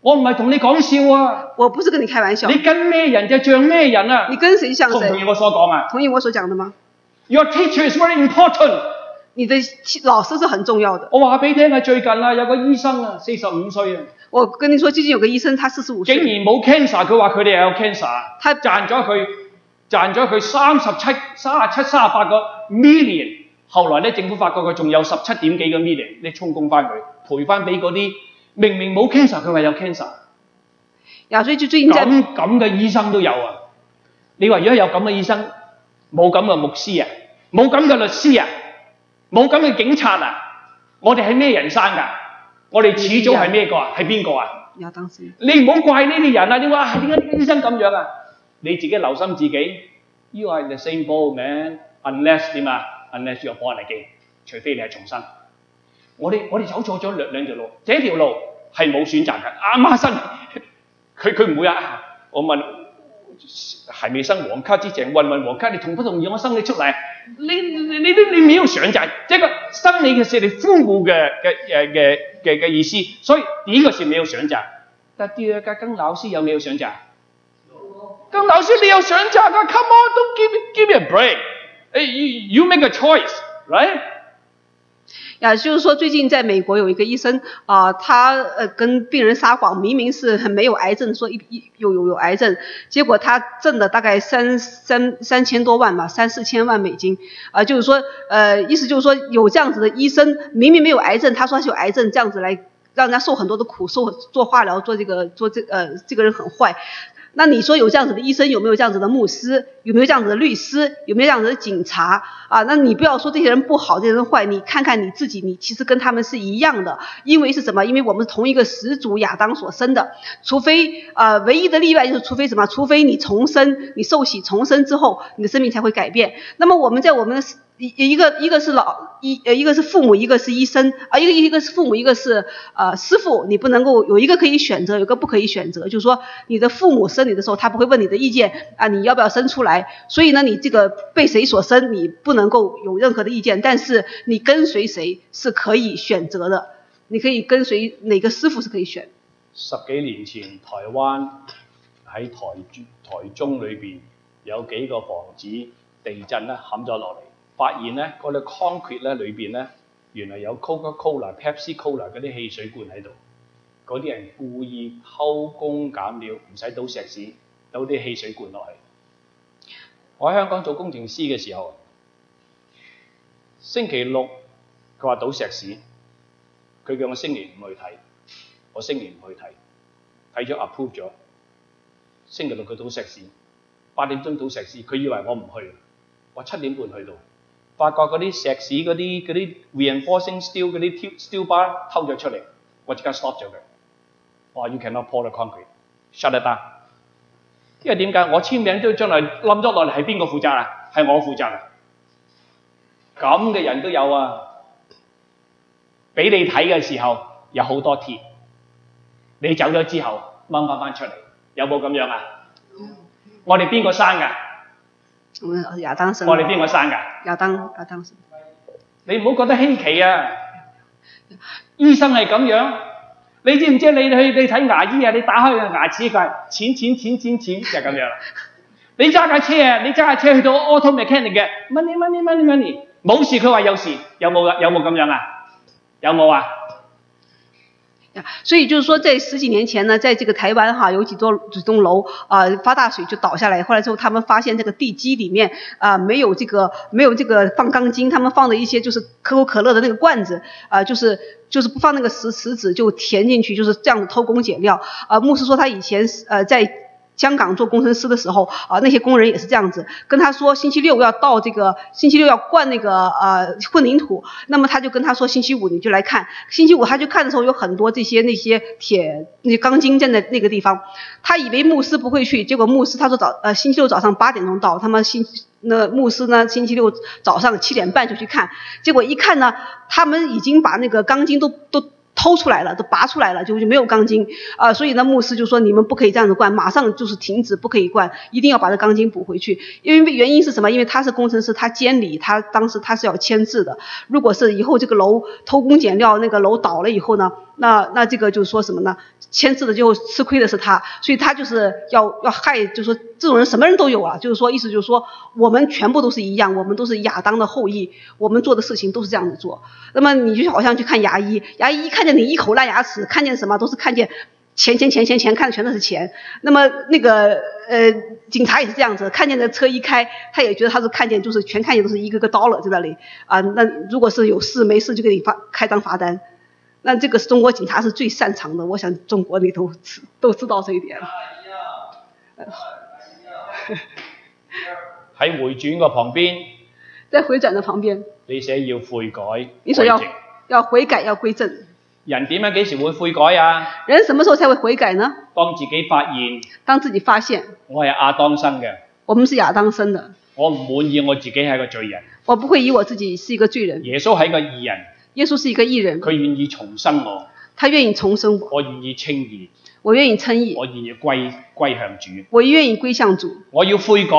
B: 我唔係同你講笑啊！
A: 我不是跟你开玩笑，
B: 你跟咩人就像咩人 啊
A: 你！跟谁像
B: 同唔
A: 谁
B: 同。意我所講啊
A: 同意我所讲的吗？
B: ？Your teacher is very important。
A: 你的其老师是很重要的。
B: 我話俾你聽啊，最近啊有個醫生啊，四十五歲啊，
A: 我跟你说，最近有个医生，他四十五
B: 竟然
A: 岁，
B: 冇 cancer，佢話佢哋有 cancer。
A: 他
B: 賺咗佢賺咗佢三十七、三十七、三十八個 million。後來咧，政府發覺佢仲有十七點幾個 million，你充公翻佢，賠翻俾嗰啲明明冇 cancer，佢話有 cancer，
A: 亚穗就最近在
B: 咁咁嘅醫生都有啊！你話如果有咁嘅醫生，冇咁嘅牧師啊，冇咁嘅律師啊，冇咁嘅警察啊，我哋係咩人生㗎？我哋始終係咩個啊？係邊個啊？
A: 亚当斯，
B: 你唔好怪呢啲人啊！你話啊點解呢啲醫生咁樣啊？你自己留心自己。You are in the same boat, man. Unless 點啊？Unless you're born again，除非你係重生。我哋我哋走錯咗兩兩條路，這條路係冇選擇嘅。阿媽生， 佢佢唔會啊！我問還未生黃卡之前，問問黃卡，你同不同意我生你出嚟？你你你都你沒有選擇，這個生你嘅是你父母嘅嘅嘅嘅嘅嘅意思，所以呢個是沒有選擇。但第二個跟老師有沒有選擇？跟老師你有選擇噶，Come on，don't give me- give me a break。誒，you you make a choice，right？
A: 亚就是说最近在美国有一个医生啊、他呃跟病人撒谎，明明是很没有癌症，说一一有有有癌症，结果他挣了大概三三三千多万吧，三四千万美金啊、就是说呃意思就是说有这样子的医生，明明没有癌症，他说他是有癌症，这样子来让人家受很多的苦，受做化疗，做这个做这呃这个人很坏。那你说有这样子的医生，有没有这样子的牧师，有没有这样子的律师，有没有这样子的警察啊？那你不要说这些人不好，这些人坏，你看看你自己，你其实跟他们是一样的，因为是什么？因为我们是同一个始祖亚当所生的，除非呃唯一的例外就是除非什么？除非你重生，你受洗重生之后，你的生命才会改变。那么我们在我们的一一个一个是老一呃一个是父母，一个是医生啊，一个一个是父母，一个是呃师傅，你不能够有一个可以选择，有一个不可以选择。就是说你的父母生你的时候，他不会问你的意见啊，你要不要生出来？所以呢，你这个被谁所生，你不能够有任何的意见，但是你跟随谁是可以选择的，你可以跟随哪个师傅是可以选。
B: 十幾年前台灣喺台中台中裏邊有幾個房子地震咧冚咗落嚟，發現咧嗰啲 concrete 咧裏邊咧原來有 Coca-Cola、Pepsi Cola 嗰啲汽水罐喺度，嗰啲人故意偷工減料，唔使倒石屎，倒啲汽水罐落去。我喺香港做工程師嘅時候，啊星期六佢話倒石屎，佢叫我星期五去睇。我星期五去睇，睇咗 approve 咗。星期六佢倒石屎，八點鐘倒石屎，佢以為我唔去，我七點半去到，發覺嗰啲石屎嗰啲嗰啲 reinforcing steel 嗰啲 tube- steel bar 偷咗出嚟，我即刻 stop 咗佢。我話 you cannot pour the concrete，shut it down。因為點解我簽名都將來冧咗落嚟係邊個負責啊？係我負責啊！咁嘅人都有啊，俾你睇嘅時候有好多鐵。你走咗之後掹翻翻出嚟，有冇咁樣啊？
A: 嗯
B: 我哋邊個生㗎？
A: 我们亚当生
B: 我哋邊個生㗎？
A: 亚当亚当生，
B: 你唔好覺得稀奇啊！醫生係咁樣，你知唔知？你去你睇牙醫啊，你打開個牙齒，佢係淺淺淺淺淺就係咁 樣啦。你揸架車啊，你揸架車去到 auto mechanic 嘅，money money money money，冇事佢話有事，有冇啊？有冇咁樣啊？有冇啊？
A: 呀所以就是说，在十几年前呢，在这个台湾哈，有几座几栋楼啊、呃发大水就倒下来。后来之后，他们发现这个地基里面啊、没有这个没有这个放钢筋，他们放的一些就是可口可乐的那个罐子啊、就是就是不放那个石石子就填进去，就是这样子偷工减料啊、牧师说他以前呃在。香港做工程师的时候，啊、那些工人也是这样子，跟他说星期六要到这个，星期六要灌那个呃混凝土，那么他就跟他说星期五你就来看，星期五他就看的时候有很多这些那些铁那些钢筋站在那个地方，他以为牧师不会去，结果牧师他说早呃星期六早上八点钟到，他们星那牧师呢星期六早上七点半就去看，结果一看呢，他们已经把那个钢筋都都偷出来了，都拔出来了，就就没有钢筋啊、所以呢，牧师就说你们不可以这样子灌，马上就是停止，不可以灌，一定要把这钢筋补回去。因为原因是什么？因为他是工程师，他监理，他当时他是要签字的。如果是以后这个楼偷工减料，那个楼倒了以后呢，那那这个就是说什么呢？签字的最后吃亏的是他，所以他就是要要害，就是说这种人什么人都有啊，就是说意思就是说我们全部都是一样，我们都是亚当的后裔，我们做的事情都是这样子做。那么你就好像去看牙医，牙医一看见你一口烂牙齿，看见什么都是看见钱钱钱钱钱，看的全都是钱。那么那个呃，警察也是这样子，看见的车一开，他也觉得他是看见，就是全看见都是一个个 dollar 在那里啊。那如果是有事没事就给你发开张罚单。那这个是中国警察是最擅长的，我想中国你都知都知道这一点。
B: 喺回轉個旁邊，
A: 在回转的旁边，
B: 你寫要悔改，
A: 你所要
B: 歸正
A: 要悔改，要归正。
B: 人點樣幾時會悔改啊？
A: 人什么时候才会悔改呢？
B: 當自己發現
A: 当自己发现
B: 我係亞當生嘅，
A: 我们是亚当生的，
B: 我唔滿意我自己係個罪人。
A: 我不会以我自己是一个罪人。
B: 耶穌係個義人，
A: 耶稣是一个义人，
B: 佢願意重生我，
A: 他愿意重生我，
B: 我願意稱義，
A: 我愿意称义，
B: 我願意歸歸向主。
A: 我愿意归向主，
B: 我要悔改，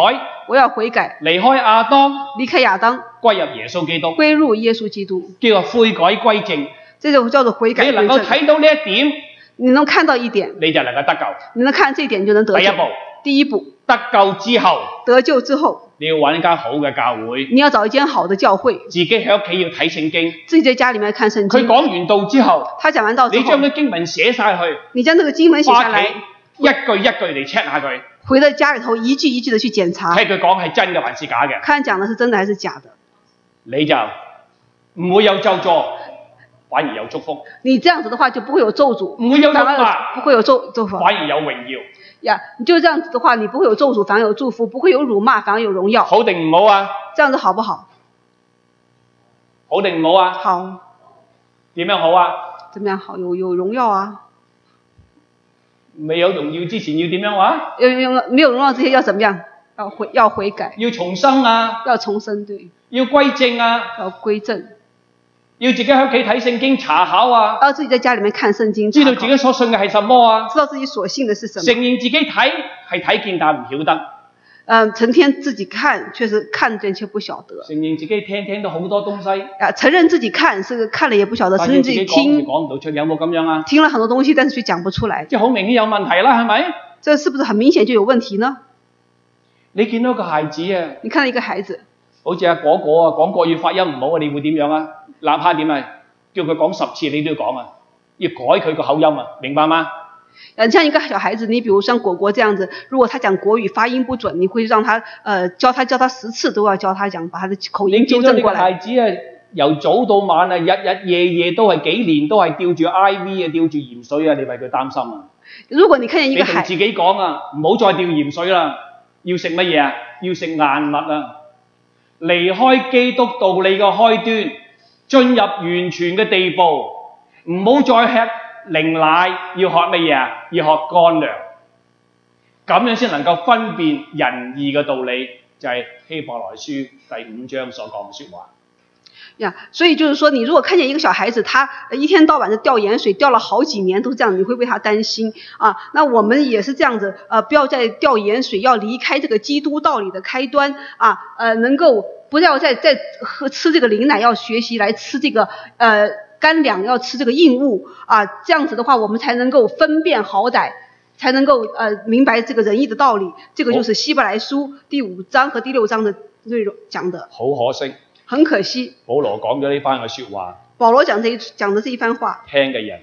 A: 我要悔改，
B: 離開亞當，
A: 离开亚当，
B: 歸入耶穌基督，
A: 归入耶稣基督，
B: 叫做悔改歸正。
A: 这就叫做悔改
B: 你能
A: 归
B: 夠
A: 正。
B: 睇到呢一點，
A: 你能看到一点，
B: 你就能夠得救。
A: 你能看这一点，你就能得
B: 第一
A: 救
B: 步。
A: 第一步，
B: 得救之後，
A: 得救之后，
B: 你要揾間好嘅教會，
A: 你要找一间好的教会，
B: 自己喺屋企要睇聖經。
A: 自己在家里面看圣
B: 佢
A: 经。
B: 講完道之後，
A: 他讲完道之
B: 你
A: 后
B: 將，啲經文寫晒去，
A: 你将这个经文嗯写下
B: 翻屋企
A: 来，
B: 一句一句嚟 check 下佢。
A: 回到家里头一句一句的去检查，
B: 睇佢講係真嘅還是假嘅，
A: 看讲的是真的还是假的。
B: 你就唔會有咒詛，反而有祝福；
A: 你这样子的话就不会有咒诅，
B: 唔會有
A: 反
B: 辱罵
A: 而不会有咒咒诅
B: 反而有榮耀。
A: 呀。你就这样子的话，你不会有咒诅，反而有祝福；不会有辱骂，反而有荣耀。
B: 好定唔好啊？
A: 这样子好不好？
B: 好定唔好啊？
A: 好，
B: 點樣好啊？
A: 怎么样？好，有有荣耀啊，
B: 未有榮耀之前要點樣啊？
A: 有有有没有荣耀这些要怎么样？要悔要悔改，
B: 要重生啊，
A: 要重生，对，
B: 要歸正啊，
A: 要归正，
B: 要自己喺屋企睇聖經查考啊，
A: 要自己在家里面看圣经，
B: 知道
A: 查
B: 自
A: 考
B: 己所信嘅係什麼啊，
A: 知道自己所信的是什
B: 承
A: 么。
B: 認自己睇係睇見但唔曉得，
A: 嗯、成天自己看，确实看见却不晓得。
B: 承認自己聽聽到好多東西，
A: 啊，承认自己看是看了也不晓得，
B: 但
A: 承
B: 係
A: 认
B: 自
A: 自己
B: 己講就
A: 听
B: 講唔到出，有冇咁樣啊？
A: 听了很多东西，但是却讲不出来，
B: 即係好明顯有問題啦，係咪？
A: 这是不是很明显就有问题呢？
B: 你見到個孩子啊，
A: 你看到一个孩子，
B: 好似阿果果啊，講國語發音唔好啊，你會點樣啊？哪怕點啊，叫佢講十次你都要講啊，要改佢個口音啊，明白嗎？
A: 呃，像一个小孩子，你比如像果果这样子，如果他讲国语发音不准，你会让他呃教他教他十次都要教他讲，把他的口
B: 你
A: 音纠
B: 見到
A: 正
B: 呢
A: 过
B: 個
A: 来。
B: 孩子啊，由早到晚啊，日日夜夜都係幾年都係吊住 I V 啊，吊住鹽水啊，你為佢擔心啊！
A: 如果你看见
B: 你
A: 一个
B: 同
A: 孩
B: 自己講啊，唔好再吊鹽水啦，要食乜嘢啊？要食硬物啊！離開基督道理嘅開端，進入完全嘅地步，唔好再吃零奶，要學乜嘢啊？要學乾糧，咁樣先能夠分辨仁義嘅道理，就係、希伯來書第五章所講嘅説話。
A: 呀，所以就是说，你如果看见一个小孩子，他呃一天到晚的掉盐水，掉了好几年都这样，你会为他担心啊。那我们也是这样子，呃，不要再掉盐水，要离开这个基督道理的开端啊，呃，能够不要再再喝吃这个灵奶，要学习来吃这个呃干粮，要吃这个硬物啊，这样子的话，我们才能够分辨好歹。才能够呃明白这个仁义的道理，这个就是希伯来书第五章和第六章的内容讲的。
B: 好可惜，
A: 很可惜，
B: 保羅講咗呢番嘅説話，
A: 保罗讲这一讲的这一番话，
B: 聽嘅人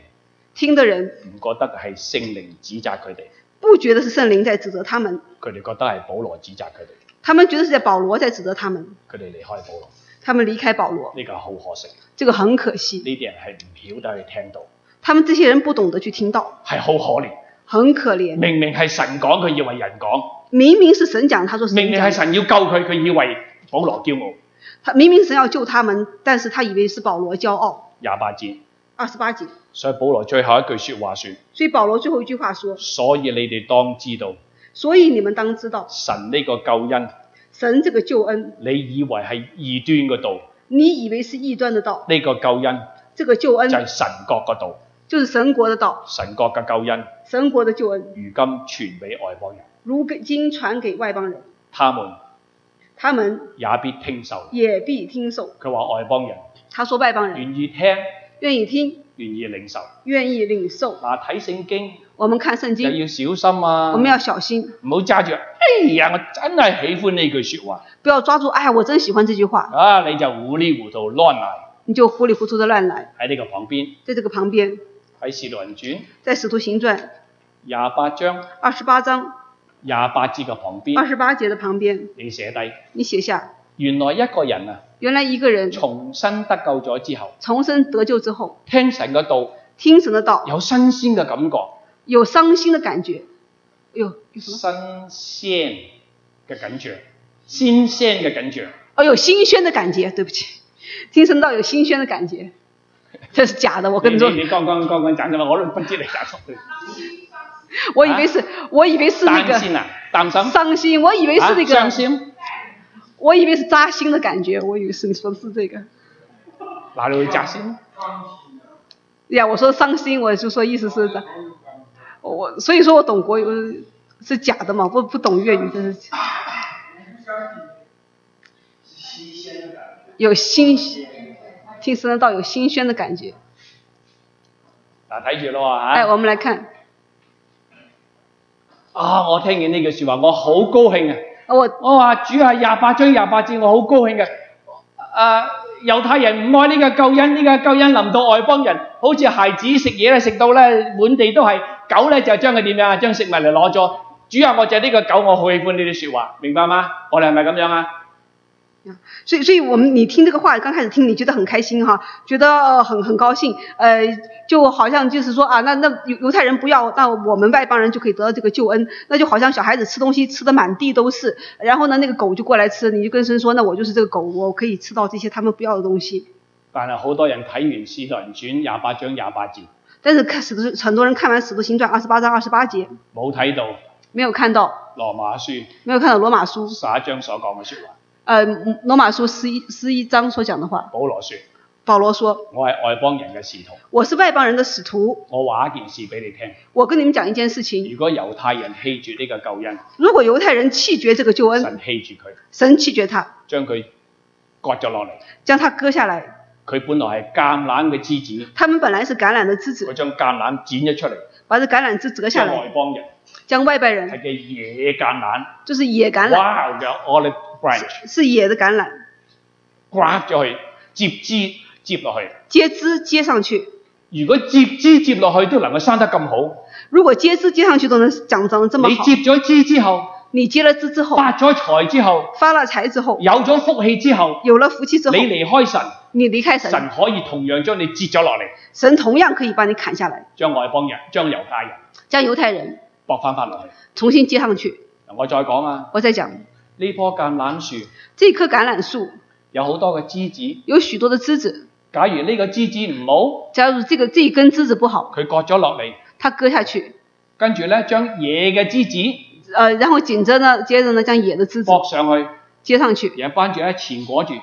A: 听的人
B: 唔覺得係聖靈指責佢哋，
A: 不觉得是圣灵在指责他们，
B: 佢哋覺得係保羅指責佢哋。
A: 他们觉得是在保罗在指责他们，
B: 佢哋離開保羅，
A: 他们离开保罗，
B: 呢、個好可惜。
A: 这个很可惜。
B: 呢啲人係唔曉得去聽到，
A: 他们这些人不懂得去听道，
B: 係好可憐。
A: 很可怜。
B: 明明係神講，佢以為人講；
A: 明明是神讲，他说
B: 明
A: 神
B: 明係
A: 讲，
B: 神要救佢，佢以為保羅驕傲。
A: 他明明神要救他们，但是他以为是保罗骄傲。
B: 廿八節，
A: 二十八节，
B: 所以保羅最後一句説話說：
A: 所以保罗最后一句话说
B: 所以你哋當知道，：“
A: 所以你们当知道，
B: 神呢個救恩，
A: 神这个救恩，
B: 你以為係異端嘅道，
A: 你以为是异端的道，
B: 呢、個救恩
A: 这个救
B: 就係
A: 恩
B: 神國嘅道，
A: 就是神国的道，
B: 神國嘅救恩。
A: 神国的救恩，
B: 如今傳俾外邦人，
A: 如今传给外邦人，
B: 他們
A: 他们
B: 也必聽受。
A: 也必听受。
B: 佢話外邦人
A: 他说外邦人
B: 願意聽，
A: 愿意听，
B: 願意領受。
A: 愿意领受。
B: 嗱，睇聖經
A: 我们看圣
B: 就
A: 经，
B: 要小心啊，
A: 我
B: 唔
A: 们要小心，
B: 好揸住。哎呀，我真係喜歡呢句説話
A: 不要抓住。哎呀，我真喜歡这句話，
B: 啊！你就糊里糊塗亂嚟
A: 你就糊里糊塗的亂來。
B: 喺呢個旁邊
A: 在这个旁邊，
B: 喺《使徒行傳》
A: 在《使徒行傳》
B: 廿八章
A: 二十八章
B: 廿八節嘅旁
A: 二
B: 邊，
A: 十八節的旁邊，
B: 你寫低
A: 你寫下：
B: 原來一個人啊
A: 原來一個人
B: 重新得救咗之後，
A: 重生得救之後，
B: 聽神嘅道
A: 聽神的道，
B: 有新鮮嘅感覺，
A: 有傷心的感覺。哎呦，有什么？
B: 新鮮嘅感覺，新鮮嘅感覺。
A: 哦，有新鮮的感覺。對不起，聽神道有新鮮的感覺，這是假的。我
B: 我跟
A: 跟
B: 你
A: 你說
B: 你，你剛剛剛剛講咗啦，我都不知你講錯。
A: 我以為是，我以為是那個
B: 擔心啊，擔啊心。
A: 傷心，我以為是那個。
B: 啊傷心。
A: 我以为是扎心的感觉，我以为是你说的是这个。
B: 哪裡會扎先？
A: 哎呀，我说伤心，我就说意思是扎，我所以说我懂国语我是假的嘛，不不懂粤语，真是有新，听神的道有新鲜的感觉。
B: 嗱，睇住咯
A: 哎，
B: 嚇。
A: 我们来看，
B: 啊！我聽見呢句説話，我好高興啊！
A: 哦我
B: 我話主係廿八章廿八節，我好高興嘅。啊，猶太人唔愛呢個救恩，呢、個救恩臨到外邦人，好似孩子食嘢咧，食到咧滿地都係。狗咧就將佢點樣啊？將食物嚟攞咗。主啊，我就係呢個狗，我好喜歡呢啲説話，明白嗎？我哋係咪咁樣啊？
A: 所以所以我们你听这个话，刚开始听你觉得很开心哈，觉得呃很很高兴，呃，就好像就是说啊，那那犹犹太人不要，那我们外邦人就可以得到这个救恩，那就好像小孩子吃东西吃的满地都是，然后呢那个狗就过来吃，你就跟神说，那我就是这个狗，我可以吃到这些他们不要的东西。
B: 但係好多人睇完《使徒行傳》廿八章廿八節，
A: 但是看使徒很多人看完《使徒行传》二十八章二十八节
B: 冇睇到
A: 没有看到
B: 羅馬書
A: 没有看到罗马书，
B: 十一章所講嘅説話。
A: 呃，罗马书十一十一章所讲的话。
B: 保羅説：
A: 保罗说
B: 我係外邦人嘅使徒，：“
A: 我是外邦人的使徒，
B: 我話一件事俾你聽。
A: 我跟你们讲一件事情：
B: 如果猶太人棄絕呢個救恩，
A: 如果犹太人弃绝这个救恩，
B: 神棄住佢，
A: 神弃绝他，
B: 將佢割咗落嚟。
A: 将他割下来。
B: 佢本來係橄欖嘅枝子，
A: 他们本来是橄榄的枝
B: 佢
A: 子，
B: 將橄欖剪咗出嚟，
A: 把这橄榄枝折
B: 即
A: 下
B: 係
A: 来，
B: 外哎邦人
A: 将外邦人
B: 係嘅野橄欖
A: 就是野橄榄，
B: ，wow 嘅 olive branch
A: 是野的橄榄，
B: grab 咗去，接枝接落去。
A: 接枝接上去。
B: 如果接枝接落去都能夠生得咁好，
A: 如果接枝接上去都能长长得这么
B: 你
A: 好，
B: 接咗枝之後，
A: 你接了枝之后，
B: 發咗財之後，
A: 发了财之后，
B: 有咗福氣之後，
A: 有了福气之
B: 你
A: 后，
B: 離開神，
A: 你离开神，
B: 神可以同樣將你接咗落嚟，
A: 神同樣可以把你砍下来，
B: 將外邦人、將猶太人
A: 将犹太人
B: 搏翻翻落去。
A: 重新接上去。
B: 嗱我再講啊，
A: 我再讲，
B: 呢棵橄欖樹
A: 这棵橄榄树
B: 有好多嘅枝子，
A: 有许多的枝子，
B: 假如呢個枝子唔好，
A: 假如这个这一根枝子不好，
B: 佢割咗落嚟，
A: 它割下去，
B: 跟住咧將野嘅枝子
A: 呃，然后紧着呢，接着呢将野的枝子
B: 搏上去，
A: 接上去，
B: 然後班住咧纏裹住，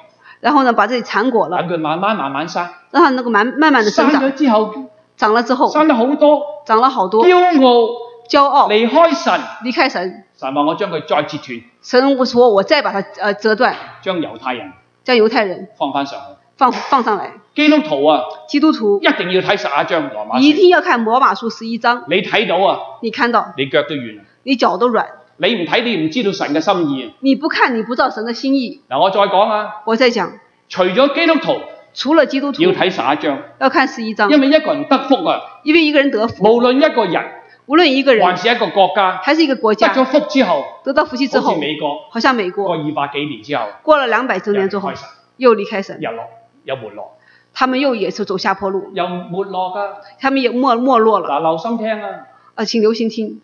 A: 然后呢把这里缠裹
B: 等
A: 了，
B: 佢慢慢慢慢生，
A: 让它能够慢慢慢的
B: 生
A: 生长，
B: 咗之後
A: 长了之后
B: 生得好多，
A: 长了好多，
B: 驕傲
A: 骄傲
B: 離開神，
A: 离开神，
B: 神話我將佢再截斷，
A: 神我说我再把它呃折断，
B: 將猶太人
A: 将犹太人
B: 放翻上去。
A: 放放上来。
B: 基督徒啊，
A: 基督徒
B: 一定要睇十一章羅馬
A: 一
B: 書，
A: 定要看罗马书十一章，
B: 你睇到啊，
A: 你看到
B: 你腳都軟。
A: 你脚都软。
B: 你唔睇，你唔知道神嘅心意。啊
A: 你不看，你不知道神的心意。
B: 嗱，我再講啊，
A: 我在讲，
B: 除咗基督徒
A: 除了基督徒
B: 要睇十一章，
A: 要看十一章，
B: 因為一個人得福啊，
A: 因为一个人得福，
B: 無論一個人
A: 无论一个
B: 還
A: 人
B: 是一個國家，
A: 还是一个国
B: 得
A: 家，
B: 咗福之後，
A: 得到福气之
B: 好
A: 后
B: 似，美國
A: 好像美
B: 過
A: 国
B: 二百幾年之後，
A: 过了两百周
B: 又
A: 年之后
B: 開，神，
A: 又离开神，
B: 日落又沒落，
A: 他们又也是走下坡路，
B: 又沒落㗎。
A: 他们也没没落了。
B: 嗱，留心聽啊，
A: 啊，请留心听，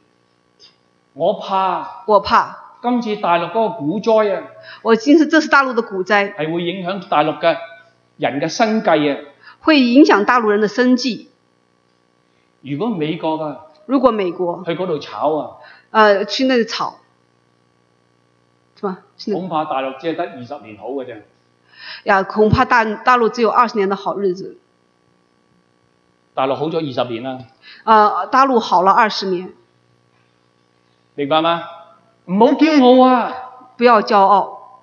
B: 我怕
A: 我怕，
B: 今次大陸嗰個股災啊，
A: 我今次这是大陆的股灾，
B: 係會影響大陸嘅人嘅生計啊。
A: 会影响大陆人的生计。
B: 如果美國啊
A: 如果美国
B: 去嗰度炒啊，
A: 呃去那里炒，是吧？是那
B: 恐怕大陸只係得二十年好嘅啫。
A: 呀，恐怕大大陆只有二十年的好日子。
B: 大陸好咗二十年啦。
A: 呃，大陆好了二十年，
B: 明白嗎？唔好驕傲啊！
A: 不要骄傲，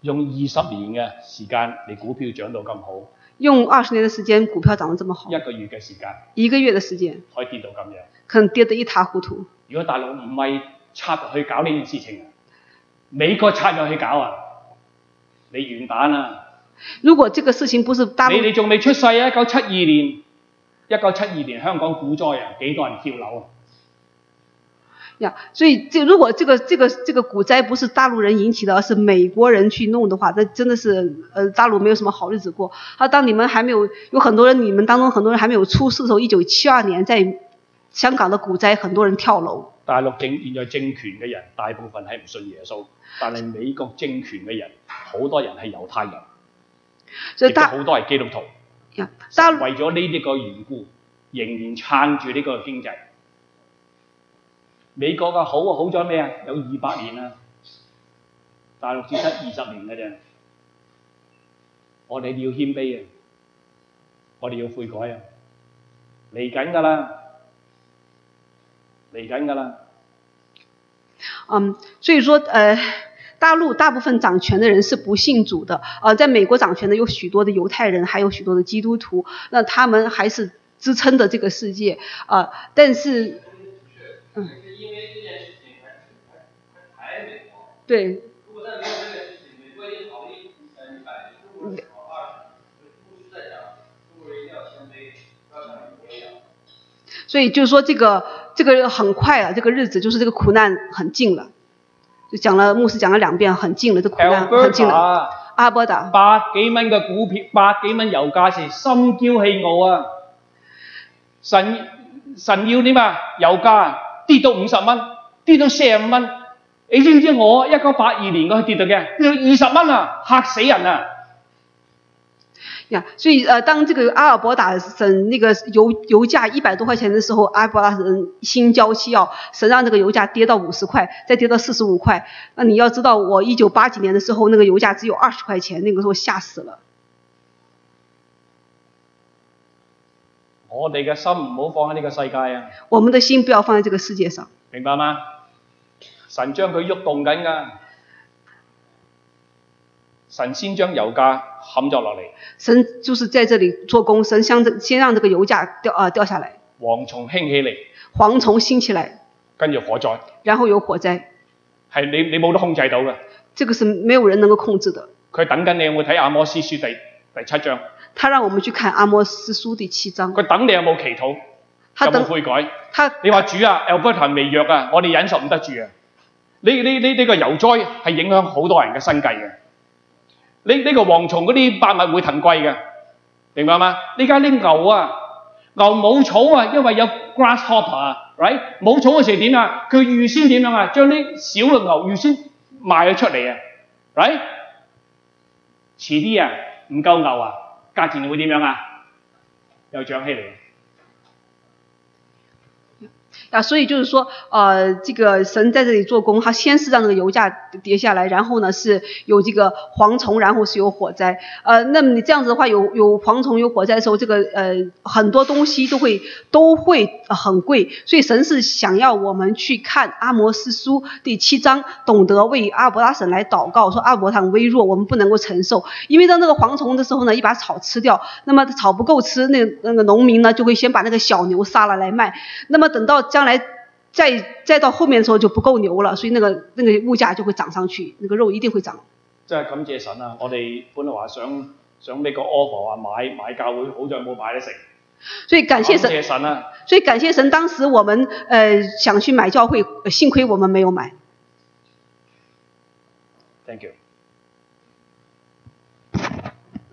B: 用二十年嘅時間，你股票漲到咁好，
A: 用二十年的时間，股票漲得這麼好，
B: 一個月嘅時間
A: 一個月的時間，
B: 可以跌到咁樣。
A: 可能跌得一塌糊塗。
B: 如果大陸唔係插入去搞呢件事情啊，美國插入去搞啊，你完蛋啦！
A: 如果這個事情不是大
B: 你
A: 陸，
B: 哋仲未出世啊！一九七二年，一九七二年香港股災啊，幾多人跳樓啊？
A: 呀，所以这如果這個這個這個股災不是大陸人引起的，而是美國人去弄的話，那真的是呃大陸沒有什麼好日子過。啊，當你們還沒有有很多人，你們當中很多人還沒有出世的時候，一九七二年在香港的股災，很多人跳樓。
B: 大陸政現在政權嘅人大部分係唔信耶穌，但係美國政權嘅人好多人係猶太人，
A: 所
B: 亦
A: 以
B: 都
A: 大
B: 好多係基督徒。
A: 呀，大陸
B: 為咗呢啲個緣故，仍然撐住呢個經濟。美國嘅好啊，好咗咩啊？有二百年啦，大陸只得二十年嘅啫。我哋要謙卑啊，我哋要悔改啊，嚟緊㗎啦，嚟緊㗎啦。
A: 嗯，所以说，呃，大陆大部分掌权的人是不信主的，呃，在美国掌权的有许多的犹太人，还有许多的基督徒，那他们还是支撑着这个世界，呃，但是
C: 就是因为这件事情才才才美国。
A: 对，
C: 如果再没有这件事情，美国也跑了一呃一百年，中国人跑二十年，不是在讲中国人一定要谦卑，不要像美国一样。
A: 所以就是说这个这个很快啊，这个日子就是这个苦难很近了，就讲了牧师讲了两遍，很近了，这苦难很近了。
B: Alberta
A: 阿波达
B: 百幾蚊嘅股票，百幾蚊油價時，心驕氣傲啊！神神要點啊？油價跌到五十蚊，跌到四十五蚊。你知唔知我一九八二年嗰個跌到嘅，跌到二十蚊啊，嚇死人啊！
A: 呀，所以呃，当这个阿尔伯塔省那个油油价一百多块钱的时候，阿尔伯塔省新交期要神让这个油价跌到五十块，再跌到四十五块。那你要知道，我一九八几年的时候，那个油价只有二十块钱，那个时候吓死了。
B: 我哋嘅心唔好放喺呢個世界啊，
A: 我们的心不要放在这个世界上，
B: 明白嗎？神將佢喐動緊㗎，神先將油價冚咗落嚟。
A: 神就是在这里做工，神先这先让这个油价掉啊、掉下来，
B: 蝗蟲興起嚟，
A: 蝗虫兴起来，
B: 跟住火災，
A: 然后有火災，
B: 係你你冇得控制到嘅。
A: 这个是没有人能够控制的。
B: 佢等緊你有冇睇阿摩斯書第第七章？
A: 他让我们去看阿摩斯书第七章，
B: 佢等你有冇祈禱，
A: 他
B: 有冇
A: 等
B: 悔改？
A: 他
B: 你話主啊，Albert 微弱啊，我哋忍受唔得住啊！呢呢呢呢個油災係影響好多人嘅生計嘅。呢呢個蝗蟲嗰啲百物會騰貴嘅，明白嗎？呢家啲牛啊，牛冇草啊，因為有 grasshopper 啊，right 冇草嗰時點啊？佢預先點樣啊？將啲小嘅牛預先賣咗出嚟啊，right？遲啲啊，唔夠牛啊，價錢會點樣啊？又漲起嚟。
A: 啊，所以就是说，呃，这个神在这里做工，他先是让这个油价跌下来，然后呢是有这个蝗虫，然后是有火灾。呃，那么你这样子的话，有有蝗虫有火灾的时候，这个呃很多东西都会都会、呃很贵。所以神是想要我们去看阿摩斯书第七章，懂得为阿伯拉省来祷告，说阿伯他很微弱，我们不能够承受。因为当那个蝗虫的时候呢，一把草吃掉，那么草不够吃，那个那个农民呢就会先把那个小牛杀了来卖。那么等到将来再再到后面的时候就不够牛了，所以那个那个物价就会涨上去，那个肉一定会涨。
B: 真係感謝神啊！我哋本來話想想俾個 offer 話買買教會，好在冇買得成。
A: 所以感謝
B: 感
A: 神，
B: 謝神啊！
A: 所以感謝神，当时我们呃想去买教会，呃幸亏我们没有买。
B: Thank you。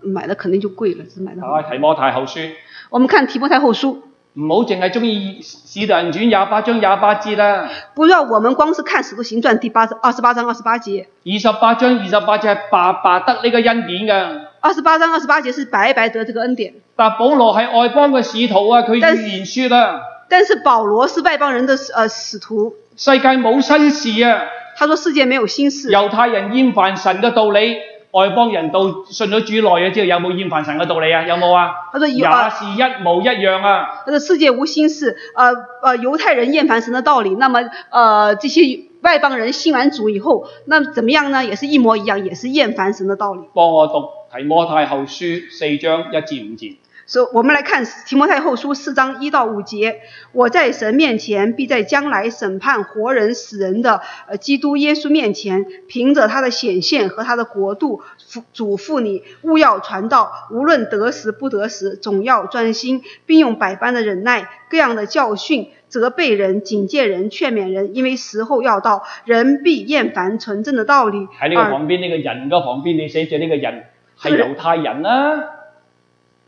A: 买了肯定就贵了，只买
B: 打
A: 到。
B: 啊開提摩太後書，
A: 我们看提摩太后书，
B: 唔好淨係中意《使徒行傳》廿八章廿八節啊啦，
A: 不要我们光是看《使徒行传》第八章二十八章二十八节，
B: 二十八章二十八節係白白得呢個恩典㗎。
A: 二十八章二十八節是白白得这个恩典。
B: 但保羅係外邦嘅使徒啊，佢
A: 但
B: 預言説啊，
A: 但是保罗是外邦人的呃使徒，
B: 世界冇新事啊，
A: 他说世界没有新事。
B: 猶太人厭煩神嘅道理，外邦人到信咗主耐咗之後，有冇厭煩神嘅道理啊？有冇啊？
A: 他说
B: 也
A: 有啊。
B: 是一模一樣啊！
A: 他说世界无新事，呃呃，犹太人厌烦神的道理，那么呃这些外邦人信完主以后，那怎么样呢？也是一模一样，也是厌烦神的道理。
B: 幫我讀提摩太後書四章一至五節。
A: 所以我们来看提摩太后书四章一到五节，我在神面前，必在将来审判活人死人的呃基督耶稣面前，凭着他的显现和他的国度，嘱嘱咐你，勿要传道，无论得时不得时，总要专心，并用百般的忍耐，各样的教训。责备人、警戒人、劝勉人，因为时候要到，人必厌烦纯正的道理。
B: 喺呢個
A: 而
B: 旁邊呢、個人嘅旁邊，你寫住呢個人係猶太人啦、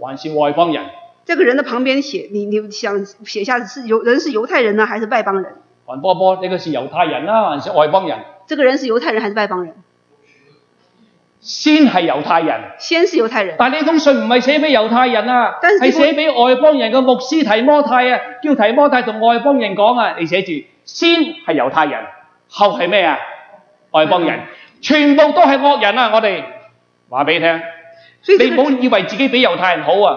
B: 還是外邦人？
A: 这个人的旁边写，你你想写下是犹人是犹太人呢，还是外邦人？
B: 雲波波，呢個是猶太人啦、還是外邦人？
A: 这个人是犹太人还是外邦人？
B: 先係猶太人，
A: 先是犹太人，
B: 但呢封信唔係寫俾猶太人啊，
A: 但是
B: 係寫俾外邦人嘅牧師提摩太啊，叫提摩太同外邦人講啊，你寫住先係猶太人，後係咩啊？外邦人，全部都係惡人啊！我哋話俾你聽。
A: 所以
B: 你
A: 这
B: 唔
A: 个
B: 好以為自己比猶太人好啊！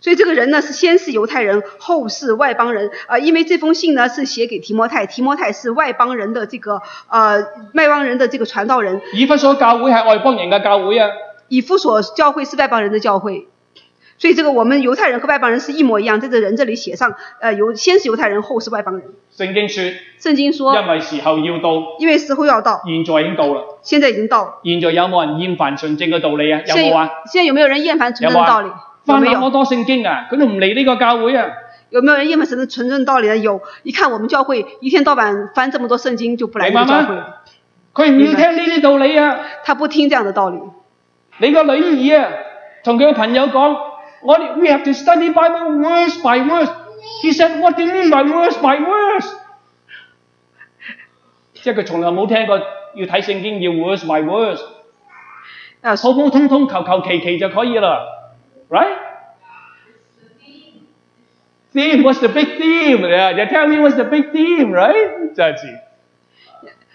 A: 所以这个人呢是先是犹太人，后是外邦人啊、呃因为这封信呢是写给提摩太，提摩太是外邦人的这个呃外邦人的这个传道人，
B: 以弗所教會係外邦人嘅教會啊，
A: 以夫所教会是外邦人的教会。所以这个我们犹太人和外邦人是一模一样，在这人这里写上，呃，犹先是犹太人，后是外邦人。
B: 聖經說，
A: 圣经
B: 因
A: 说，
B: 為時候要到，
A: 因为时候要到，
B: 現在已經到啦。
A: 现在已经到了。
B: 現在有冇人厭煩純正嘅道理啊？有
A: 现在
B: 冇啊？
A: 现在有没有人厌烦纯正的道理？有
B: 翻
A: 没
B: 那麼
A: 有？
B: 多聖經啊，佢都唔嚟呢個教會啊！
A: 有没有人厌烦神的纯正道理呢？有，一看我们教会一天到晚翻这么多圣经，就不来这个教会了。
B: 佢唔要聽呢啲道理啊！
A: 他不听这样的道理。
B: 你個女兒啊，同佢嘅朋友講：我哋 we have to study Bible verse by verse。He said what do you mean by verse by verse？即係佢從來冇聽過要睇聖經要 verse by verse。
A: 啊，
B: 普普通通、求求其其就可以啦。 Right? Theme, what's the big theme? Yeah, they tell me what's the big theme, right? 就係字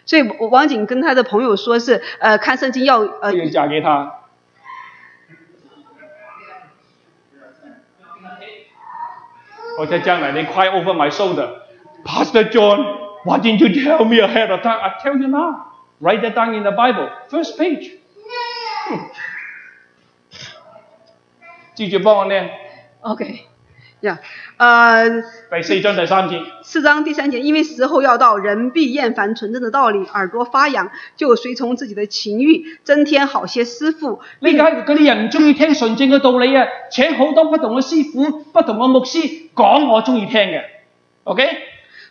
A: 所以王景跟他的朋友说是，呃，看圣经要呃
B: 要嫁給他。或者將來你 cry over my shoulder, Pastor John, why didn't you tell me ahead of time? I tell you now. Write that down in the Bible, first page. Hmm. 繼續幫我念
A: ，OK，呀、呃，
B: 第四章第三節。
A: 四章第三节，因为时候要到，人必厌烦纯正的道理，耳朵发痒，就随从自己的情欲，增添好些师傅。
B: 理解嗰啲人唔中意聽純正嘅道理啊，請好多不同嘅師傅、不同嘅牧師講我中意聽嘅，OK？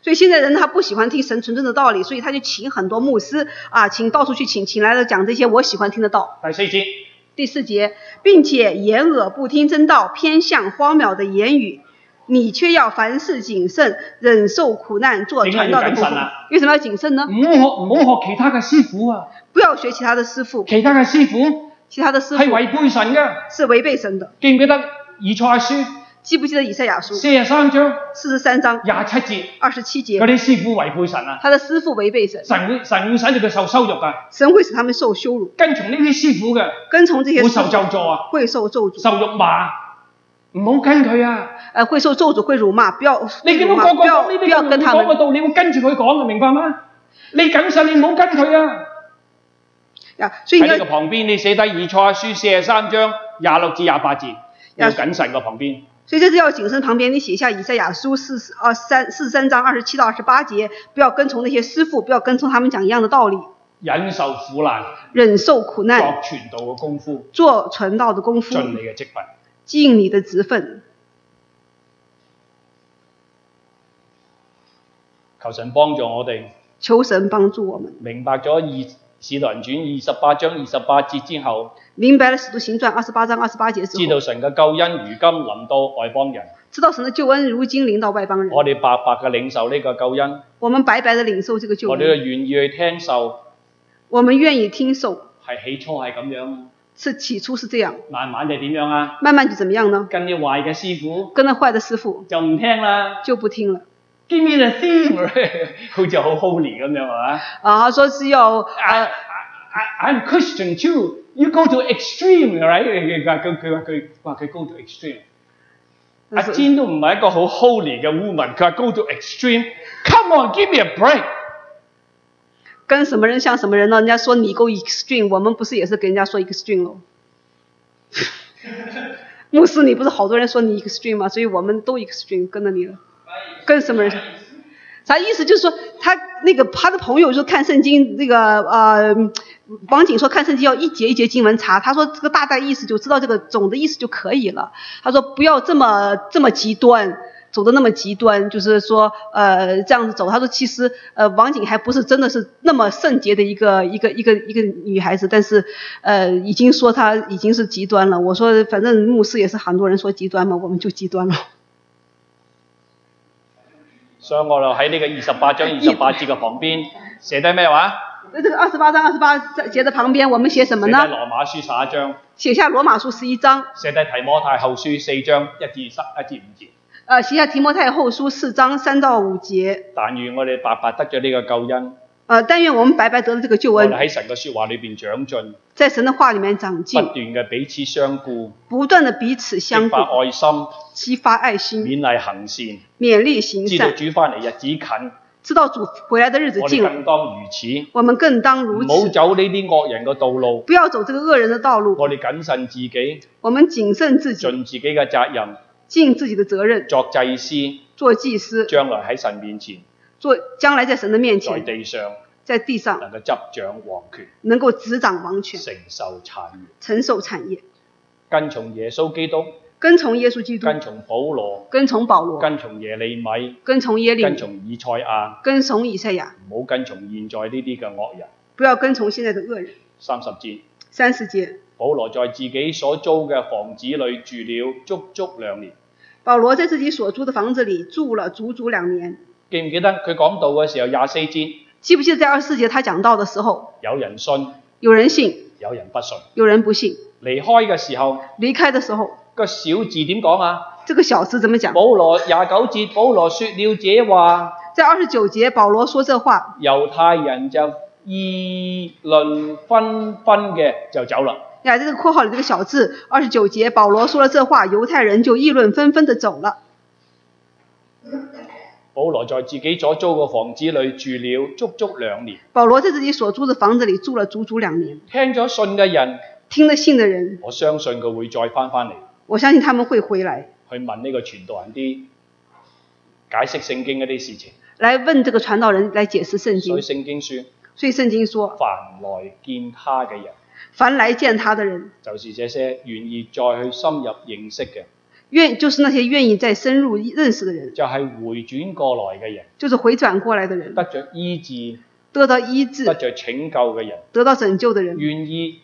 A: 所以现在人他不喜欢听神纯正的道理，所以他就请很多牧师啊，请到处去请，请来了讲这些我喜欢听的道。
B: 第四節，
A: 第四节，并且掩耳不听真道，偏向荒谬的言语。你却要凡事谨慎，忍受苦难，做传道的仆
B: 你看有谨慎
A: 人
B: 啊。
A: 为什么要谨慎呢？
B: 唔好學唔好學其他嘅師傅啊，
A: 不要学其他的师傅，
B: 其他嘅師傅
A: 其他的师傅
B: 係違背神嘅，
A: 是违背神的。
B: 記唔記得以賽亞書
A: 记不记得以赛亚书
B: 四十三章
A: 四十三章
B: 廿七節
A: 二十七
B: 嗰
A: 节？
B: 啲師傅違背神啊，
A: 他的师傅违背神，
B: 神會神會使到佢受羞辱啊，
A: 神会使他们受羞辱，
B: 跟從呢啲師傅嘅
A: 跟从这些
B: 會
A: 师
B: 受
A: 傅
B: 咒詛啊，
A: 会受咒诅，
B: 受辱罵，唔好跟佢啊。
A: 呃，会受咒诅，会辱骂，不要
B: 你見到
A: 辱骂，
B: 個個
A: 不要
B: 講呢
A: 不
B: 啲
A: 要
B: 咁
A: 跟
B: 樣
A: 他
B: 講嘅
A: 们
B: 道理，你會跟住佢講嘅，明白嗎？你謹慎，你唔好跟佢啊！
A: 呀，所以
B: 喺
A: 你
B: 呢個
A: 要
B: 旁邊，你寫低以賽亞書四十三章廿六至廿八節，要謹慎個旁邊。
A: 所以这是要谨慎。旁边你写一下以赛亚书四十二三四十三章二十七到二十八节，不要跟从那些师傅，不要跟从他们讲一样的道理，
B: 忍受苦難，
A: 忍受苦
B: 作
A: 难，
B: 傳道嘅功夫，
A: 做传道的功夫，
B: 盡你嘅職份。
A: 尽你的职分。
B: 求神幫助我哋
A: 求神帮助我们
B: 明白咗二使徒行傳二十八章二十八節之後，
A: 明白了《使徒行传》二十八章二十八节之
B: 知
A: 后
B: 道，神嘅救恩如今臨到外邦人，
A: 知道神的救恩如今临到外邦人，
B: 我哋白白嘅領受呢個救恩，
A: 我们白白的领受这个救
B: 我哋就
A: 恩，
B: 願意去聽受，
A: 我们愿意听受。
B: 係起初係咁樣，
A: 是起初是这样，
B: 慢慢就點樣啊？
A: 慢慢就怎么样呢？
B: 跟啲壞嘅師傅
A: 跟着坏的师傅
B: 就唔聽啦。
A: 就不听了
B: Give me the theme，好似好 holy 咁樣係嘛
A: 啊，说是要
B: ？I I I'm Christian too. You go to extreme，right？佢佢佢話佢話佢 go to extreme。阿
A: 是
B: 堅都唔係一個好 holy 嘅 woman，佢話 go to extreme。Come on，give me a break。
A: 跟什么人像什么人呢？人家说你够 extreme，我们不是也是给人家说 extreme 喽？ 牧师，你不是好多人说你 extreme 吗？所以我们都 extreme 跟着你了，跟什么人像？啥意思？就是说他那个他的朋友说看圣经，那个呃，王景说看圣经要一节一节经文查，他说这个大概意思就知道这个总的意思就可以了。他说不要这么这么极端。走的那么极端，就是说，呃，这样子走。他说，其实，呃，王景还不是真的是那么圣洁的一个一个一个一个女孩子，但是，呃，已经说她已经是极端了。我说，反正牧师也是很多人说极端嘛，我们就极端了。
B: 所以我就喺呢個二十八章二十八節嘅旁邊寫低咩話？
A: 那这个二十八章二十八节的旁边，我们写什么
B: 寫低
A: 呢？
B: 羅馬書十一章，
A: 写下罗马书十一章，
B: 寫低提摩太後書四章一至三一至五節。
A: 呃，写下提摩太后书四章三到五节。
B: 但願我哋白白得咗呢個救恩，
A: 呃，但愿我们白白得了这个救
B: 我哋
A: 恩，
B: 喺神嘅説話裏邊長進，不
A: 在神的话里面长进
B: 斷，嘅彼此相顧，
A: 不断的彼此相嗯
B: 激
A: 顾，
B: 發愛心，
A: 激发愛心，
B: 勉勵行善。
A: 勉励行
B: 知道
A: 善。
B: 主翻嚟日子近，
A: 知道主回来的日子
B: 我哋
A: 近了，
B: 更當如此，
A: 我们更当如
B: 唔好
A: 此，
B: 走呢啲惡人嘅道路。
A: 不要走这个恶人的道路。
B: 我哋謹慎自己，盡
A: 我们谨慎自己，
B: 自己嘅責任，
A: 尽自己的责任，
B: 作祭司，
A: 做祭司，
B: 將來喺神面前，
A: 做将来在神的面
B: 在
A: 前，
B: 地上
A: 在地上
B: 能夠執掌王權，
A: 能够执掌王权，
B: 承受產業，
A: 承受產业，
B: 跟從耶穌基督，
A: 跟从耶稣基督，哦
B: 跟從保羅，
A: 跟从保罗，
B: 跟從耶利米，
A: 跟从耶利
B: 跟
A: 米，
B: 從以賽亞。
A: 跟从以赛亚，
B: 唔好跟從現在呢啲嘅惡人。
A: 不要跟从现在的恶人。
B: 三十節，
A: 三十节，
B: 保羅在自己所租嘅房子裏住了足足兩年。
A: 保罗在自己所租的房子里住了足足两年。
B: 記唔記得佢講道嘅時候廿四節，
A: 记不记得在二十四节他讲到的时候，
B: 有人信，
A: 有人信，
B: 有人不信。
A: 有人不信。
B: 離開嘅時候，
A: 离开的时候，
B: 個小字點講啊？
A: 这个小字怎么讲？
B: 保羅廿九節，保羅說了這話。
A: 在二十九节，保罗说这话，
B: 猶太人就議論紛紛嘅就走啦。
A: 哎呀，这个括号里这个小字，二十九节，保罗说了这话，犹太人就议论纷纷的走了。
B: 保羅在自己所租嘅房子裏住了足足兩年，
A: 保罗在自己所租的房子里住了足足两年。
B: 聽咗信嘅人，
A: 听了信的人，
B: 我相信佢會再翻翻嚟
A: 我相信他们会回来，
B: 去問呢個傳道人啲解釋聖經一啲事情。
A: 来问这个传道人来解释圣
B: 所以
A: 经。
B: 聖經說：
A: 所以圣经说，
B: 凡來見他嘅人，
A: 凡来见他的人，
B: 就是這些願意再去深入認識嘅，
A: 愿就是那些愿意再深入认识的人，
B: 就係、回轉過來嘅人，
A: 就是回转过来的人，
B: 得着醫治、
A: 得到医
B: 得
A: 治、
B: 着拯救嘅人，
A: 得到拯救的人，
B: 願意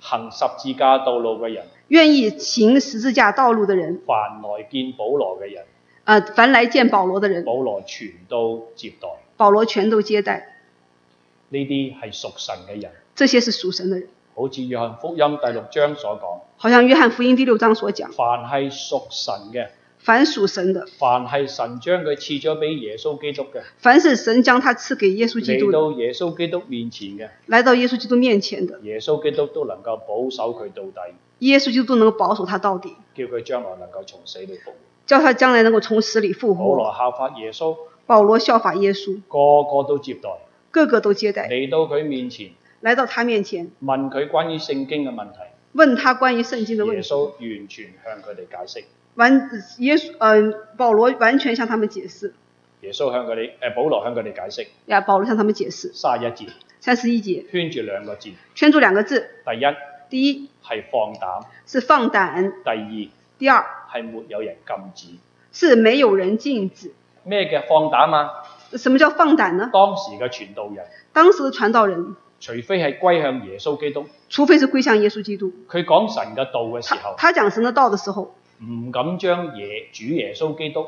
B: 行十字架道路嘅人。
A: 愿意行十字架道路的人，
B: 凡來見保羅嘅人，
A: 啊，凡来见保罗的人，
B: 保羅全都接待。
A: 保罗全都接待。
B: 呢啲係屬神嘅人，
A: 这些是属神的人，
B: 好似約翰福音第六章所講，
A: 好像约翰福音第六章所讲，
B: 凡係屬神嘅，
A: 凡属神的，
B: 凡係神將佢賜咗俾耶穌基督嘅，
A: 凡是神将他赐给耶稣基督
B: 嚟
A: 的，
B: 到耶穌基督面前嘅，
A: 来到耶稣基督面前的，
B: 耶穌基督都能夠保守佢到底，
A: 耶稣基督能够保守他到底，
B: 叫佢將來能夠從死裏復活。
A: 叫他将来能够从死里复
B: 保
A: 活。
B: 羅效法耶穌，
A: 保罗效法耶稣，
B: 個個都接待，
A: 个个都接待，
B: 嚟到佢面前
A: 来到他面前，
B: 問佢關於聖經嘅問題，
A: 问他关于圣经的问
B: 耶
A: 题。
B: 穌完全向佢哋解釋。
A: 完，耶稣，嗯、保罗完全向他们解释
B: 耶穌向佢哋，誒、呃保羅向佢哋解釋
A: 呀，保罗向他们解释。
B: 三十一節，
A: 三十一节，
B: 圈住兩個字。第
A: 圈住两个字，
B: 一
A: 第一
B: 係放膽，
A: 是放胆，
B: 第
A: 第二
B: 二係沒有人禁止。
A: 是没有人禁止。
B: 咩嘅放膽啊？
A: 什么叫放胆呢？
B: 當時嘅傳道人，
A: 当时的传道人，
B: 除非係歸向耶穌基督，
A: 除非是归向耶稣基督，
B: 佢講神嘅道嘅時
A: 他
B: 候，
A: 他讲神的道的时候，
B: 唔敢將耶主耶穌基督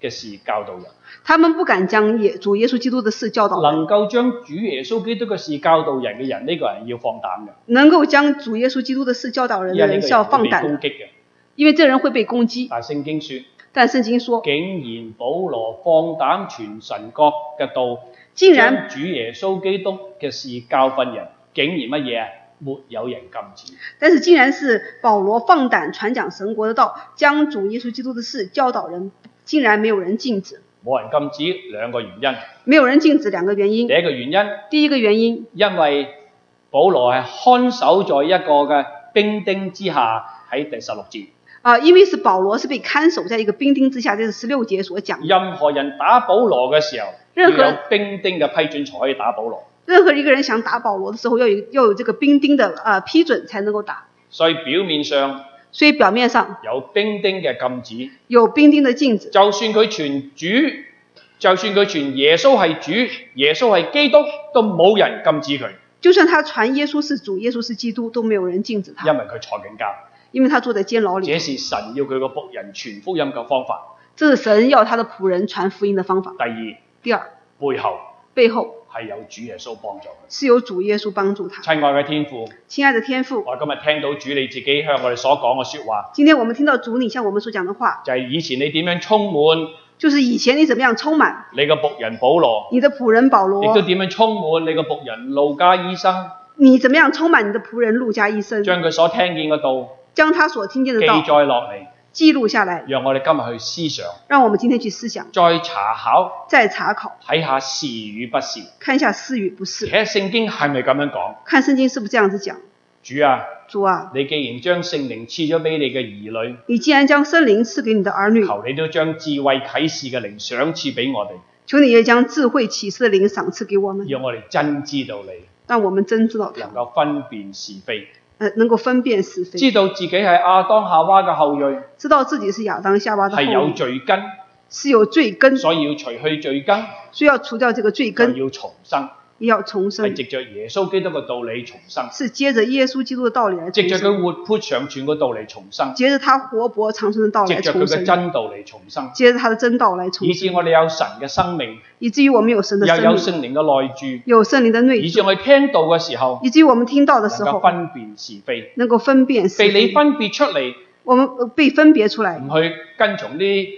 B: 嘅事教導人，
A: 他们不敢将耶主耶稣基督的事教导人，
B: 能夠將主耶穌基督嘅事教導人嘅人，呢、個人要放膽嘅，
A: 能够将主耶稣基督的事教导人
B: 因
A: 的
B: 為呢
A: 人
B: 個
A: 是要
B: 人會
A: 放
B: 被攻
A: 胆
B: 擊
A: 的，
B: 嘅。
A: 因为这人会被攻击。
B: 但聖經說，
A: 但圣经说，
B: 竟然保羅放膽傳神國嘅道。
A: 竟然
B: 將主耶穌基督嘅事教訓人，竟然乜嘢啊？沒有人禁止。
A: 但是竟然是保罗放胆传讲神国的道，将主耶稣基督的事教导人，竟然没有人禁止。
B: 冇人禁止兩個原因。
A: 没有人禁止两个原因
B: 第，一個原因，
A: 第一个原因，
B: 因為保羅係看守在一個嘅兵丁之下，喺第十六節，
A: 啊，因为是保罗是被看守在一个兵丁之下，这是十六节所讲的。
B: 任何人打保羅嘅時候，要
A: 任何
B: 有兵丁嘅批准才可以打保羅。
A: 任何一个人想打保罗的时候，要有要有这个兵丁的呃批准才能够打。
B: 所以表面上
A: 所以表面上
B: 有兵丁嘅禁
A: 有兵丁的禁
B: 止，
A: 止，
B: 就算佢傳主，就算佢傳耶穌係主，耶穌係基督，都冇人禁止佢，
A: 就算他传耶稣是主，耶稣是基督，都没有人禁止他，
B: 因為佢坐緊監。
A: 因为他坐在监牢里。
B: 這是神要佢個仆人傳福音嘅方法。
A: 这是神要他的仆人传福音的方法。
B: 第二，
A: 第二，
B: 背後
A: 背后
B: 係有主耶穌幫助佢。
A: 是有主耶稣帮助他。
B: 親愛嘅天父，
A: 亲爱的天父，
B: 我今日聽到主你自己向我哋所講嘅説話，
A: 今天我们听到主你向我们所讲的话，
B: 就係、以前你點樣充滿
A: 就是以前你怎么样充满
B: 你嘅仆人保羅，
A: 你的仆人保
B: 亦都
A: 罗，
B: 點樣充滿你嘅仆人路加醫生，
A: 你怎么样充滿你的仆人路加一生，
B: 將佢所聽見嘅道
A: 将他所听见
B: 記
A: 的道
B: 載落嚟，
A: 记录下来，
B: 讓我哋今日去思想，
A: 让我们今天去思想，
B: 再查考
A: 再查考，
B: 睇下是與不是。
A: 看一下是与不
B: 睇
A: 是，
B: 下聖經係咪咁樣講？
A: 看圣经是不是这样子讲。
B: 主啊，
A: 主啊，
B: 你既然將聖靈賜咗俾你嘅兒女。
A: 你既然将圣灵赐给你的儿女，
B: 求你都將智慧啟示嘅靈賞賜俾我哋，
A: 求你也将智慧启示的灵赏赐给我们，
B: 讓我哋真知道你，
A: 让我们真知道
B: 能
A: 他，
B: 夠分辨是非，
A: 呃，能够分辨是非，
B: 知道自己係亞當夏娃嘅後裔，
A: 知道自己是亚当夏娃的后
B: 係有
A: 裔，
B: 罪根，
A: 是有罪根，
B: 所以要除去罪根，
A: 所以要除掉这个罪根，
B: 就要重生，
A: 也要重生
B: 係。藉着耶穌基督嘅道理重生，
A: 是接着耶稣基督的道理来
B: 藉
A: 重
B: 着佢
A: 生，
B: 活潑常存嘅道理重生，
A: 接着他活泼长存的道理
B: 藉
A: 来
B: 着佢
A: 重
B: 嘅
A: 生，
B: 真道嚟重生，
A: 接着他的真道来重
B: 以
A: 生，
B: 致我哋有神嘅生命，
A: 以至于我们有神
B: 又
A: 的
B: 有
A: 生命，
B: 聖靈嘅內住，
A: 有圣灵的内
B: 以致
A: 住，
B: 我哋聽到嘅時候
A: 以至于我们听到的
B: 能
A: 时
B: 夠
A: 候
B: 分辨是非，
A: 能够分辨是
B: 被你
A: 非。
B: 分別出嚟。
A: 我们呃被分别出来，
B: 唔去跟從啲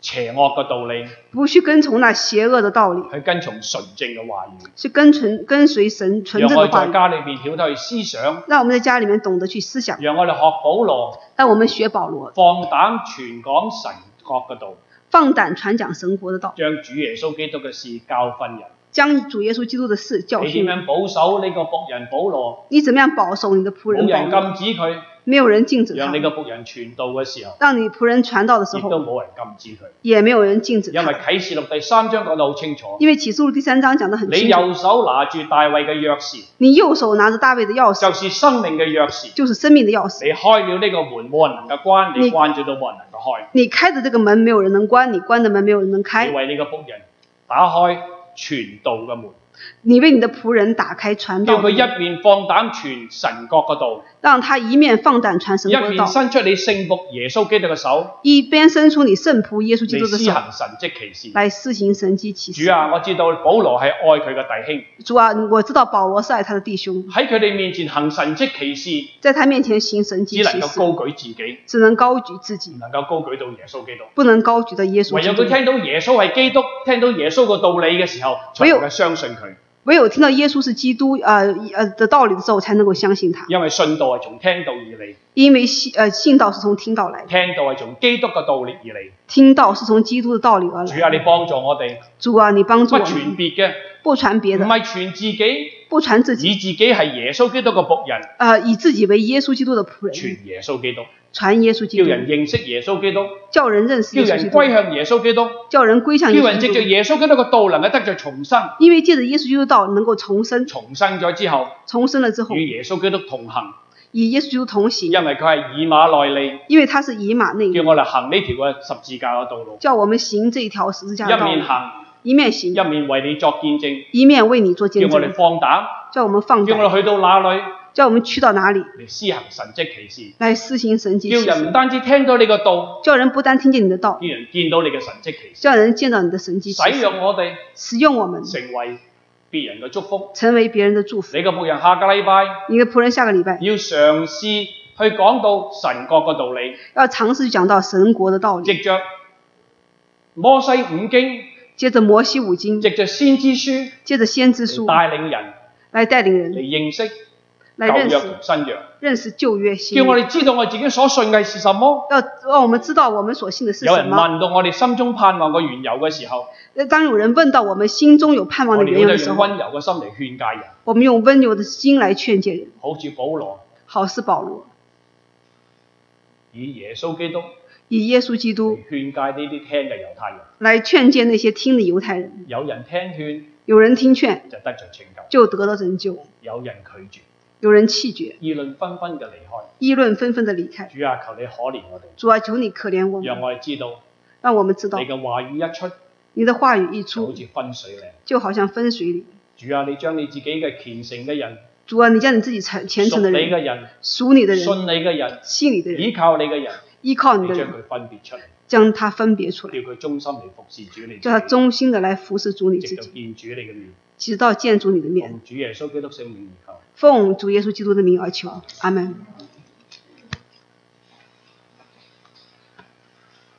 B: 邪惡嘅道理，
A: 不去跟从那邪恶的道理，
B: 去跟從純正嘅話語，
A: 去跟随跟隨神纯
B: 讓
A: 正
B: 我
A: 的
B: 哋
A: 话
B: 在
A: 语，
B: 家裏邊曉得去思想，
A: 让我们在家里面懂得去思想，
B: 讓我哋學保羅
A: 让我们学保罗，
B: 放膽傳講神國嘅道，
A: 放胆传讲神国的道，
B: 將主耶穌基督嘅事教訓人。
A: 将主耶穌基督的事教
B: 你點
A: 训人。
B: 樣保守呢個僕人保羅？
A: 你怎么样保守你的仆人
B: 冇
A: 保
B: 人
A: 罗？
B: 禁止佢，
A: 没有人禁止他
B: 讓你，個僕人傳道嘅時候，
A: 让你仆人传道的时
B: 亦都
A: 候，
B: 冇人禁止佢，
A: 也没有人禁止
B: 因為
A: 他。
B: 啟示錄第三章講得好清楚，
A: 因为启示录第三章讲得很
B: 你
A: 清楚，
B: 右手拿住大衛嘅鑰匙，
A: 你右手拿着大卫的钥匙，
B: 就是生命嘅鑰匙。
A: 就是生命的钥匙。
B: 你開了呢個門，冇人能夠關；你
A: 你
B: 關咗都冇人能夠開。
A: 你开的这个門，没有人能关；你关的門，没有人能
B: 你
A: 开。
B: 為你個仆人打開傳道嘅門，
A: 你为你的仆人打开传
B: 叫
A: 道
B: 佢
A: 的門，
B: 一面放膽傳神國嘅道，
A: 让他一面放胆传神
B: 一
A: 国的
B: 面
A: 道，
B: 伸出你聖服耶穌基督嘅手，
A: 一边伸出你圣仆耶稣基
B: 你
A: 督的
B: 施
A: 手
B: 行神蹟奇事。
A: 来施行神迹奇
B: 主
A: 事。
B: 啊，我知道保羅係愛佢嘅弟兄，
A: 主啊，我知道保罗是爱他的弟兄，
B: 喺佢哋面前行神蹟奇事，
A: 在他面前行神迹
B: 只
A: 奇
B: 能夠
A: 事，
B: 高舉自己，
A: 只能高举自
B: 唔
A: 己，
B: 能夠高舉到耶穌基督。
A: 不能高举的耶稣
B: 唯
A: 基
B: 有
A: 督
B: 佢。聽到耶穌係基督，聽到耶穌嘅道理嘅時候，才
A: 唯有
B: 能夠相信佢。
A: 唯有听到耶稣是基督，呃呃的道理的时候，才能够相信他，
B: 因為信道係從聽道而嚟，
A: 因为信呃信道是从听到来的，
B: 聽道係從基督嘅道理而嚟。
A: 听到是从基督的道理而
B: 主啊，
A: 来。
B: 你幫助我哋，
A: 主啊，你帮
B: 不
A: 助我
B: 傳
A: 们，
B: 別嘅，
A: 不传别
B: 唔
A: 的，
B: 係傳自己，
A: 不传自己。
B: 以自己係耶穌基督嘅仆人，
A: 呃，以自己为耶稣基督的仆人，
B: 傳耶穌基督，
A: 传耶稣基
B: 叫
A: 督，
B: 人認識耶穌基督，
A: 叫人认识耶
B: 叫
A: 稣基
B: 人
A: 督
B: 歸，向耶穌基督，
A: 叫人归向耶
B: 叫人
A: 稣
B: 藉
A: 基
B: 着
A: 督，
B: 耶穌基督嘅道能夠得着重生，
A: 因为借着耶稣基督的道能够重生，
B: 重生咗之後
A: 重生了之后
B: 與耶穌基督同行，
A: 与耶稣基督同
B: 因
A: 行，
B: 為佢係以馬內利，
A: 因为他是以马内
B: 叫
A: 利，
B: 我哋行呢條嘅十字架嘅道路，
A: 叫我们行这一条十字架的
B: 一
A: 道
B: 面
A: 路，
B: 行，
A: 一面行，
B: 一面為你作見證，
A: 一面为你做
B: 叫
A: 见
B: 我哋
A: 证，
B: 放膽，
A: 叫我们放
B: 叫
A: 胆，
B: 我哋去到哪裏
A: 叫我们去到哪里
B: 嚟施行神蹟奇事。
A: 来施行神迹奇
B: 叫人唔
A: 事，
B: 單止聽到你個道，
A: 叫人不单听见你的道
B: 叫，人見到你嘅神蹟奇事，
A: 叫人见到你的神迹奇
B: 使
A: 事，
B: 用我哋
A: 使用我们
B: 成為別人嘅祝福。
A: 成为别人的祝福。
B: 你個仆人下個禮拜
A: 你的仆人下个礼拜
B: 要嘗試去講到神國嘅道理，
A: 要尝试讲到神国的道理，
B: 藉着摩西五經，
A: 接着摩西五经。
B: 藉着先知書
A: 借着先知
B: 嚟
A: 书
B: 帶領人
A: 来带领
B: 嚟
A: 人
B: 認識
A: 来
B: 舊
A: 认
B: 約
A: 识
B: 同新約，
A: 认识旧约新
B: 叫我
A: 约，
B: 哋知道我自己所信嘅是什麼。
A: 要让我们知道我们所信的是
B: 有
A: 什
B: 人
A: 么。
B: 問到我哋心中盼望嘅緣由嘅時候，
A: 呃当有人问到我们心中有盼望
B: 我
A: 的
B: 哋
A: 缘
B: 要
A: 由
B: 得
A: 的时
B: 用
A: 候，
B: 温柔嘅心嚟勸戒人，
A: 我们用温柔的心来劝诫人。
B: 好似保羅
A: 好似保罗
B: 以耶穌基督。
A: 以耶稣基督
B: 勸戒呢啲聽嘅猶太人，
A: 来劝诫那些听的犹太人，
B: 有人聽勸
A: 有人听劝
B: 就得着拯
A: 就
B: 救，
A: 得到拯救，
B: 有人拒絕，
A: 有人弃绝，
B: 議論紛紛嘅離開。
A: 议论纷纷的离开。
B: 主啊，求你可憐我哋，
A: 主啊，求你可怜我
B: 讓
A: 们，
B: 我哋知道
A: 让我们知道
B: 你嘅話語一出
A: 你的话语一
B: 就好
A: 出，
B: 似分水嶺。
A: 就好像分水岭。
B: 主啊，你將你自己嘅虔誠嘅人、
A: 主啊，你将你自己虔虔
B: 屬
A: 诚的
B: 你
A: 人、
B: 嘅人、
A: 属你的人、
B: 信你嘅人、
A: 信你的人、
B: 倚靠你嘅人，
A: 依靠你
B: 你
A: 的
B: 將
A: 人，
B: 佢分別出嚟，
A: 将它分别出
B: 叫
A: 来，
B: 佢忠心嚟服侍主你
A: 叫他
B: 自
A: 忠心的来服侍主你
B: 己，
A: 自
B: 直到
A: 己，
B: 見主你嘅面。
A: 直到见主你的面。
B: 奉主耶穌基督聖名而求。
A: 奉主耶稣基督的名而求，阿门。